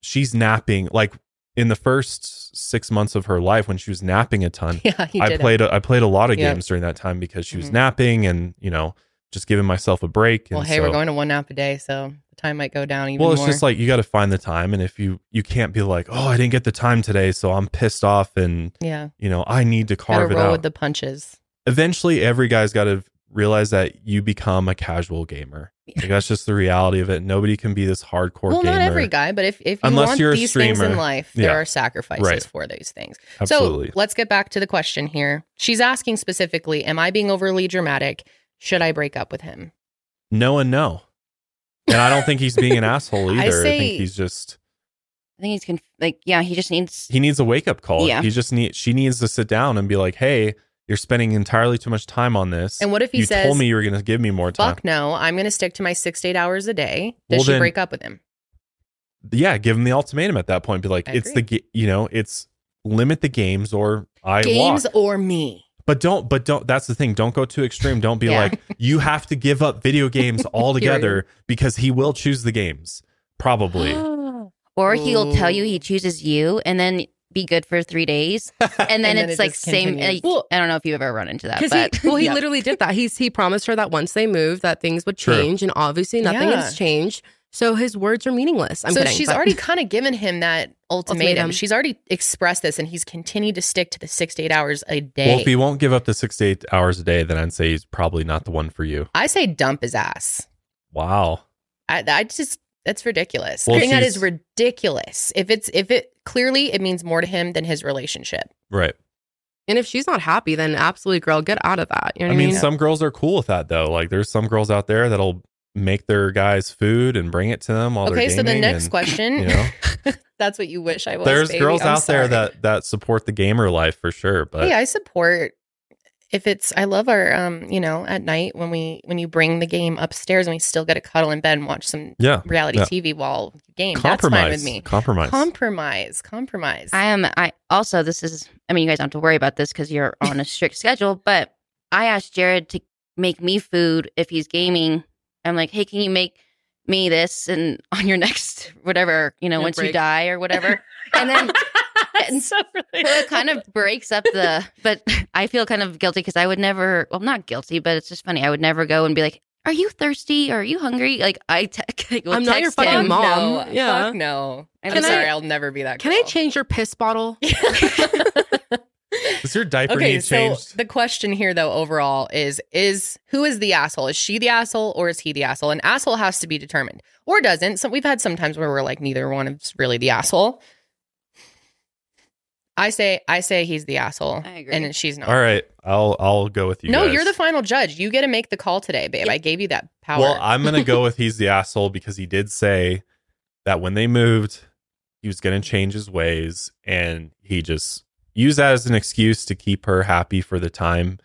[SPEAKER 2] she's napping, like in the first six months of her life when she was napping a ton,
[SPEAKER 1] yeah. You
[SPEAKER 2] I
[SPEAKER 1] did it.
[SPEAKER 2] played a, I played a lot of
[SPEAKER 1] Yeah.
[SPEAKER 2] games during that time because she was
[SPEAKER 1] Mhm.
[SPEAKER 2] napping and you know just giving myself a break. And
[SPEAKER 1] Well, hey,
[SPEAKER 2] so-
[SPEAKER 1] we're going to one nap a day, so the time might go down even
[SPEAKER 2] well, it's
[SPEAKER 1] more.
[SPEAKER 2] just like you got to find the time, and if you you can't be like, oh, I didn't get the time today, so I'm pissed off, and
[SPEAKER 1] yeah,
[SPEAKER 2] you know I need to
[SPEAKER 1] gotta
[SPEAKER 2] carve it
[SPEAKER 1] roll
[SPEAKER 2] out.
[SPEAKER 1] with the punches.
[SPEAKER 2] Eventually, every guy's got to realize that you become a casual gamer. Like that's just the reality of it. Nobody can be this hardcore.
[SPEAKER 1] well,
[SPEAKER 2] gamer.
[SPEAKER 1] not every guy, but if if you
[SPEAKER 2] Unless
[SPEAKER 1] want
[SPEAKER 2] you're a
[SPEAKER 1] these things in
[SPEAKER 2] streamer.
[SPEAKER 1] life, there
[SPEAKER 2] Yeah.
[SPEAKER 1] are sacrifices
[SPEAKER 2] Right.
[SPEAKER 1] for those things.
[SPEAKER 2] Absolutely.
[SPEAKER 1] So let's get back to the question here. She's asking specifically, "Am I being overly dramatic? Should I break up with him?"
[SPEAKER 2] no and no, and I don't think he's being an asshole
[SPEAKER 1] I
[SPEAKER 2] either. I,
[SPEAKER 1] say-
[SPEAKER 2] think he's just
[SPEAKER 4] I think he's conf- like, yeah, he just needs.
[SPEAKER 2] he needs a wake up call.
[SPEAKER 4] Yeah.
[SPEAKER 2] He just need she needs to sit down and be like, hey. You're spending entirely too much time on this.
[SPEAKER 1] And what if he
[SPEAKER 2] you
[SPEAKER 1] says,
[SPEAKER 2] told me you were going to give me more time?
[SPEAKER 1] "Fuck no, I'm going to stick to my six to eight hours a day." Does
[SPEAKER 2] Well,
[SPEAKER 1] she
[SPEAKER 2] then-
[SPEAKER 1] break up with him?
[SPEAKER 2] yeah, give him the ultimatum at that point. Be like,
[SPEAKER 1] I
[SPEAKER 2] it's the
[SPEAKER 1] agree.
[SPEAKER 2] ga- you know, it's limit the games or I
[SPEAKER 1] Games
[SPEAKER 2] walk.
[SPEAKER 1] or me?
[SPEAKER 2] But don't, but don't. That's the thing. Don't go too extreme. Don't be
[SPEAKER 1] Yeah.
[SPEAKER 2] like you have to give up video games altogether because he will choose the games probably.
[SPEAKER 4] or he'll tell
[SPEAKER 1] Ooh.
[SPEAKER 4] you he chooses you and then be good for three days. And then
[SPEAKER 1] And then
[SPEAKER 4] it's
[SPEAKER 1] it
[SPEAKER 4] like
[SPEAKER 1] just
[SPEAKER 4] same.
[SPEAKER 1] continues.
[SPEAKER 4] Like, I don't know if you've ever run into that,
[SPEAKER 3] Because
[SPEAKER 4] but
[SPEAKER 3] he, well, he
[SPEAKER 1] Yeah.
[SPEAKER 3] literally did that. He's he promised her that once they move, that things would
[SPEAKER 2] True.
[SPEAKER 3] change, and obviously nothing
[SPEAKER 1] Yeah.
[SPEAKER 3] has changed. So his words are meaningless. I'm
[SPEAKER 1] so
[SPEAKER 3] kidding,
[SPEAKER 1] she's
[SPEAKER 3] but-
[SPEAKER 1] already kind of given him that ultimatum.
[SPEAKER 3] Ultimatum.
[SPEAKER 1] She's already expressed this, and he's continued to stick to the six to eight hours a day.
[SPEAKER 2] Well, if he won't give up the six to eight hours a day, then I'd say he's probably not the one for you.
[SPEAKER 1] I say dump his ass.
[SPEAKER 2] Wow.
[SPEAKER 1] I, I just that's ridiculous.
[SPEAKER 2] Well,
[SPEAKER 1] I think that
[SPEAKER 2] she's-
[SPEAKER 1] is ridiculous. If it's if it clearly it means more to him than his relationship.
[SPEAKER 2] Right.
[SPEAKER 3] and if she's not happy, then absolutely, girl, get out of that. You know
[SPEAKER 2] I
[SPEAKER 3] what
[SPEAKER 2] mean,
[SPEAKER 3] I mean?
[SPEAKER 2] some girls are cool with that though. Like, there's some girls out there that'll make their guys food and bring it to them while
[SPEAKER 1] okay,
[SPEAKER 2] they're
[SPEAKER 1] so the
[SPEAKER 2] gaming
[SPEAKER 1] next
[SPEAKER 2] and,
[SPEAKER 1] question.
[SPEAKER 2] you know.
[SPEAKER 1] that's what you wish I was.
[SPEAKER 2] there's
[SPEAKER 1] baby.
[SPEAKER 2] girls
[SPEAKER 1] I'm
[SPEAKER 2] out
[SPEAKER 1] sorry.
[SPEAKER 2] there that that support the gamer life for sure but
[SPEAKER 1] hey, I support. If it's, I love our, um, you know, at night when we when you bring the game upstairs and we still get to cuddle in bed and watch some
[SPEAKER 2] yeah
[SPEAKER 1] reality
[SPEAKER 2] Yeah.
[SPEAKER 1] TV while you game. That's fine
[SPEAKER 2] compromise
[SPEAKER 1] with me.
[SPEAKER 2] compromise
[SPEAKER 1] Compromise, compromise.
[SPEAKER 4] I am. I also this is. I mean, you guys don't have to worry about this because you're on a strict schedule. But I asked Jared to make me food if he's gaming. I'm like, hey, can you make me this and on your next whatever you know
[SPEAKER 3] Your
[SPEAKER 4] once you
[SPEAKER 3] break.
[SPEAKER 4] die or whatever, and then. and
[SPEAKER 1] so
[SPEAKER 4] So it kind of breaks up the, but I feel kind of guilty because I would never, well, not guilty, but it's just funny. I would never go and be like, are you thirsty? Are you hungry? Like, I, te- will
[SPEAKER 3] I'm not your
[SPEAKER 4] text
[SPEAKER 3] fucking
[SPEAKER 4] him.
[SPEAKER 3] mom.
[SPEAKER 1] No,
[SPEAKER 3] Yeah.
[SPEAKER 1] fuck no. I'm
[SPEAKER 4] Can I-
[SPEAKER 1] sorry, I, will never be that.
[SPEAKER 3] Can I change your piss bottle?
[SPEAKER 1] change?
[SPEAKER 2] is your diaper
[SPEAKER 1] okay,
[SPEAKER 2] need
[SPEAKER 1] so
[SPEAKER 2] changed
[SPEAKER 1] the question here, though, overall is is who is the asshole? Is she the asshole or is he the asshole? An asshole has to be determined, or doesn't. So we've had some times where we're like, neither one is really the asshole. I say, I say he's the asshole,
[SPEAKER 4] I agree.
[SPEAKER 1] and she's not.
[SPEAKER 2] all right i'll i'll go with you
[SPEAKER 1] no,
[SPEAKER 2] guys.
[SPEAKER 1] you're the final judge. You get to make the call today, babe. I gave you that power.
[SPEAKER 2] well i'm gonna go with he's the asshole because he did say that when they moved he was gonna change his ways and he just used that as an excuse to keep her happy for the time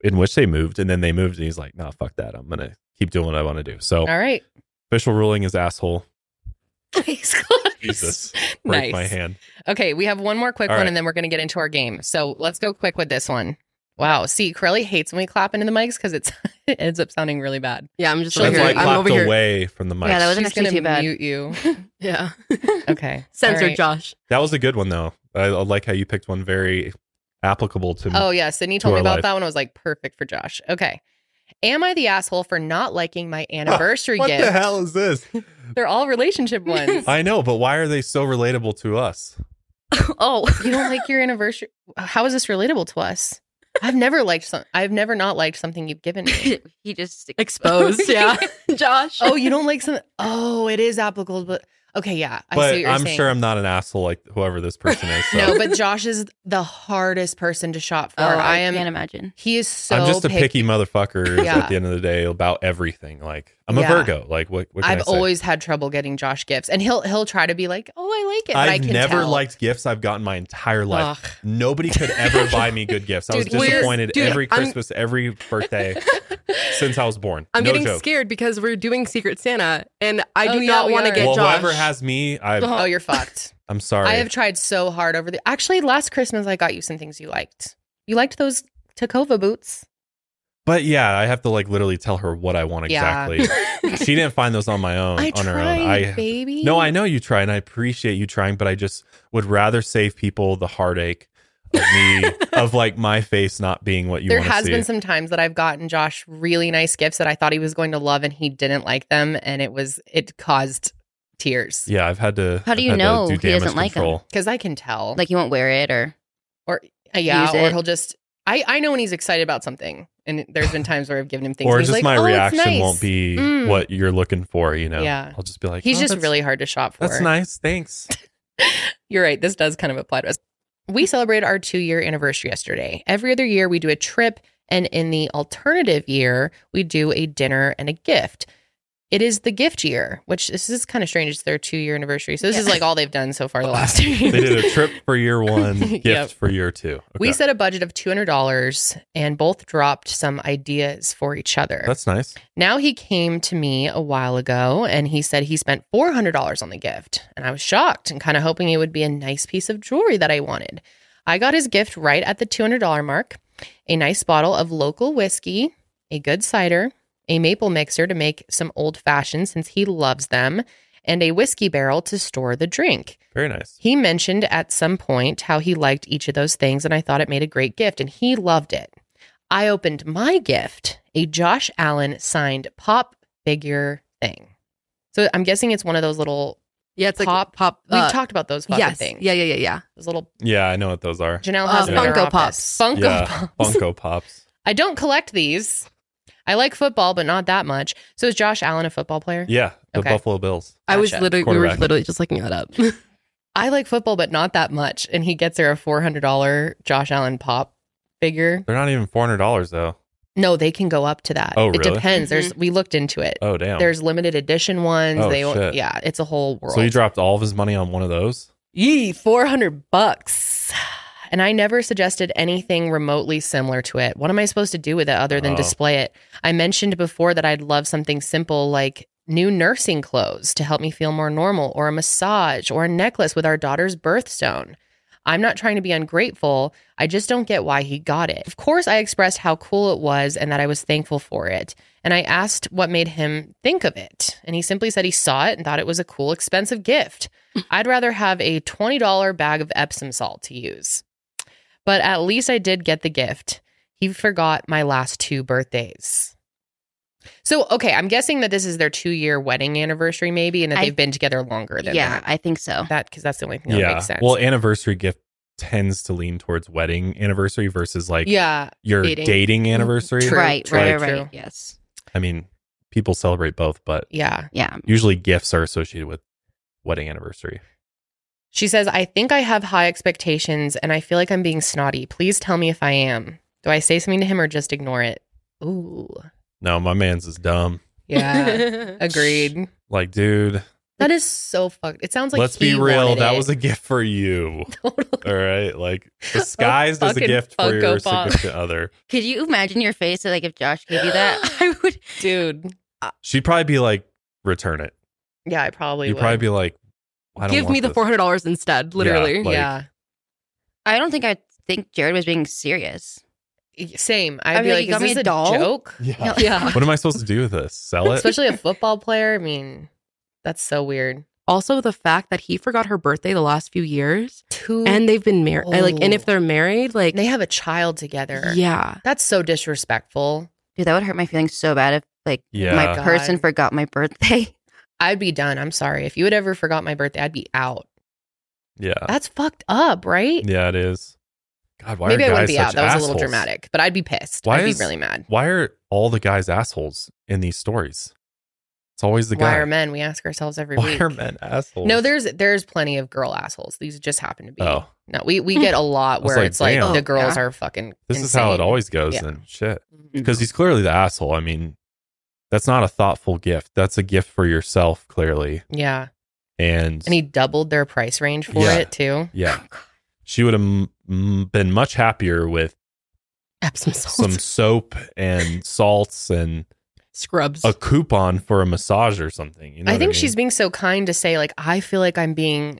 [SPEAKER 2] in which they moved and then they moved and he's like nah fuck that i'm gonna keep doing what i want to do so
[SPEAKER 1] All right.
[SPEAKER 2] official ruling is asshole
[SPEAKER 1] He's close.
[SPEAKER 2] jesus break my
[SPEAKER 1] Nice.
[SPEAKER 2] hand
[SPEAKER 1] Okay, we have one more quick
[SPEAKER 2] All
[SPEAKER 1] one,
[SPEAKER 2] right.
[SPEAKER 1] and then we're going to get into our game. So let's go quick with this one. Wow. See, Corelli hates when we clap into the mics because it's it ends up sounding really bad.
[SPEAKER 3] Yeah, I'm just
[SPEAKER 1] That's
[SPEAKER 3] over
[SPEAKER 2] That's
[SPEAKER 1] why
[SPEAKER 3] here.
[SPEAKER 2] why
[SPEAKER 1] I
[SPEAKER 2] I
[SPEAKER 3] I'm
[SPEAKER 2] clapped
[SPEAKER 3] over here.
[SPEAKER 2] away from the mic.
[SPEAKER 4] Yeah, that was
[SPEAKER 1] She's
[SPEAKER 4] Wasn't actually
[SPEAKER 1] gonna
[SPEAKER 4] too
[SPEAKER 1] mute
[SPEAKER 4] bad.
[SPEAKER 1] you.
[SPEAKER 3] Yeah,
[SPEAKER 1] Okay.
[SPEAKER 3] censored
[SPEAKER 1] All right.
[SPEAKER 3] Josh.
[SPEAKER 2] that was a good one though. I, I like how you picked one very applicable to me.
[SPEAKER 1] Oh yeah, Sydney told
[SPEAKER 2] To
[SPEAKER 1] me
[SPEAKER 2] our
[SPEAKER 1] about
[SPEAKER 2] life.
[SPEAKER 1] that one. I was like, perfect for Josh. Okay. Am I the asshole for not liking my anniversary
[SPEAKER 2] what
[SPEAKER 1] gift?
[SPEAKER 2] the hell is this?
[SPEAKER 1] They're all relationship ones.
[SPEAKER 2] I know, but why are they so relatable to us?
[SPEAKER 4] Oh,
[SPEAKER 1] you don't like your anniversary. How is this relatable to us? I've never liked some. I've never not liked something you've given me.
[SPEAKER 4] he just
[SPEAKER 3] Exposed. Yeah, Josh.
[SPEAKER 1] oh, you don't like some. Oh, it is applicable, but okay, yeah. I see what
[SPEAKER 2] but
[SPEAKER 1] you're
[SPEAKER 2] I'm
[SPEAKER 1] saying.
[SPEAKER 2] sure I'm not an asshole like whoever this person is. So.
[SPEAKER 1] No, but Josh is the hardest person to shop for.
[SPEAKER 4] Oh,
[SPEAKER 1] I,
[SPEAKER 4] I,
[SPEAKER 1] am.
[SPEAKER 4] can't imagine.
[SPEAKER 1] He is so.
[SPEAKER 2] I'm just a picky, motherfucker
[SPEAKER 1] Yeah.
[SPEAKER 2] at the end of the day about everything. Like I'm
[SPEAKER 1] Yeah.
[SPEAKER 2] a Virgo. Like what? what can
[SPEAKER 1] I've
[SPEAKER 2] I say?
[SPEAKER 1] always had trouble getting Josh gifts, and he'll he'll try to be like, "Oh, I like it." But I
[SPEAKER 2] I've
[SPEAKER 1] can
[SPEAKER 2] never
[SPEAKER 1] tell.
[SPEAKER 2] liked gifts I've gotten my entire life.
[SPEAKER 1] Ugh.
[SPEAKER 2] Nobody could ever buy me good gifts. I was
[SPEAKER 1] Dude, we're-
[SPEAKER 2] disappointed
[SPEAKER 3] dude,
[SPEAKER 2] every
[SPEAKER 3] I'm-
[SPEAKER 2] Christmas, every birthday. since I was born.
[SPEAKER 3] I'm
[SPEAKER 2] no
[SPEAKER 3] getting
[SPEAKER 2] joke.
[SPEAKER 3] scared because we're doing Secret Santa, and I
[SPEAKER 1] Oh,
[SPEAKER 3] do
[SPEAKER 1] yeah,
[SPEAKER 3] not
[SPEAKER 1] we
[SPEAKER 3] want to
[SPEAKER 1] are.
[SPEAKER 3] get
[SPEAKER 2] well,
[SPEAKER 3] Josh.
[SPEAKER 2] whoever has me, I,
[SPEAKER 1] Oh, you're fucked.
[SPEAKER 2] I'm sorry.
[SPEAKER 1] I have tried so hard over the. Actually, last Christmas I got you some things you liked. You liked those Takova boots.
[SPEAKER 2] but yeah, I have to like literally tell her what I want
[SPEAKER 1] Yeah.
[SPEAKER 2] exactly. she didn't find those on my own.
[SPEAKER 1] I
[SPEAKER 2] on
[SPEAKER 1] tried,
[SPEAKER 2] her own. I
[SPEAKER 1] baby.
[SPEAKER 2] No, I know you try, and I appreciate you trying, but I just would rather save people the heartache of me, of like my face not being what you
[SPEAKER 1] there
[SPEAKER 2] want to
[SPEAKER 1] has
[SPEAKER 2] see.
[SPEAKER 1] been some times that I've gotten Josh really nice gifts that I thought he was going to love, and he didn't like them, and it was it caused tears
[SPEAKER 2] yeah, I've had to.
[SPEAKER 4] How
[SPEAKER 2] I've
[SPEAKER 4] do you
[SPEAKER 2] had to
[SPEAKER 4] know
[SPEAKER 2] do
[SPEAKER 4] he
[SPEAKER 2] damage
[SPEAKER 4] doesn't like 'em?
[SPEAKER 2] control.
[SPEAKER 1] because I can tell.
[SPEAKER 4] like you won't wear it or
[SPEAKER 1] Uh, yeah,
[SPEAKER 4] use
[SPEAKER 1] or
[SPEAKER 4] it.
[SPEAKER 1] he'll just. I I know when he's excited about something, and there's been times where I've given him things,
[SPEAKER 2] Or
[SPEAKER 1] and he's like,
[SPEAKER 2] just my
[SPEAKER 1] "Oh, it's
[SPEAKER 2] reaction
[SPEAKER 1] nice."
[SPEAKER 2] won't be
[SPEAKER 1] Mm.
[SPEAKER 2] what you're looking for. You know,
[SPEAKER 1] Yeah.
[SPEAKER 2] I'll just be like,
[SPEAKER 1] He's
[SPEAKER 2] "Oh,
[SPEAKER 1] just
[SPEAKER 2] that's-
[SPEAKER 1] really hard to shop for.
[SPEAKER 2] That's nice. Thanks.
[SPEAKER 1] You're right. This does kind of apply to us. We celebrated our two year anniversary yesterday. Every other year, we do a trip. And in the alternative year, we do a dinner and a gift. It is the gift year, which this is kind of strange. It's their two year anniversary. So this is like all they've done so far the last two
[SPEAKER 2] they
[SPEAKER 1] years.
[SPEAKER 2] did a trip for year one, gift
[SPEAKER 1] Yep.
[SPEAKER 2] for year two. Okay.
[SPEAKER 1] We set a budget of $200 and both dropped some ideas for each other.
[SPEAKER 2] that's nice.
[SPEAKER 1] Now he came to me a while ago and he said he spent $400 on the gift. And I was shocked and kind of hoping it would be a nice piece of jewelry that I wanted. I got his gift right at the $200 mark a nice bottle of local whiskey, a good cider, a maple mixer to make some old fashioned since he loves them, and a whiskey barrel to store the drink.
[SPEAKER 2] Very nice.
[SPEAKER 1] He mentioned at some point how he liked each of those things, and I thought it made a great gift, and he loved it. I opened my gift, a Josh Allen signed pop figure thing. So I'm guessing it's one of those little.
[SPEAKER 3] yeah, it's like
[SPEAKER 1] Pop-
[SPEAKER 3] pop.
[SPEAKER 1] We've
[SPEAKER 3] uh,
[SPEAKER 1] talked about those fucking
[SPEAKER 3] yes,
[SPEAKER 1] things.
[SPEAKER 3] yeah, yeah, yeah, yeah.
[SPEAKER 1] those little
[SPEAKER 2] Yeah, I know what those are.
[SPEAKER 1] Janelle
[SPEAKER 3] Uh,
[SPEAKER 1] has them in her
[SPEAKER 3] Funko
[SPEAKER 1] office.
[SPEAKER 3] Pops.
[SPEAKER 1] Funko
[SPEAKER 2] Yeah,
[SPEAKER 1] Pops.
[SPEAKER 2] Funko Pops.
[SPEAKER 1] I don't collect these. I like football, but not that much. So is Josh Allen a football player?
[SPEAKER 2] Yeah, the
[SPEAKER 1] Okay.
[SPEAKER 2] Buffalo Bills.
[SPEAKER 3] I was
[SPEAKER 1] Gotcha.
[SPEAKER 3] literally, we were
[SPEAKER 2] Quarterback.
[SPEAKER 3] literally just looking that up.
[SPEAKER 1] I like football, but not that much. And he gets her a $400 Josh Allen pop figure.
[SPEAKER 2] They're not even four hundred dollars though.
[SPEAKER 1] No, they can go up to that.
[SPEAKER 2] Oh,
[SPEAKER 1] It
[SPEAKER 2] really?
[SPEAKER 1] depends. There's we looked into it.
[SPEAKER 2] Oh damn.
[SPEAKER 1] There's limited edition ones.
[SPEAKER 2] Oh,
[SPEAKER 1] they won't-
[SPEAKER 2] shit.
[SPEAKER 1] yeah, it's a whole world.
[SPEAKER 2] So he dropped all of his money on one of those.
[SPEAKER 1] Yee, 400 bucks. And I never suggested anything remotely similar to it. What am I supposed to do with it other than
[SPEAKER 2] Oh.
[SPEAKER 1] display it? I mentioned before that I'd love something simple like new nursing clothes to help me feel more normal, or a massage, or a necklace with our daughter's birthstone. I'm not trying to be ungrateful. I just don't get why he got it. Of course, I expressed how cool it was and that I was thankful for it. And I asked what made him think of it. And he simply said he saw it and thought it was a cool, expensive gift. I'd rather have a $20 bag of Epsom salt to use. But at least I did get the gift. He forgot my last two birthdays. So, okay, I'm guessing that this is their two year wedding anniversary, maybe, and that
[SPEAKER 4] I-
[SPEAKER 1] they've been together longer than
[SPEAKER 4] yeah
[SPEAKER 1] that.
[SPEAKER 4] i think so
[SPEAKER 1] That because that's the only thing that makes sense.
[SPEAKER 2] Well, anniversary gift tends to lean towards wedding anniversary versus like
[SPEAKER 1] yeah,
[SPEAKER 2] your
[SPEAKER 1] dating. Mm-hmm.
[SPEAKER 2] dating, anniversary.
[SPEAKER 1] True,
[SPEAKER 4] right
[SPEAKER 1] true,
[SPEAKER 4] right
[SPEAKER 1] true.
[SPEAKER 4] right yes
[SPEAKER 2] I mean, people celebrate both, but
[SPEAKER 1] yeah.
[SPEAKER 4] yeah
[SPEAKER 2] usually gifts are associated with wedding anniversary.
[SPEAKER 1] She says, I think I have high expectations and I feel like I'm being snotty. Please tell me if I am. Do I say something to him or just ignore it? Ooh.
[SPEAKER 2] No, my man's is dumb.
[SPEAKER 1] Yeah. Agreed.
[SPEAKER 2] Like, dude,
[SPEAKER 1] That is so fucked. It sounds like
[SPEAKER 2] let's
[SPEAKER 1] he
[SPEAKER 2] be real.
[SPEAKER 1] wanted
[SPEAKER 2] That
[SPEAKER 1] it.
[SPEAKER 2] was a gift for you. All
[SPEAKER 1] Totally.
[SPEAKER 2] right. Like, disguised as a
[SPEAKER 1] fucking
[SPEAKER 2] gift for
[SPEAKER 1] Funko
[SPEAKER 2] your
[SPEAKER 1] Pop.
[SPEAKER 2] significant other.
[SPEAKER 4] could you imagine your face like if josh gave you that i would
[SPEAKER 1] dude.
[SPEAKER 2] She'd probably be like, return it.
[SPEAKER 1] Yeah, I probably
[SPEAKER 2] You'd
[SPEAKER 1] would.
[SPEAKER 2] probably be like, I don't
[SPEAKER 3] Give
[SPEAKER 2] want
[SPEAKER 3] me the
[SPEAKER 2] this.
[SPEAKER 3] four hundred dollars instead. Literally,
[SPEAKER 2] like-
[SPEAKER 1] yeah.
[SPEAKER 4] i don't think i think jared was being serious
[SPEAKER 1] Same. I'd
[SPEAKER 4] I mean,
[SPEAKER 1] be
[SPEAKER 4] you
[SPEAKER 1] like, is
[SPEAKER 4] got me
[SPEAKER 1] this
[SPEAKER 4] a
[SPEAKER 1] a
[SPEAKER 4] doll?
[SPEAKER 1] joke?
[SPEAKER 2] Yeah.
[SPEAKER 1] Yeah.
[SPEAKER 2] What am I supposed to do with this? Sell it?
[SPEAKER 1] Especially a football player. I mean, that's so weird.
[SPEAKER 3] Also, the fact that he forgot her birthday the last few years,
[SPEAKER 1] Two
[SPEAKER 3] and they've been married. Like, and
[SPEAKER 1] Mm. Oh.
[SPEAKER 3] if they're married, like,
[SPEAKER 1] they have a child together.
[SPEAKER 3] yeah,
[SPEAKER 1] That's so disrespectful.
[SPEAKER 4] dude that would hurt my feelings so bad if like
[SPEAKER 2] Yeah.
[SPEAKER 4] my person
[SPEAKER 1] God.
[SPEAKER 4] forgot my birthday
[SPEAKER 1] I'd be done. I'm sorry. If you had ever forgot my birthday, I'd be out.
[SPEAKER 2] yeah.
[SPEAKER 1] That's fucked up, right?
[SPEAKER 2] Uh, Yeah, it is. God, why
[SPEAKER 1] Maybe
[SPEAKER 2] are
[SPEAKER 1] I
[SPEAKER 2] guys
[SPEAKER 1] wouldn't be
[SPEAKER 2] such
[SPEAKER 1] out. That was a little
[SPEAKER 2] assholes?
[SPEAKER 1] dramatic, but I'd be pissed.
[SPEAKER 2] Why
[SPEAKER 1] I'd
[SPEAKER 2] is-
[SPEAKER 1] be really mad.
[SPEAKER 2] Why are all the guys assholes in these stories? It's always the
[SPEAKER 1] Why
[SPEAKER 2] guy.
[SPEAKER 1] are men? We ask ourselves every
[SPEAKER 2] Why
[SPEAKER 1] week.
[SPEAKER 2] are men assholes?
[SPEAKER 1] No, there's there's plenty of girl assholes. These just happen to be.
[SPEAKER 2] Oh,
[SPEAKER 1] No, we we get a lot
[SPEAKER 2] I was
[SPEAKER 1] where
[SPEAKER 2] like,
[SPEAKER 1] it's like
[SPEAKER 2] damn.
[SPEAKER 1] the girls
[SPEAKER 4] Yeah.
[SPEAKER 1] are fucking.
[SPEAKER 2] this is how it
[SPEAKER 1] insane.
[SPEAKER 2] always goes.
[SPEAKER 1] Yeah.
[SPEAKER 2] And shit, because he's clearly the asshole. I mean, that's not a thoughtful gift. That's a gift for yourself, clearly.
[SPEAKER 1] Yeah,
[SPEAKER 2] And,
[SPEAKER 1] and he doubled their price range for
[SPEAKER 2] Yeah.
[SPEAKER 1] it too.
[SPEAKER 2] yeah, she would have m- m- been much happier with
[SPEAKER 3] Epsom salt.
[SPEAKER 2] some soap and salts and
[SPEAKER 3] Scrubs.
[SPEAKER 2] a coupon for a massage or something. You know,
[SPEAKER 1] I
[SPEAKER 2] what
[SPEAKER 1] think
[SPEAKER 2] mean?
[SPEAKER 1] she's being so kind to say, like, I feel like I'm being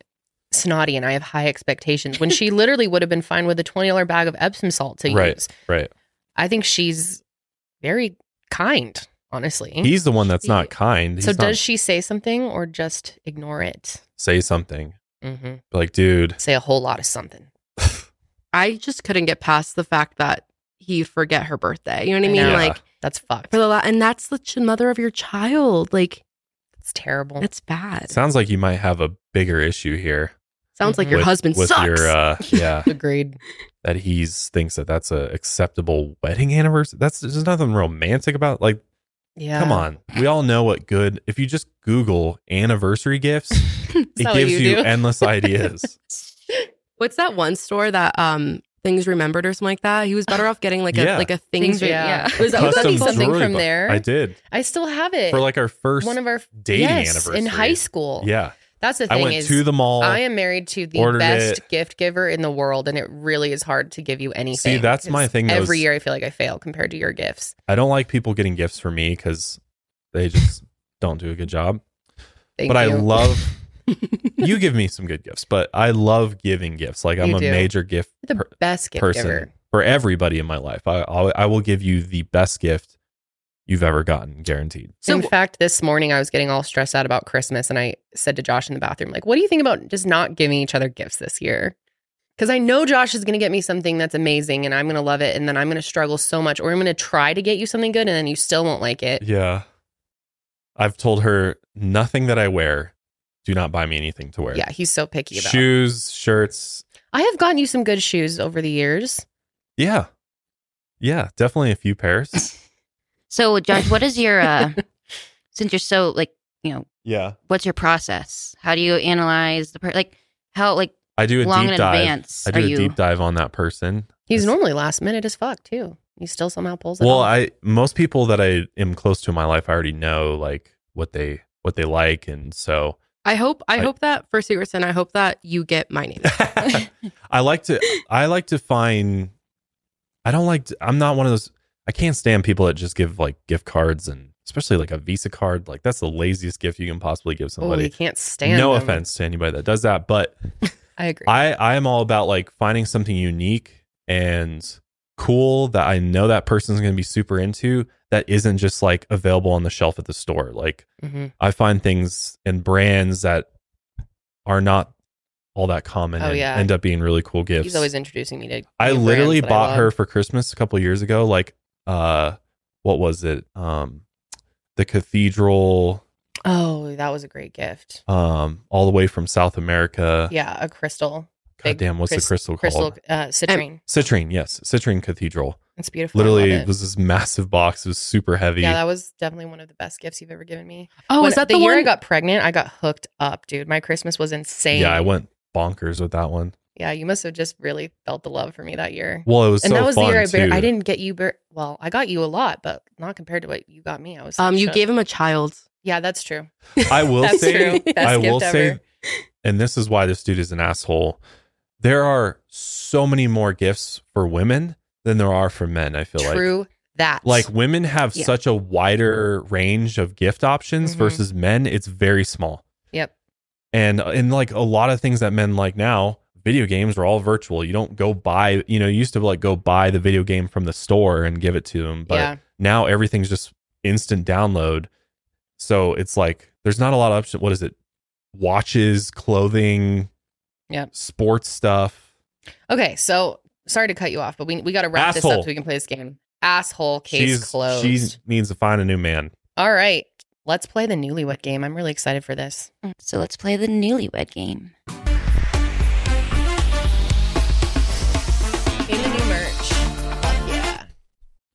[SPEAKER 1] snotty and I have high expectations when she literally would have been fine with a $20 bag of Epsom salt to
[SPEAKER 2] Right.
[SPEAKER 1] use.
[SPEAKER 2] right.
[SPEAKER 1] I think she's very kind, honestly.
[SPEAKER 2] He's the one that's not kind. He's
[SPEAKER 1] so
[SPEAKER 2] not-
[SPEAKER 1] does she say something or just ignore it?
[SPEAKER 2] say something
[SPEAKER 1] hmm
[SPEAKER 2] like, dude,
[SPEAKER 1] Say a whole lot of something.
[SPEAKER 3] I just couldn't get past the fact that he forget her birthday. You know what I mean?
[SPEAKER 1] Yeah.
[SPEAKER 3] Like
[SPEAKER 1] That's fucked.
[SPEAKER 3] for the la- and that's the ch- mother of your child. Like
[SPEAKER 1] It's terrible.
[SPEAKER 3] that's bad.
[SPEAKER 2] sounds like you might have a bigger issue here.
[SPEAKER 3] Sounds like your
[SPEAKER 2] with-
[SPEAKER 3] husband
[SPEAKER 2] with
[SPEAKER 3] sucks.
[SPEAKER 2] your uh, yeah,
[SPEAKER 1] Agreed.
[SPEAKER 2] that he's thinks that that's a acceptable wedding anniversary. That's there's nothing romantic about. Like,
[SPEAKER 1] Yeah.
[SPEAKER 2] come on, we all know what good. If you just Google anniversary gifts, it
[SPEAKER 1] that what
[SPEAKER 2] gives
[SPEAKER 1] you
[SPEAKER 2] you
[SPEAKER 1] do?
[SPEAKER 2] endless ideas.
[SPEAKER 3] What's that one store that um things remembered or something like that? He was better off getting like a
[SPEAKER 2] Yeah.
[SPEAKER 3] like a things.
[SPEAKER 1] Things re-
[SPEAKER 3] re-
[SPEAKER 1] yeah.
[SPEAKER 3] Was that, was that
[SPEAKER 1] Custom
[SPEAKER 3] the-
[SPEAKER 1] something
[SPEAKER 2] jewelry
[SPEAKER 1] from
[SPEAKER 2] book.
[SPEAKER 1] there?
[SPEAKER 2] I did
[SPEAKER 1] I still have it.
[SPEAKER 2] for like our first
[SPEAKER 1] one of our
[SPEAKER 2] dating
[SPEAKER 1] yes,
[SPEAKER 2] anniversary
[SPEAKER 1] in high school.
[SPEAKER 2] Yeah,
[SPEAKER 1] That's the
[SPEAKER 2] I
[SPEAKER 1] thing
[SPEAKER 2] went
[SPEAKER 1] is
[SPEAKER 2] to the mall.
[SPEAKER 1] I am married to the
[SPEAKER 2] ordered
[SPEAKER 1] best
[SPEAKER 2] it.
[SPEAKER 1] gift giver in the world, and it really is hard to give you anything.
[SPEAKER 2] See, that's my
[SPEAKER 1] It's-
[SPEAKER 2] thing, though,
[SPEAKER 1] Every
[SPEAKER 2] is-
[SPEAKER 1] year, I feel like I fail compared to your gifts.
[SPEAKER 2] I don't like people getting gifts for me because they just don't do a good job.
[SPEAKER 1] Thank
[SPEAKER 2] but I
[SPEAKER 1] you.
[SPEAKER 2] love you give me some good gifts, but I love giving gifts. Like I'm
[SPEAKER 1] You
[SPEAKER 2] a
[SPEAKER 1] do.
[SPEAKER 2] major gift
[SPEAKER 1] You're the
[SPEAKER 2] per-
[SPEAKER 1] best gift
[SPEAKER 2] person
[SPEAKER 1] giver.
[SPEAKER 2] for everybody in my life. I I'll, I will give you the best gift you've ever gotten, guaranteed.
[SPEAKER 1] So, in
[SPEAKER 3] So-
[SPEAKER 1] fact, this morning I was getting all stressed out about Christmas, and I said to Josh in the bathroom, like, "What do you think about just not giving each other gifts this year?" Because I know Josh is going to get me something that's amazing, and I'm going to love it, and then I'm going to struggle so much, or I'm going to try to get you something good, and then you still won't like it.
[SPEAKER 2] Yeah. I've told her nothing that I wear. Do not buy me anything to wear.
[SPEAKER 1] Yeah, he's so picky about. it.
[SPEAKER 2] Shoes, shirts.
[SPEAKER 1] I have gotten you some good shoes over the years.
[SPEAKER 2] Yeah. Yeah, definitely a few pairs.
[SPEAKER 4] So, Josh, what is your uh since you're so like, you know,
[SPEAKER 2] yeah.
[SPEAKER 4] what's your process? How do you analyze the per- like how like
[SPEAKER 2] I do a
[SPEAKER 4] long in
[SPEAKER 2] deep dive.
[SPEAKER 4] advance
[SPEAKER 2] I do
[SPEAKER 4] are
[SPEAKER 2] a
[SPEAKER 4] you?
[SPEAKER 2] deep dive on that person.
[SPEAKER 1] He's
[SPEAKER 2] That's-
[SPEAKER 1] normally last minute as fuck too. He still somehow pulls it.
[SPEAKER 2] well
[SPEAKER 1] off.
[SPEAKER 2] i most people that i am close to in my life i already know like what they what they like and so
[SPEAKER 3] I hope I,
[SPEAKER 2] I-
[SPEAKER 3] hope that for Secret Sin, I hope that you get my name. Oh,
[SPEAKER 2] i like to i like to find i don't like to, i'm not one of those i can't stand people that just give like gift cards and especially like a visa card like that's the laziest gift you can possibly give
[SPEAKER 1] Ooh, he
[SPEAKER 2] somebody
[SPEAKER 1] can't stand.
[SPEAKER 2] no
[SPEAKER 1] them.
[SPEAKER 2] offense to anybody that does that but
[SPEAKER 1] I agree.
[SPEAKER 2] I I am all about like finding something unique and cool that I know that person's going to be super into that isn't just like available on the shelf at the store. Like
[SPEAKER 1] Mhm.
[SPEAKER 2] I find things and brands that are not all that common
[SPEAKER 1] Oh,
[SPEAKER 2] and
[SPEAKER 1] yeah.
[SPEAKER 2] end up being really cool gifts.
[SPEAKER 1] He's always introducing me to.
[SPEAKER 2] I
[SPEAKER 1] new brands
[SPEAKER 2] literally
[SPEAKER 1] that I
[SPEAKER 2] bought
[SPEAKER 1] love.
[SPEAKER 2] her for Christmas a couple years ago like uh what was it? Um the cathedral
[SPEAKER 1] Oh, that was a great gift.
[SPEAKER 2] um all the way from South America.
[SPEAKER 1] Yeah, a crystal,
[SPEAKER 2] God
[SPEAKER 1] big
[SPEAKER 2] damn, what's
[SPEAKER 1] crys-
[SPEAKER 2] the crystal,
[SPEAKER 1] crystal,
[SPEAKER 2] called?
[SPEAKER 1] uh, citrine.
[SPEAKER 2] Citrine, yes. Citrine Cathedral.
[SPEAKER 1] It's beautiful. I love
[SPEAKER 2] literally
[SPEAKER 1] it.
[SPEAKER 2] it was this massive box. It was super heavy.
[SPEAKER 1] Yeah, that was definitely one of the best gifts you've ever given me.
[SPEAKER 3] Oh,
[SPEAKER 1] When-
[SPEAKER 3] is that
[SPEAKER 1] the,
[SPEAKER 3] the,
[SPEAKER 1] year
[SPEAKER 3] one?
[SPEAKER 1] I got pregnant? I got hooked up, dude. My Christmas was insane.
[SPEAKER 2] Yeah, I went bonkers with that one.
[SPEAKER 1] Yeah, you must have just really felt the love for me that year.
[SPEAKER 2] Well, it was
[SPEAKER 1] and
[SPEAKER 2] so
[SPEAKER 1] that was the
[SPEAKER 2] fun
[SPEAKER 1] year I, bar-
[SPEAKER 2] too.
[SPEAKER 1] I didn't get you. Bar- well, I got you a lot, but not compared to what you got me. I was.
[SPEAKER 3] um, you
[SPEAKER 1] shook.
[SPEAKER 3] gave him a child.
[SPEAKER 1] Yeah, that's true.
[SPEAKER 2] I will
[SPEAKER 1] That's
[SPEAKER 2] say.
[SPEAKER 1] true. Best
[SPEAKER 2] I
[SPEAKER 1] gift
[SPEAKER 2] will say.
[SPEAKER 1] ever.
[SPEAKER 2] And this is why this dude is an asshole. There are so many more gifts for women than there are for men. I feel like.
[SPEAKER 1] True that.
[SPEAKER 2] Like women have
[SPEAKER 4] Yeah.
[SPEAKER 2] such a wider range of gift options
[SPEAKER 1] Mhm.
[SPEAKER 2] versus men. It's very small.
[SPEAKER 1] Yep.
[SPEAKER 2] and uh, and like a lot of things that men like now video games are all virtual you don't go buy you know you used to like go buy the video game from the store and give it to them but
[SPEAKER 1] yeah.
[SPEAKER 2] now everything's just instant download so it's like there's not a lot of option what is it watches clothing
[SPEAKER 1] Yep.
[SPEAKER 2] sports stuff
[SPEAKER 1] Okay, so sorry to cut you off, but we we got to wrap this
[SPEAKER 2] Asshole.
[SPEAKER 1] up so we can play this game. Asshole case
[SPEAKER 2] she's
[SPEAKER 1] closed.
[SPEAKER 2] she needs to find a new man
[SPEAKER 1] All right, let's play the newlywed game. I'm really excited for this.
[SPEAKER 4] mm, So let's play the newlywed game.
[SPEAKER 1] In the new merch. yeah.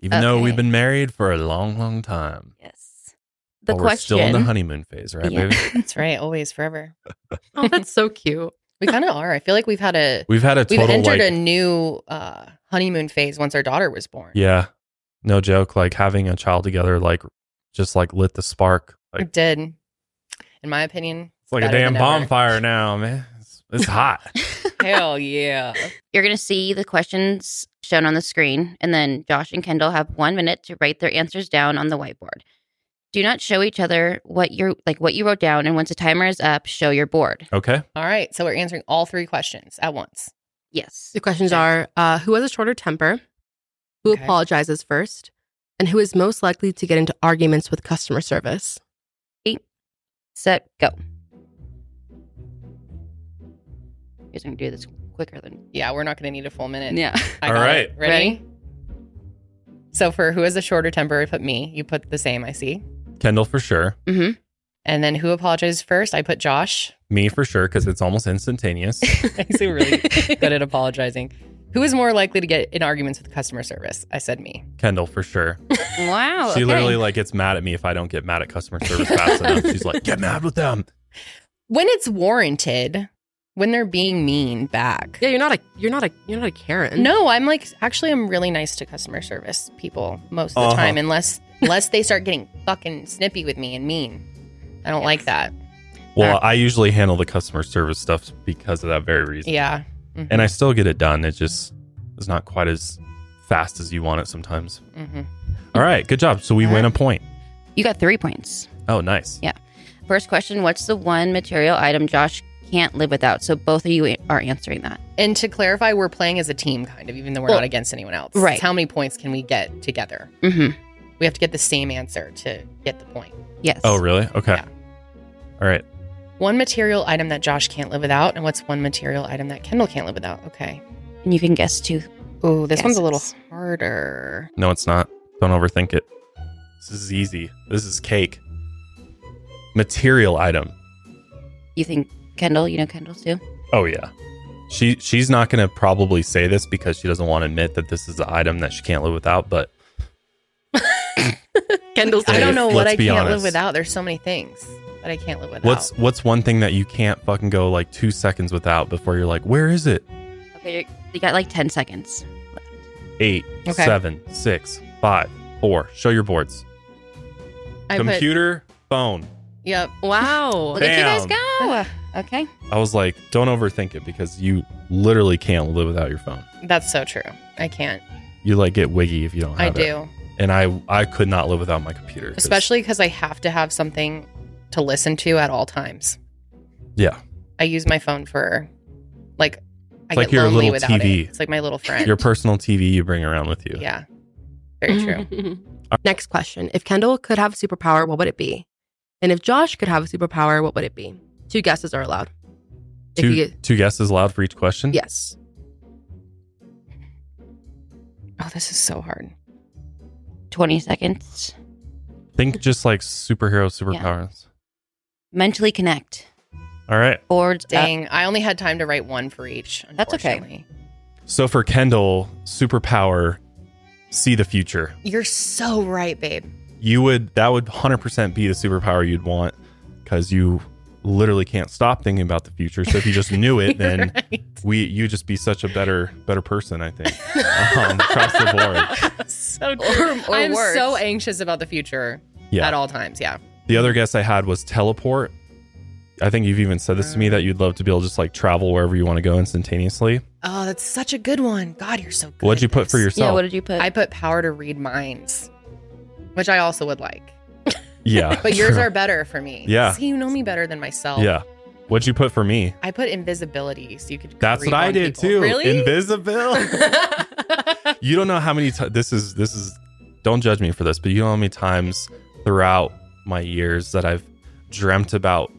[SPEAKER 2] even though
[SPEAKER 4] Okay.
[SPEAKER 2] we've been married for a long long time
[SPEAKER 4] Yes. The
[SPEAKER 2] But we're
[SPEAKER 4] question
[SPEAKER 2] still in the honeymoon phase right
[SPEAKER 4] Yeah.
[SPEAKER 2] baby
[SPEAKER 1] That's right. Always, forever.
[SPEAKER 3] Oh, that's so cute.
[SPEAKER 1] We kind of are. I feel like we've had a
[SPEAKER 2] we've had a
[SPEAKER 1] we've
[SPEAKER 2] total
[SPEAKER 1] entered
[SPEAKER 2] like,
[SPEAKER 1] a new uh, honeymoon phase once our daughter was born.
[SPEAKER 2] Yeah. No joke. Like having a child together, like just like lit the spark. Like
[SPEAKER 1] it did. In my opinion,
[SPEAKER 2] it's like a
[SPEAKER 1] better
[SPEAKER 2] damn
[SPEAKER 1] than ever.
[SPEAKER 2] bonfire now, man. It's, it's hot.
[SPEAKER 1] Hell yeah.
[SPEAKER 4] You're going to see the questions shown on the screen, and then Josh and Kendall have one minute to write their answers down on the whiteboard. Do not show each other what you're like what you wrote down, and once the timer is up, show your board.
[SPEAKER 2] Okay.
[SPEAKER 1] All right. So we're answering all three questions at once.
[SPEAKER 4] Yes.
[SPEAKER 3] The questions are uh, who has a shorter temper, who
[SPEAKER 1] Okay.
[SPEAKER 3] apologizes first, and who is most likely to get into arguments with customer service?
[SPEAKER 4] Set. Go. You guys are gonna do this quicker than
[SPEAKER 1] Yeah, we're not going to need a full minute.
[SPEAKER 4] yeah.
[SPEAKER 1] I
[SPEAKER 2] All
[SPEAKER 1] got
[SPEAKER 2] right.
[SPEAKER 1] it. Ready? So for who has the shorter temper, I put me. You put the same, I see.
[SPEAKER 2] Kendall for sure.
[SPEAKER 1] And then who apologizes first? I put Josh.
[SPEAKER 2] Me for sure because it's almost instantaneous.
[SPEAKER 1] Thanks, we're really good at apologizing. Who is more likely to get in arguments with customer service? I said me.
[SPEAKER 2] Kendall for sure.
[SPEAKER 4] Wow.
[SPEAKER 2] she
[SPEAKER 4] Oh, okay.
[SPEAKER 2] literally like gets mad at me if I don't get mad at customer service fast enough. She's like, get mad with them.
[SPEAKER 1] When it's warranted, when they're being mean back.
[SPEAKER 3] Yeah, you're not a you're not a you're not a Karen.
[SPEAKER 1] No, I'm like actually I'm really nice to customer service people most of the
[SPEAKER 2] Uh-huh.
[SPEAKER 1] time unless unless they start getting fucking snippy with me and mean. I don't like that.
[SPEAKER 2] Well, I usually handle the customer service stuff because of that very reason.
[SPEAKER 1] Yeah.
[SPEAKER 2] And I still get it done. It just is not quite as fast as you want it sometimes.
[SPEAKER 1] hmm
[SPEAKER 2] All right. Good job. So we win a point.
[SPEAKER 4] You got three points.
[SPEAKER 2] Oh, nice.
[SPEAKER 4] First question What's the one material item Josh can't live without? So both of you are answering that.
[SPEAKER 1] And to clarify, we're playing as a team kind of even though we're
[SPEAKER 4] Well,
[SPEAKER 1] not against anyone else.
[SPEAKER 4] right.
[SPEAKER 1] It's how many points can we get together?
[SPEAKER 4] Mm-hmm.
[SPEAKER 1] We have to get the same answer to get the point.
[SPEAKER 4] Yes.
[SPEAKER 2] Oh, really? Okay.
[SPEAKER 1] Yeah.
[SPEAKER 2] All right.
[SPEAKER 1] One material item that Josh can't live without, and what's one material item that Kendall can't live without? Okay.
[SPEAKER 4] And you can guess too.
[SPEAKER 1] Oh, this one's a little
[SPEAKER 4] Guesses.
[SPEAKER 1] harder.
[SPEAKER 2] No, it's not. Don't overthink it. This is easy. This is cake. Material item.
[SPEAKER 4] You think Kendall, you know Kendall too?
[SPEAKER 2] Oh yeah. She she's not gonna probably say this because she doesn't want to admit that this is the item that she can't live without, but
[SPEAKER 3] Kendall's
[SPEAKER 1] I
[SPEAKER 2] Hey,
[SPEAKER 1] don't know what
[SPEAKER 2] let's
[SPEAKER 1] I
[SPEAKER 2] be
[SPEAKER 1] can't live
[SPEAKER 2] honest.
[SPEAKER 1] without. There's so many things that I can't live without.
[SPEAKER 2] what's what's one thing that you can't fucking go like two seconds without before you're like, where is it?
[SPEAKER 4] Okay. You're, you got like 10 seconds.
[SPEAKER 2] Eight,
[SPEAKER 1] Okay.
[SPEAKER 2] seven, six, five, four. Show your boards.
[SPEAKER 1] I put-
[SPEAKER 2] Computer, phone.
[SPEAKER 1] yep.
[SPEAKER 3] Wow.
[SPEAKER 4] Look at you
[SPEAKER 2] Damn.
[SPEAKER 1] Oh.
[SPEAKER 4] guys go. Okay.
[SPEAKER 2] I was like, don't overthink it because you literally can't live without your phone.
[SPEAKER 1] That's so true. I can't.
[SPEAKER 2] You like get wiggy if you don't have
[SPEAKER 1] I
[SPEAKER 2] it.
[SPEAKER 1] do.
[SPEAKER 2] And I I could not live without my computer. 'cause-
[SPEAKER 1] Especially because I have to have something to listen to at all times.
[SPEAKER 2] Yeah.
[SPEAKER 1] I use my phone for, like, I
[SPEAKER 2] It's like
[SPEAKER 1] get
[SPEAKER 2] your
[SPEAKER 1] lonely
[SPEAKER 2] little
[SPEAKER 1] without
[SPEAKER 2] TV.
[SPEAKER 1] it. It's like my little friend.
[SPEAKER 2] Your personal TV you bring around with you.
[SPEAKER 1] yeah. Very true.
[SPEAKER 3] Next question. If Kendall could have a superpower, what would it be? And if Josh could have a superpower, what would it be? Two guesses are allowed. If
[SPEAKER 2] Two
[SPEAKER 3] you get-
[SPEAKER 2] two guesses allowed for each question.
[SPEAKER 3] yes.
[SPEAKER 1] Oh, this is so hard.
[SPEAKER 4] 20 seconds.
[SPEAKER 2] Think just like superhero superpowers.
[SPEAKER 4] Mentally connect.
[SPEAKER 2] All right.
[SPEAKER 4] Boards. up.
[SPEAKER 1] Dang, I only had time to write one for each.
[SPEAKER 4] That's okay.
[SPEAKER 1] unfortunately.
[SPEAKER 2] So for Kendall, superpower, see the future.
[SPEAKER 1] You're so right, babe.
[SPEAKER 2] You would that would 100% be the superpower you'd want cuz you literally can't stop thinking about the future. So if you just knew it, then we you just be such a better better person, I think. um, across the board.
[SPEAKER 1] so
[SPEAKER 4] Or- or
[SPEAKER 1] I'm
[SPEAKER 4] worse.
[SPEAKER 1] so anxious about the future
[SPEAKER 2] Yeah.
[SPEAKER 1] at all times. Yeah.
[SPEAKER 2] The other guess I had was teleport. I think you've even said this to me that you'd love to be able to just like travel wherever you want to go instantaneously.
[SPEAKER 1] Oh, that's such a good one. God, you're so good.
[SPEAKER 2] What'd you
[SPEAKER 1] at
[SPEAKER 2] put for
[SPEAKER 1] this.
[SPEAKER 2] yourself?
[SPEAKER 4] yeah. What did you put?
[SPEAKER 1] I put power to read minds, which I also would like.
[SPEAKER 2] yeah.
[SPEAKER 1] But yours
[SPEAKER 2] true.
[SPEAKER 1] are better for me.
[SPEAKER 2] Yeah.
[SPEAKER 1] See, you know me better than myself.
[SPEAKER 2] Yeah. What'd you put for me?
[SPEAKER 1] I put invisibility so you could.
[SPEAKER 2] That's
[SPEAKER 1] creep
[SPEAKER 2] what I
[SPEAKER 1] on
[SPEAKER 2] did
[SPEAKER 1] people.
[SPEAKER 2] too.
[SPEAKER 1] Really?
[SPEAKER 2] Invisible. you don't know how many times this is this is don't judge me for this, but you know how many times throughout my years that I've dreamt about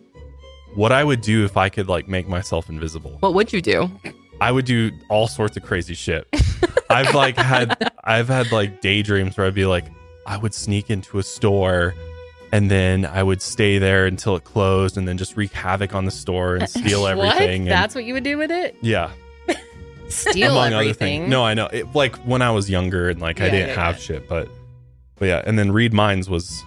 [SPEAKER 2] what I would do if I could like make myself invisible.
[SPEAKER 3] What would you do?
[SPEAKER 2] I would do all sorts of crazy shit. I've like had I've had like daydreams where I'd be like, I would sneak into a store and then I would stay there until it closed and then just wreak havoc on the store and steal everything.
[SPEAKER 1] Uh, What?
[SPEAKER 2] and-
[SPEAKER 1] That's what you would do with it?
[SPEAKER 2] yeah.
[SPEAKER 1] Steal everything.
[SPEAKER 2] among other things. No, I know. It, like when I was younger and like I
[SPEAKER 1] Yeah,
[SPEAKER 2] didn't
[SPEAKER 1] yeah,
[SPEAKER 2] have
[SPEAKER 1] yeah.
[SPEAKER 2] shit, but but yeah. And then read minds was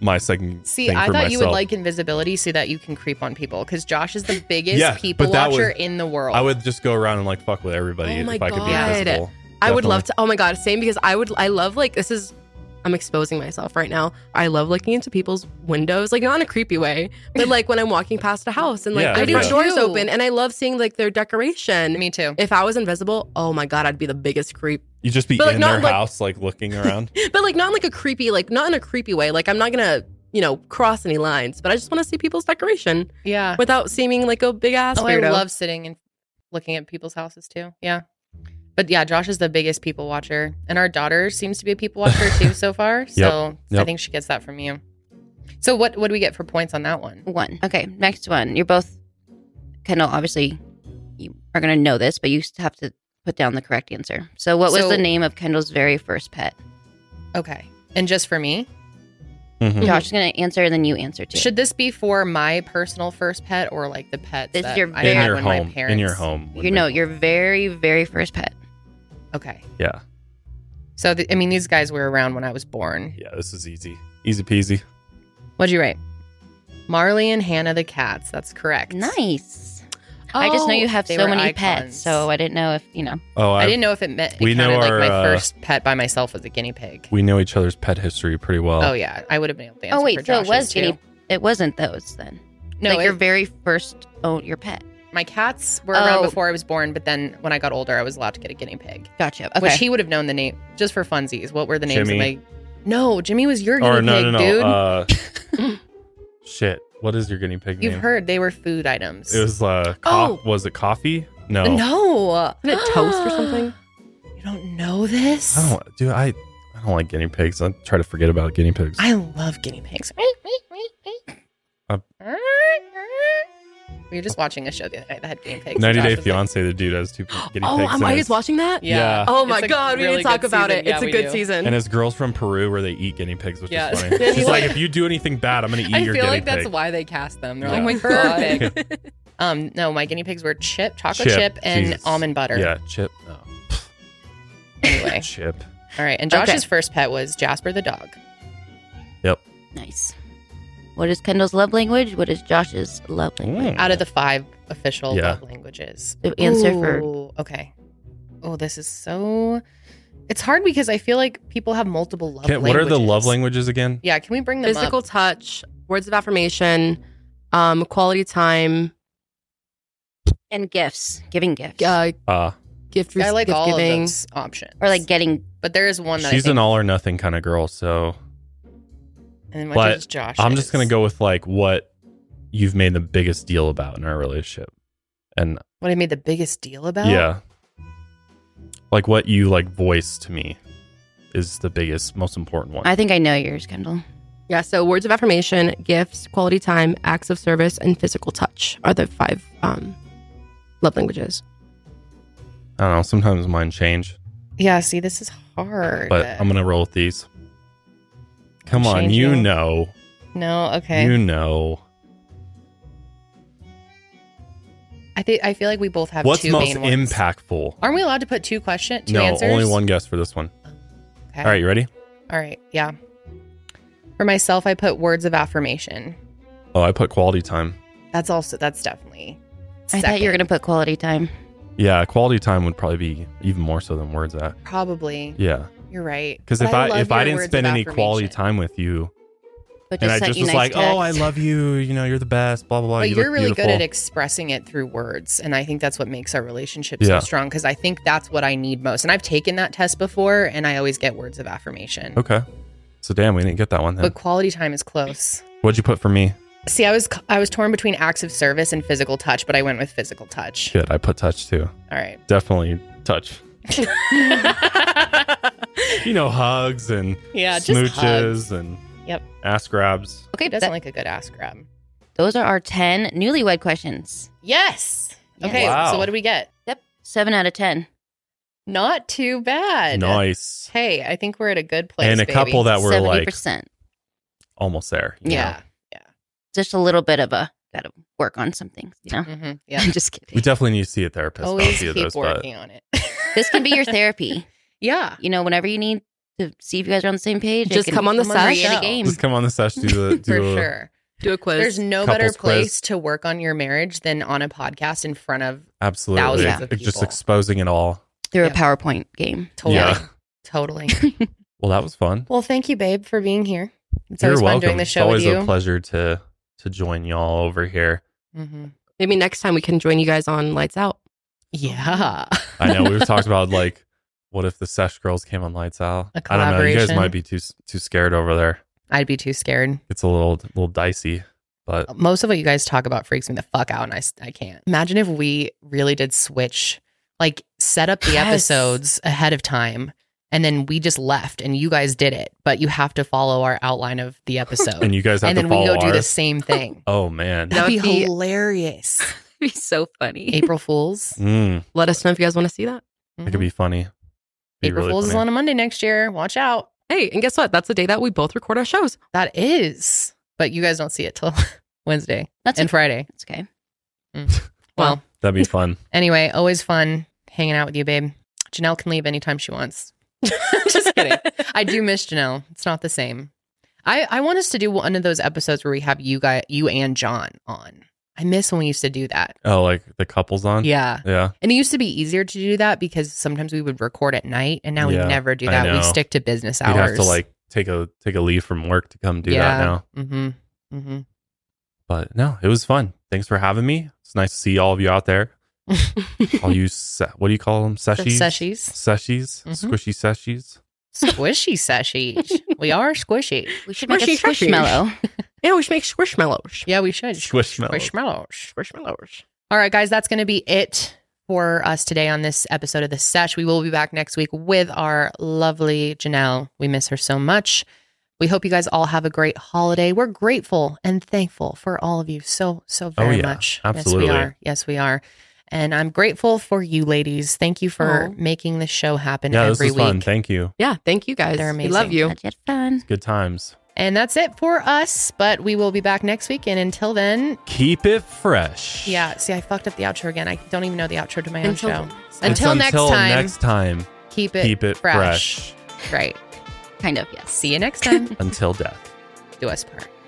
[SPEAKER 2] my second.
[SPEAKER 1] See,
[SPEAKER 2] thing
[SPEAKER 1] I
[SPEAKER 2] for
[SPEAKER 1] thought you would
[SPEAKER 2] myself.
[SPEAKER 1] like invisibility so that you can creep on people because Josh is the biggest
[SPEAKER 2] Yeah,
[SPEAKER 1] people
[SPEAKER 2] but that
[SPEAKER 1] watcher
[SPEAKER 2] would-
[SPEAKER 1] in the world.
[SPEAKER 2] I would just go around and like fuck with everybody
[SPEAKER 3] Oh my
[SPEAKER 2] if I could be
[SPEAKER 3] God.
[SPEAKER 2] invisible.
[SPEAKER 3] I would
[SPEAKER 2] Definitely.
[SPEAKER 3] love to. Oh my god, same because I would. I love like this is I'm exposing myself right now. I love looking into people's windows, like not in a creepy way, but like when I'm walking past a house and like
[SPEAKER 2] Yeah,
[SPEAKER 3] their
[SPEAKER 2] yeah.
[SPEAKER 3] front doors
[SPEAKER 1] Too.
[SPEAKER 3] open, and I love seeing like their decoration.
[SPEAKER 1] Me too.
[SPEAKER 3] if I was invisible, oh my god, I'd be the biggest creep.
[SPEAKER 2] You just be
[SPEAKER 3] But, like,
[SPEAKER 2] in
[SPEAKER 3] not
[SPEAKER 2] their
[SPEAKER 3] like-
[SPEAKER 2] house, like looking around.
[SPEAKER 3] But like not in, like a creepy, like not in a creepy way. Like I'm not gonna, you know, cross any lines. But I just want to see people's decoration
[SPEAKER 1] Yeah.
[SPEAKER 3] without seeming like a big ass
[SPEAKER 1] Oh, I
[SPEAKER 3] weirdo.
[SPEAKER 1] love sitting and looking at people's houses too. Yeah. But yeah, Josh is the biggest people watcher. And our daughter seems to be a people watcher too so far. So I
[SPEAKER 2] Yep.
[SPEAKER 1] think she gets that from you. So what what do we get for points on that one?
[SPEAKER 4] One. Okay, next one. You're both, Kendall, obviously you are going to know this, but you still have to put down the correct answer. So, what was
[SPEAKER 1] So-
[SPEAKER 4] the name of Kendall's very first pet?
[SPEAKER 1] Okay. And just for me,
[SPEAKER 2] Mhm.
[SPEAKER 4] Josh is going to answer, and then you answer too.
[SPEAKER 1] should this be for my personal first pet or like the pet
[SPEAKER 4] This is
[SPEAKER 1] that
[SPEAKER 4] your
[SPEAKER 1] I
[SPEAKER 4] very-
[SPEAKER 2] In
[SPEAKER 1] had
[SPEAKER 2] your
[SPEAKER 1] when
[SPEAKER 2] home.
[SPEAKER 1] my parents
[SPEAKER 2] In your home. when
[SPEAKER 4] you know
[SPEAKER 2] they-
[SPEAKER 4] your very, very first pet.
[SPEAKER 1] Okay.
[SPEAKER 2] Yeah.
[SPEAKER 1] So th- I mean these guys were around when I was born.
[SPEAKER 2] Yeah. This is easy. Easy peasy.
[SPEAKER 1] What'd you write? Marley and Hannah the cats. That's correct. Oh,
[SPEAKER 4] Nice. I just know you have
[SPEAKER 1] they
[SPEAKER 4] so
[SPEAKER 1] were
[SPEAKER 4] many
[SPEAKER 1] icons.
[SPEAKER 4] pets, so I didn't know if you know.
[SPEAKER 2] Oh,
[SPEAKER 1] I
[SPEAKER 2] I've-
[SPEAKER 1] didn't know if it meant it
[SPEAKER 2] We know
[SPEAKER 1] counted like my
[SPEAKER 2] our, uh,
[SPEAKER 1] first pet by myself was a guinea pig.
[SPEAKER 2] We know each other's pet history pretty well.
[SPEAKER 1] Oh yeah, I would have been able to answer.
[SPEAKER 4] oh
[SPEAKER 1] for
[SPEAKER 4] wait, so it
[SPEAKER 1] Josh's,
[SPEAKER 4] was
[SPEAKER 1] too.
[SPEAKER 4] guinea. It wasn't those then.
[SPEAKER 1] No,
[SPEAKER 4] like your
[SPEAKER 1] it-
[SPEAKER 4] very first own your pet.
[SPEAKER 1] my cats were around
[SPEAKER 4] Oh.
[SPEAKER 1] before I was born, but then when I got older, I was allowed to get a guinea pig,
[SPEAKER 4] Gotcha. Okay.
[SPEAKER 1] which he would have known the name just for funsies. What were the names
[SPEAKER 2] Jimmy.
[SPEAKER 1] of my? No, Jimmy was your guinea
[SPEAKER 2] Or no,
[SPEAKER 1] pig,
[SPEAKER 2] no, no.
[SPEAKER 1] dude.
[SPEAKER 2] Uh, shit. What is your guinea pig
[SPEAKER 1] You've
[SPEAKER 2] name?
[SPEAKER 1] heard they were food items.
[SPEAKER 2] It was uh, co- was it coffee? No.
[SPEAKER 1] No,
[SPEAKER 3] Isn't it toast or something?
[SPEAKER 1] You don't know this?
[SPEAKER 2] I don't, dude. I I don't like guinea pigs. I try to forget about guinea pigs.
[SPEAKER 1] I love guinea pigs.
[SPEAKER 2] Um,
[SPEAKER 1] we were just watching a show the other night that had guinea pigs. and
[SPEAKER 2] Ninety
[SPEAKER 1] Josh
[SPEAKER 2] Day
[SPEAKER 1] was like,
[SPEAKER 2] Fiance. the dude has two p- guinea
[SPEAKER 3] Oh,
[SPEAKER 2] pigs.
[SPEAKER 3] am
[SPEAKER 2] in
[SPEAKER 3] I
[SPEAKER 2] his-
[SPEAKER 3] guys watching that?
[SPEAKER 1] Yeah.
[SPEAKER 2] Yeah.
[SPEAKER 3] Oh my
[SPEAKER 1] It's a
[SPEAKER 3] god, we
[SPEAKER 1] really
[SPEAKER 3] need to talk
[SPEAKER 1] good
[SPEAKER 3] about
[SPEAKER 1] season.
[SPEAKER 3] it.
[SPEAKER 1] Yeah,
[SPEAKER 3] It's a
[SPEAKER 1] we
[SPEAKER 3] good
[SPEAKER 1] do.
[SPEAKER 3] season.
[SPEAKER 2] And his girls from Peru, where they eat guinea pigs, which
[SPEAKER 1] Yes.
[SPEAKER 2] is funny. She's
[SPEAKER 1] He's
[SPEAKER 2] like,
[SPEAKER 1] like-
[SPEAKER 2] if you do anything bad, I'm gonna eat
[SPEAKER 1] I
[SPEAKER 2] your
[SPEAKER 1] feel
[SPEAKER 2] guinea
[SPEAKER 1] like that's
[SPEAKER 2] pig.
[SPEAKER 1] why they cast them. They're like,
[SPEAKER 2] Yeah.
[SPEAKER 3] Oh
[SPEAKER 1] my
[SPEAKER 3] Perfect.
[SPEAKER 1] perfect. Um, no, my guinea pigs were chip, chocolate
[SPEAKER 2] Chip.
[SPEAKER 1] chip, and
[SPEAKER 2] Jesus.
[SPEAKER 1] almond butter.
[SPEAKER 2] Yeah, chip. No.
[SPEAKER 1] Anyway,
[SPEAKER 2] Chip.
[SPEAKER 1] all right. And Josh's
[SPEAKER 4] Okay.
[SPEAKER 1] first pet was Jasper the dog.
[SPEAKER 4] nice. What is Kendall's love language? What is Josh's love language?
[SPEAKER 1] Out of the five official
[SPEAKER 2] Yeah.
[SPEAKER 1] love languages,
[SPEAKER 4] The answer for
[SPEAKER 1] Ooh, okay. Oh, this is so. It's hard because I feel like people have multiple love.
[SPEAKER 2] Can- what are
[SPEAKER 1] languages.
[SPEAKER 2] the love languages again?
[SPEAKER 1] Yeah, can we bring them
[SPEAKER 3] Physical
[SPEAKER 1] up?
[SPEAKER 3] touch, words of affirmation, um, quality time,
[SPEAKER 4] and gifts, giving gifts,
[SPEAKER 3] uh,
[SPEAKER 2] Uh,
[SPEAKER 3] gift,
[SPEAKER 1] I like
[SPEAKER 3] gift
[SPEAKER 1] all
[SPEAKER 3] giving.
[SPEAKER 1] of those options.
[SPEAKER 4] or like getting.
[SPEAKER 1] but there is one that
[SPEAKER 2] she's
[SPEAKER 1] I think,
[SPEAKER 2] an all or nothing kind of girl, so
[SPEAKER 1] and which
[SPEAKER 2] but
[SPEAKER 1] is Josh.
[SPEAKER 2] I'm just gonna go with like what you've made the biggest deal about in our relationship, and
[SPEAKER 1] What I made the biggest deal about?
[SPEAKER 2] yeah, like what you like voice to me is the biggest, most important one.
[SPEAKER 4] I think I know yours, Kendall.
[SPEAKER 3] Yeah, so words of affirmation, gifts, quality time, acts of service, and physical touch are the five um, love languages.
[SPEAKER 2] I don't know. Sometimes mine change,
[SPEAKER 1] Yeah. See, this is hard.
[SPEAKER 2] but I'm gonna roll with these. Come on,
[SPEAKER 1] Change
[SPEAKER 2] you
[SPEAKER 1] you.
[SPEAKER 2] know,
[SPEAKER 1] no. Okay.
[SPEAKER 2] you know.
[SPEAKER 1] I think I feel like we both have
[SPEAKER 2] What's
[SPEAKER 1] two
[SPEAKER 2] most
[SPEAKER 1] main ones.
[SPEAKER 2] impactful?
[SPEAKER 1] Aren't we allowed to put two question, two
[SPEAKER 2] no,
[SPEAKER 1] answers?
[SPEAKER 2] only one guess for this one.
[SPEAKER 1] Okay.
[SPEAKER 2] All right, you ready?
[SPEAKER 1] All right. Yeah. For myself, I put words of affirmation.
[SPEAKER 2] Oh, I put quality time.
[SPEAKER 1] That's also that's definitely.
[SPEAKER 4] I thought you were
[SPEAKER 1] second.
[SPEAKER 4] gonna put quality time.
[SPEAKER 2] Yeah, quality time would probably be even more so than words. That
[SPEAKER 1] probably.
[SPEAKER 2] yeah,
[SPEAKER 1] You're right.
[SPEAKER 2] because
[SPEAKER 1] But
[SPEAKER 2] if I
[SPEAKER 1] love
[SPEAKER 2] if
[SPEAKER 1] your
[SPEAKER 2] I didn't
[SPEAKER 1] words of
[SPEAKER 2] spend any quality
[SPEAKER 1] affirmation.
[SPEAKER 2] time with you,
[SPEAKER 4] But
[SPEAKER 2] and
[SPEAKER 4] just
[SPEAKER 2] I
[SPEAKER 4] sent
[SPEAKER 2] just
[SPEAKER 4] you
[SPEAKER 2] was
[SPEAKER 4] nice
[SPEAKER 2] like, oh, I
[SPEAKER 4] texts.
[SPEAKER 2] love you. You know, you're the best. Blah blah blah.
[SPEAKER 1] But
[SPEAKER 2] oh, you
[SPEAKER 1] you're
[SPEAKER 2] look
[SPEAKER 1] really good at
[SPEAKER 2] beautiful."
[SPEAKER 1] expressing it through words, and I think that's what makes our relationship so
[SPEAKER 2] Yeah.
[SPEAKER 1] strong. Because I think that's what I need most, and I've taken that test before, and I always get words of affirmation.
[SPEAKER 2] Okay, so damn, we didn't get that one. Then.
[SPEAKER 1] But quality time is close.
[SPEAKER 2] What'd you put for me?
[SPEAKER 1] See, I was I was torn between acts of service and physical touch, but I went with physical touch.
[SPEAKER 2] Shit, I put touch too.
[SPEAKER 1] All right.
[SPEAKER 2] Definitely touch. You know, hugs and
[SPEAKER 1] yeah,
[SPEAKER 2] smooches
[SPEAKER 1] just hugs.
[SPEAKER 2] and
[SPEAKER 1] Yep.
[SPEAKER 2] ass grabs.
[SPEAKER 4] Okay,
[SPEAKER 1] Who
[SPEAKER 4] that,
[SPEAKER 1] doesn't like a good ass grab?
[SPEAKER 4] those are our ten newlywed questions.
[SPEAKER 1] Yes.
[SPEAKER 4] Yes.
[SPEAKER 1] Okay.
[SPEAKER 2] Wow.
[SPEAKER 1] So what do we get?
[SPEAKER 4] Yep, seven out of ten.
[SPEAKER 1] Not too bad.
[SPEAKER 2] Nice.
[SPEAKER 1] Hey, I think we're at a good place.
[SPEAKER 2] and a
[SPEAKER 1] baby.
[SPEAKER 2] couple that were
[SPEAKER 4] Seventy
[SPEAKER 2] like
[SPEAKER 4] percent.
[SPEAKER 2] almost there. you know?
[SPEAKER 1] Yeah.
[SPEAKER 4] Just a little bit of a gotta work on some things. You know,
[SPEAKER 1] hmm
[SPEAKER 4] I'm
[SPEAKER 1] Yeah.
[SPEAKER 4] just
[SPEAKER 2] We
[SPEAKER 4] kidding.
[SPEAKER 2] definitely need to see a therapist. about a
[SPEAKER 1] Always
[SPEAKER 2] few of
[SPEAKER 1] keep
[SPEAKER 2] those, but-
[SPEAKER 1] working on it.
[SPEAKER 4] this can be your therapy.
[SPEAKER 1] yeah.
[SPEAKER 4] You know, whenever you need to see if you guys are on the same page, it
[SPEAKER 3] Just
[SPEAKER 4] can
[SPEAKER 3] come on the
[SPEAKER 1] come on our
[SPEAKER 3] side,
[SPEAKER 4] Create
[SPEAKER 1] show.
[SPEAKER 4] a game.
[SPEAKER 2] Just come on the sesh, do the do
[SPEAKER 1] For
[SPEAKER 2] a-
[SPEAKER 1] sure.
[SPEAKER 3] do a quiz.
[SPEAKER 1] There's no better
[SPEAKER 2] couples quiz.
[SPEAKER 1] place to work on your marriage than on a podcast in front of
[SPEAKER 2] absolutely
[SPEAKER 1] Thousands
[SPEAKER 2] It's
[SPEAKER 1] of
[SPEAKER 2] just
[SPEAKER 1] people.
[SPEAKER 2] exposing it all.
[SPEAKER 4] through
[SPEAKER 1] Yep.
[SPEAKER 4] a PowerPoint game.
[SPEAKER 1] totally.
[SPEAKER 2] Yeah.
[SPEAKER 1] Totally.
[SPEAKER 2] Well, that was fun.
[SPEAKER 1] Well, thank you, babe, for being here. It's
[SPEAKER 2] You're
[SPEAKER 1] always
[SPEAKER 2] welcome.
[SPEAKER 1] fun doing the
[SPEAKER 2] it's
[SPEAKER 1] show with
[SPEAKER 2] always
[SPEAKER 1] you.
[SPEAKER 2] a pleasure to to join y'all over here.
[SPEAKER 1] hmm
[SPEAKER 3] Maybe next time we can join you guys on Lights Out.
[SPEAKER 1] Yeah.
[SPEAKER 2] I know we've talked about like what if the Sesh Girls came on Lights Out?
[SPEAKER 1] A
[SPEAKER 2] I don't know. You guys
[SPEAKER 1] collaboration.
[SPEAKER 2] might be too too scared over there.
[SPEAKER 1] I'd be too scared.
[SPEAKER 2] It's a little little dicey, but
[SPEAKER 1] Most of what you guys talk about freaks me the fuck out, and I, s- I can't. Imagine if we really did switch, like set up the
[SPEAKER 3] Yes.
[SPEAKER 1] episodes ahead of time, and then we just left, and you guys did it, but you have to follow our outline of the episode,
[SPEAKER 2] and you guys
[SPEAKER 1] oh.
[SPEAKER 2] have
[SPEAKER 1] and then
[SPEAKER 2] to
[SPEAKER 1] we
[SPEAKER 2] follow
[SPEAKER 1] go do the
[SPEAKER 2] ours.
[SPEAKER 1] same thing.
[SPEAKER 2] Oh man.
[SPEAKER 3] That
[SPEAKER 1] That'd be,
[SPEAKER 3] would be-
[SPEAKER 1] hilarious.
[SPEAKER 4] It'd be so funny.
[SPEAKER 1] April Fools.
[SPEAKER 2] Mm,
[SPEAKER 3] Let us know if you guys want to see that.
[SPEAKER 2] It could be funny. Be
[SPEAKER 1] Mm-hmm. April
[SPEAKER 2] really
[SPEAKER 1] Fools is
[SPEAKER 2] funny.
[SPEAKER 1] on a Monday next year. Watch out.
[SPEAKER 3] Hey, and guess what? That's the day that we both record our shows.
[SPEAKER 1] That is, but you guys don't see it till Wednesday
[SPEAKER 4] That's
[SPEAKER 1] and
[SPEAKER 4] okay.
[SPEAKER 1] Friday.
[SPEAKER 4] That's okay.
[SPEAKER 1] Well,
[SPEAKER 2] That'd be fun.
[SPEAKER 1] anyway, always fun hanging out with you, babe. Janelle can leave anytime she wants. Just kidding. I do miss Janelle. It's not the same. I, I want us to do one of those episodes where we have you guy you and John on. I miss when we used to do that.
[SPEAKER 2] Oh, like the couples on?
[SPEAKER 1] Yeah.
[SPEAKER 2] Yeah.
[SPEAKER 1] And it used to be easier to do that because sometimes we would record at night and now
[SPEAKER 2] Yeah,
[SPEAKER 1] we never do
[SPEAKER 2] I
[SPEAKER 1] that. We
[SPEAKER 2] know.
[SPEAKER 1] stick to business
[SPEAKER 2] You'd
[SPEAKER 1] hours.
[SPEAKER 2] have to like take a take a leave from work to come do
[SPEAKER 1] Yeah.
[SPEAKER 2] that now.
[SPEAKER 1] Mm-hmm. Mm-hmm.
[SPEAKER 2] But no, it was fun. Thanks for having me. It's nice to see all of you out there. all you se- what do you call them? Seshies.
[SPEAKER 1] Seshies.
[SPEAKER 2] Seshies.
[SPEAKER 1] Mhm.
[SPEAKER 2] Squishy seshies.
[SPEAKER 1] Squishy seshies. we are squishy.
[SPEAKER 4] We should make a
[SPEAKER 3] Squishy, squishy.
[SPEAKER 4] squishmallow.
[SPEAKER 3] Yeah, we should make squishmallows.
[SPEAKER 1] Yeah, we should.
[SPEAKER 2] Squishmallows.
[SPEAKER 1] Squishmallows.
[SPEAKER 3] Squishmallows.
[SPEAKER 1] All right, guys, that's going to be it for us today on this episode of The Sesh. We will be back next week with our lovely Janelle. We miss her so much. We hope you guys all have a great holiday. We're grateful and thankful for all of you so, so very
[SPEAKER 2] Oh, yeah.
[SPEAKER 1] much.
[SPEAKER 2] Absolutely.
[SPEAKER 1] Yes, we are. Yes, we are. And I'm grateful for you ladies. Thank you for
[SPEAKER 3] Aw.
[SPEAKER 1] making this show happen
[SPEAKER 2] Yeah, this
[SPEAKER 1] every
[SPEAKER 2] was
[SPEAKER 1] week.
[SPEAKER 2] fun. Thank you.
[SPEAKER 3] Yeah, thank you guys.
[SPEAKER 1] They're
[SPEAKER 3] We love
[SPEAKER 1] amazing.
[SPEAKER 3] you.
[SPEAKER 4] Glad you had fun.
[SPEAKER 2] Good times.
[SPEAKER 1] And that's it for us, but we will be back next week. And until then,
[SPEAKER 2] Keep it fresh.
[SPEAKER 1] yeah, see, I fucked up the outro again. I don't even know the outro to my own
[SPEAKER 3] Until-
[SPEAKER 1] show.
[SPEAKER 2] It's
[SPEAKER 1] Until next time.
[SPEAKER 2] next time,
[SPEAKER 1] Keep it,
[SPEAKER 2] keep it
[SPEAKER 1] fresh.
[SPEAKER 2] fresh.
[SPEAKER 1] Right.
[SPEAKER 4] Kind of, yes.
[SPEAKER 1] See you next time.
[SPEAKER 2] Until death.
[SPEAKER 1] Do us part.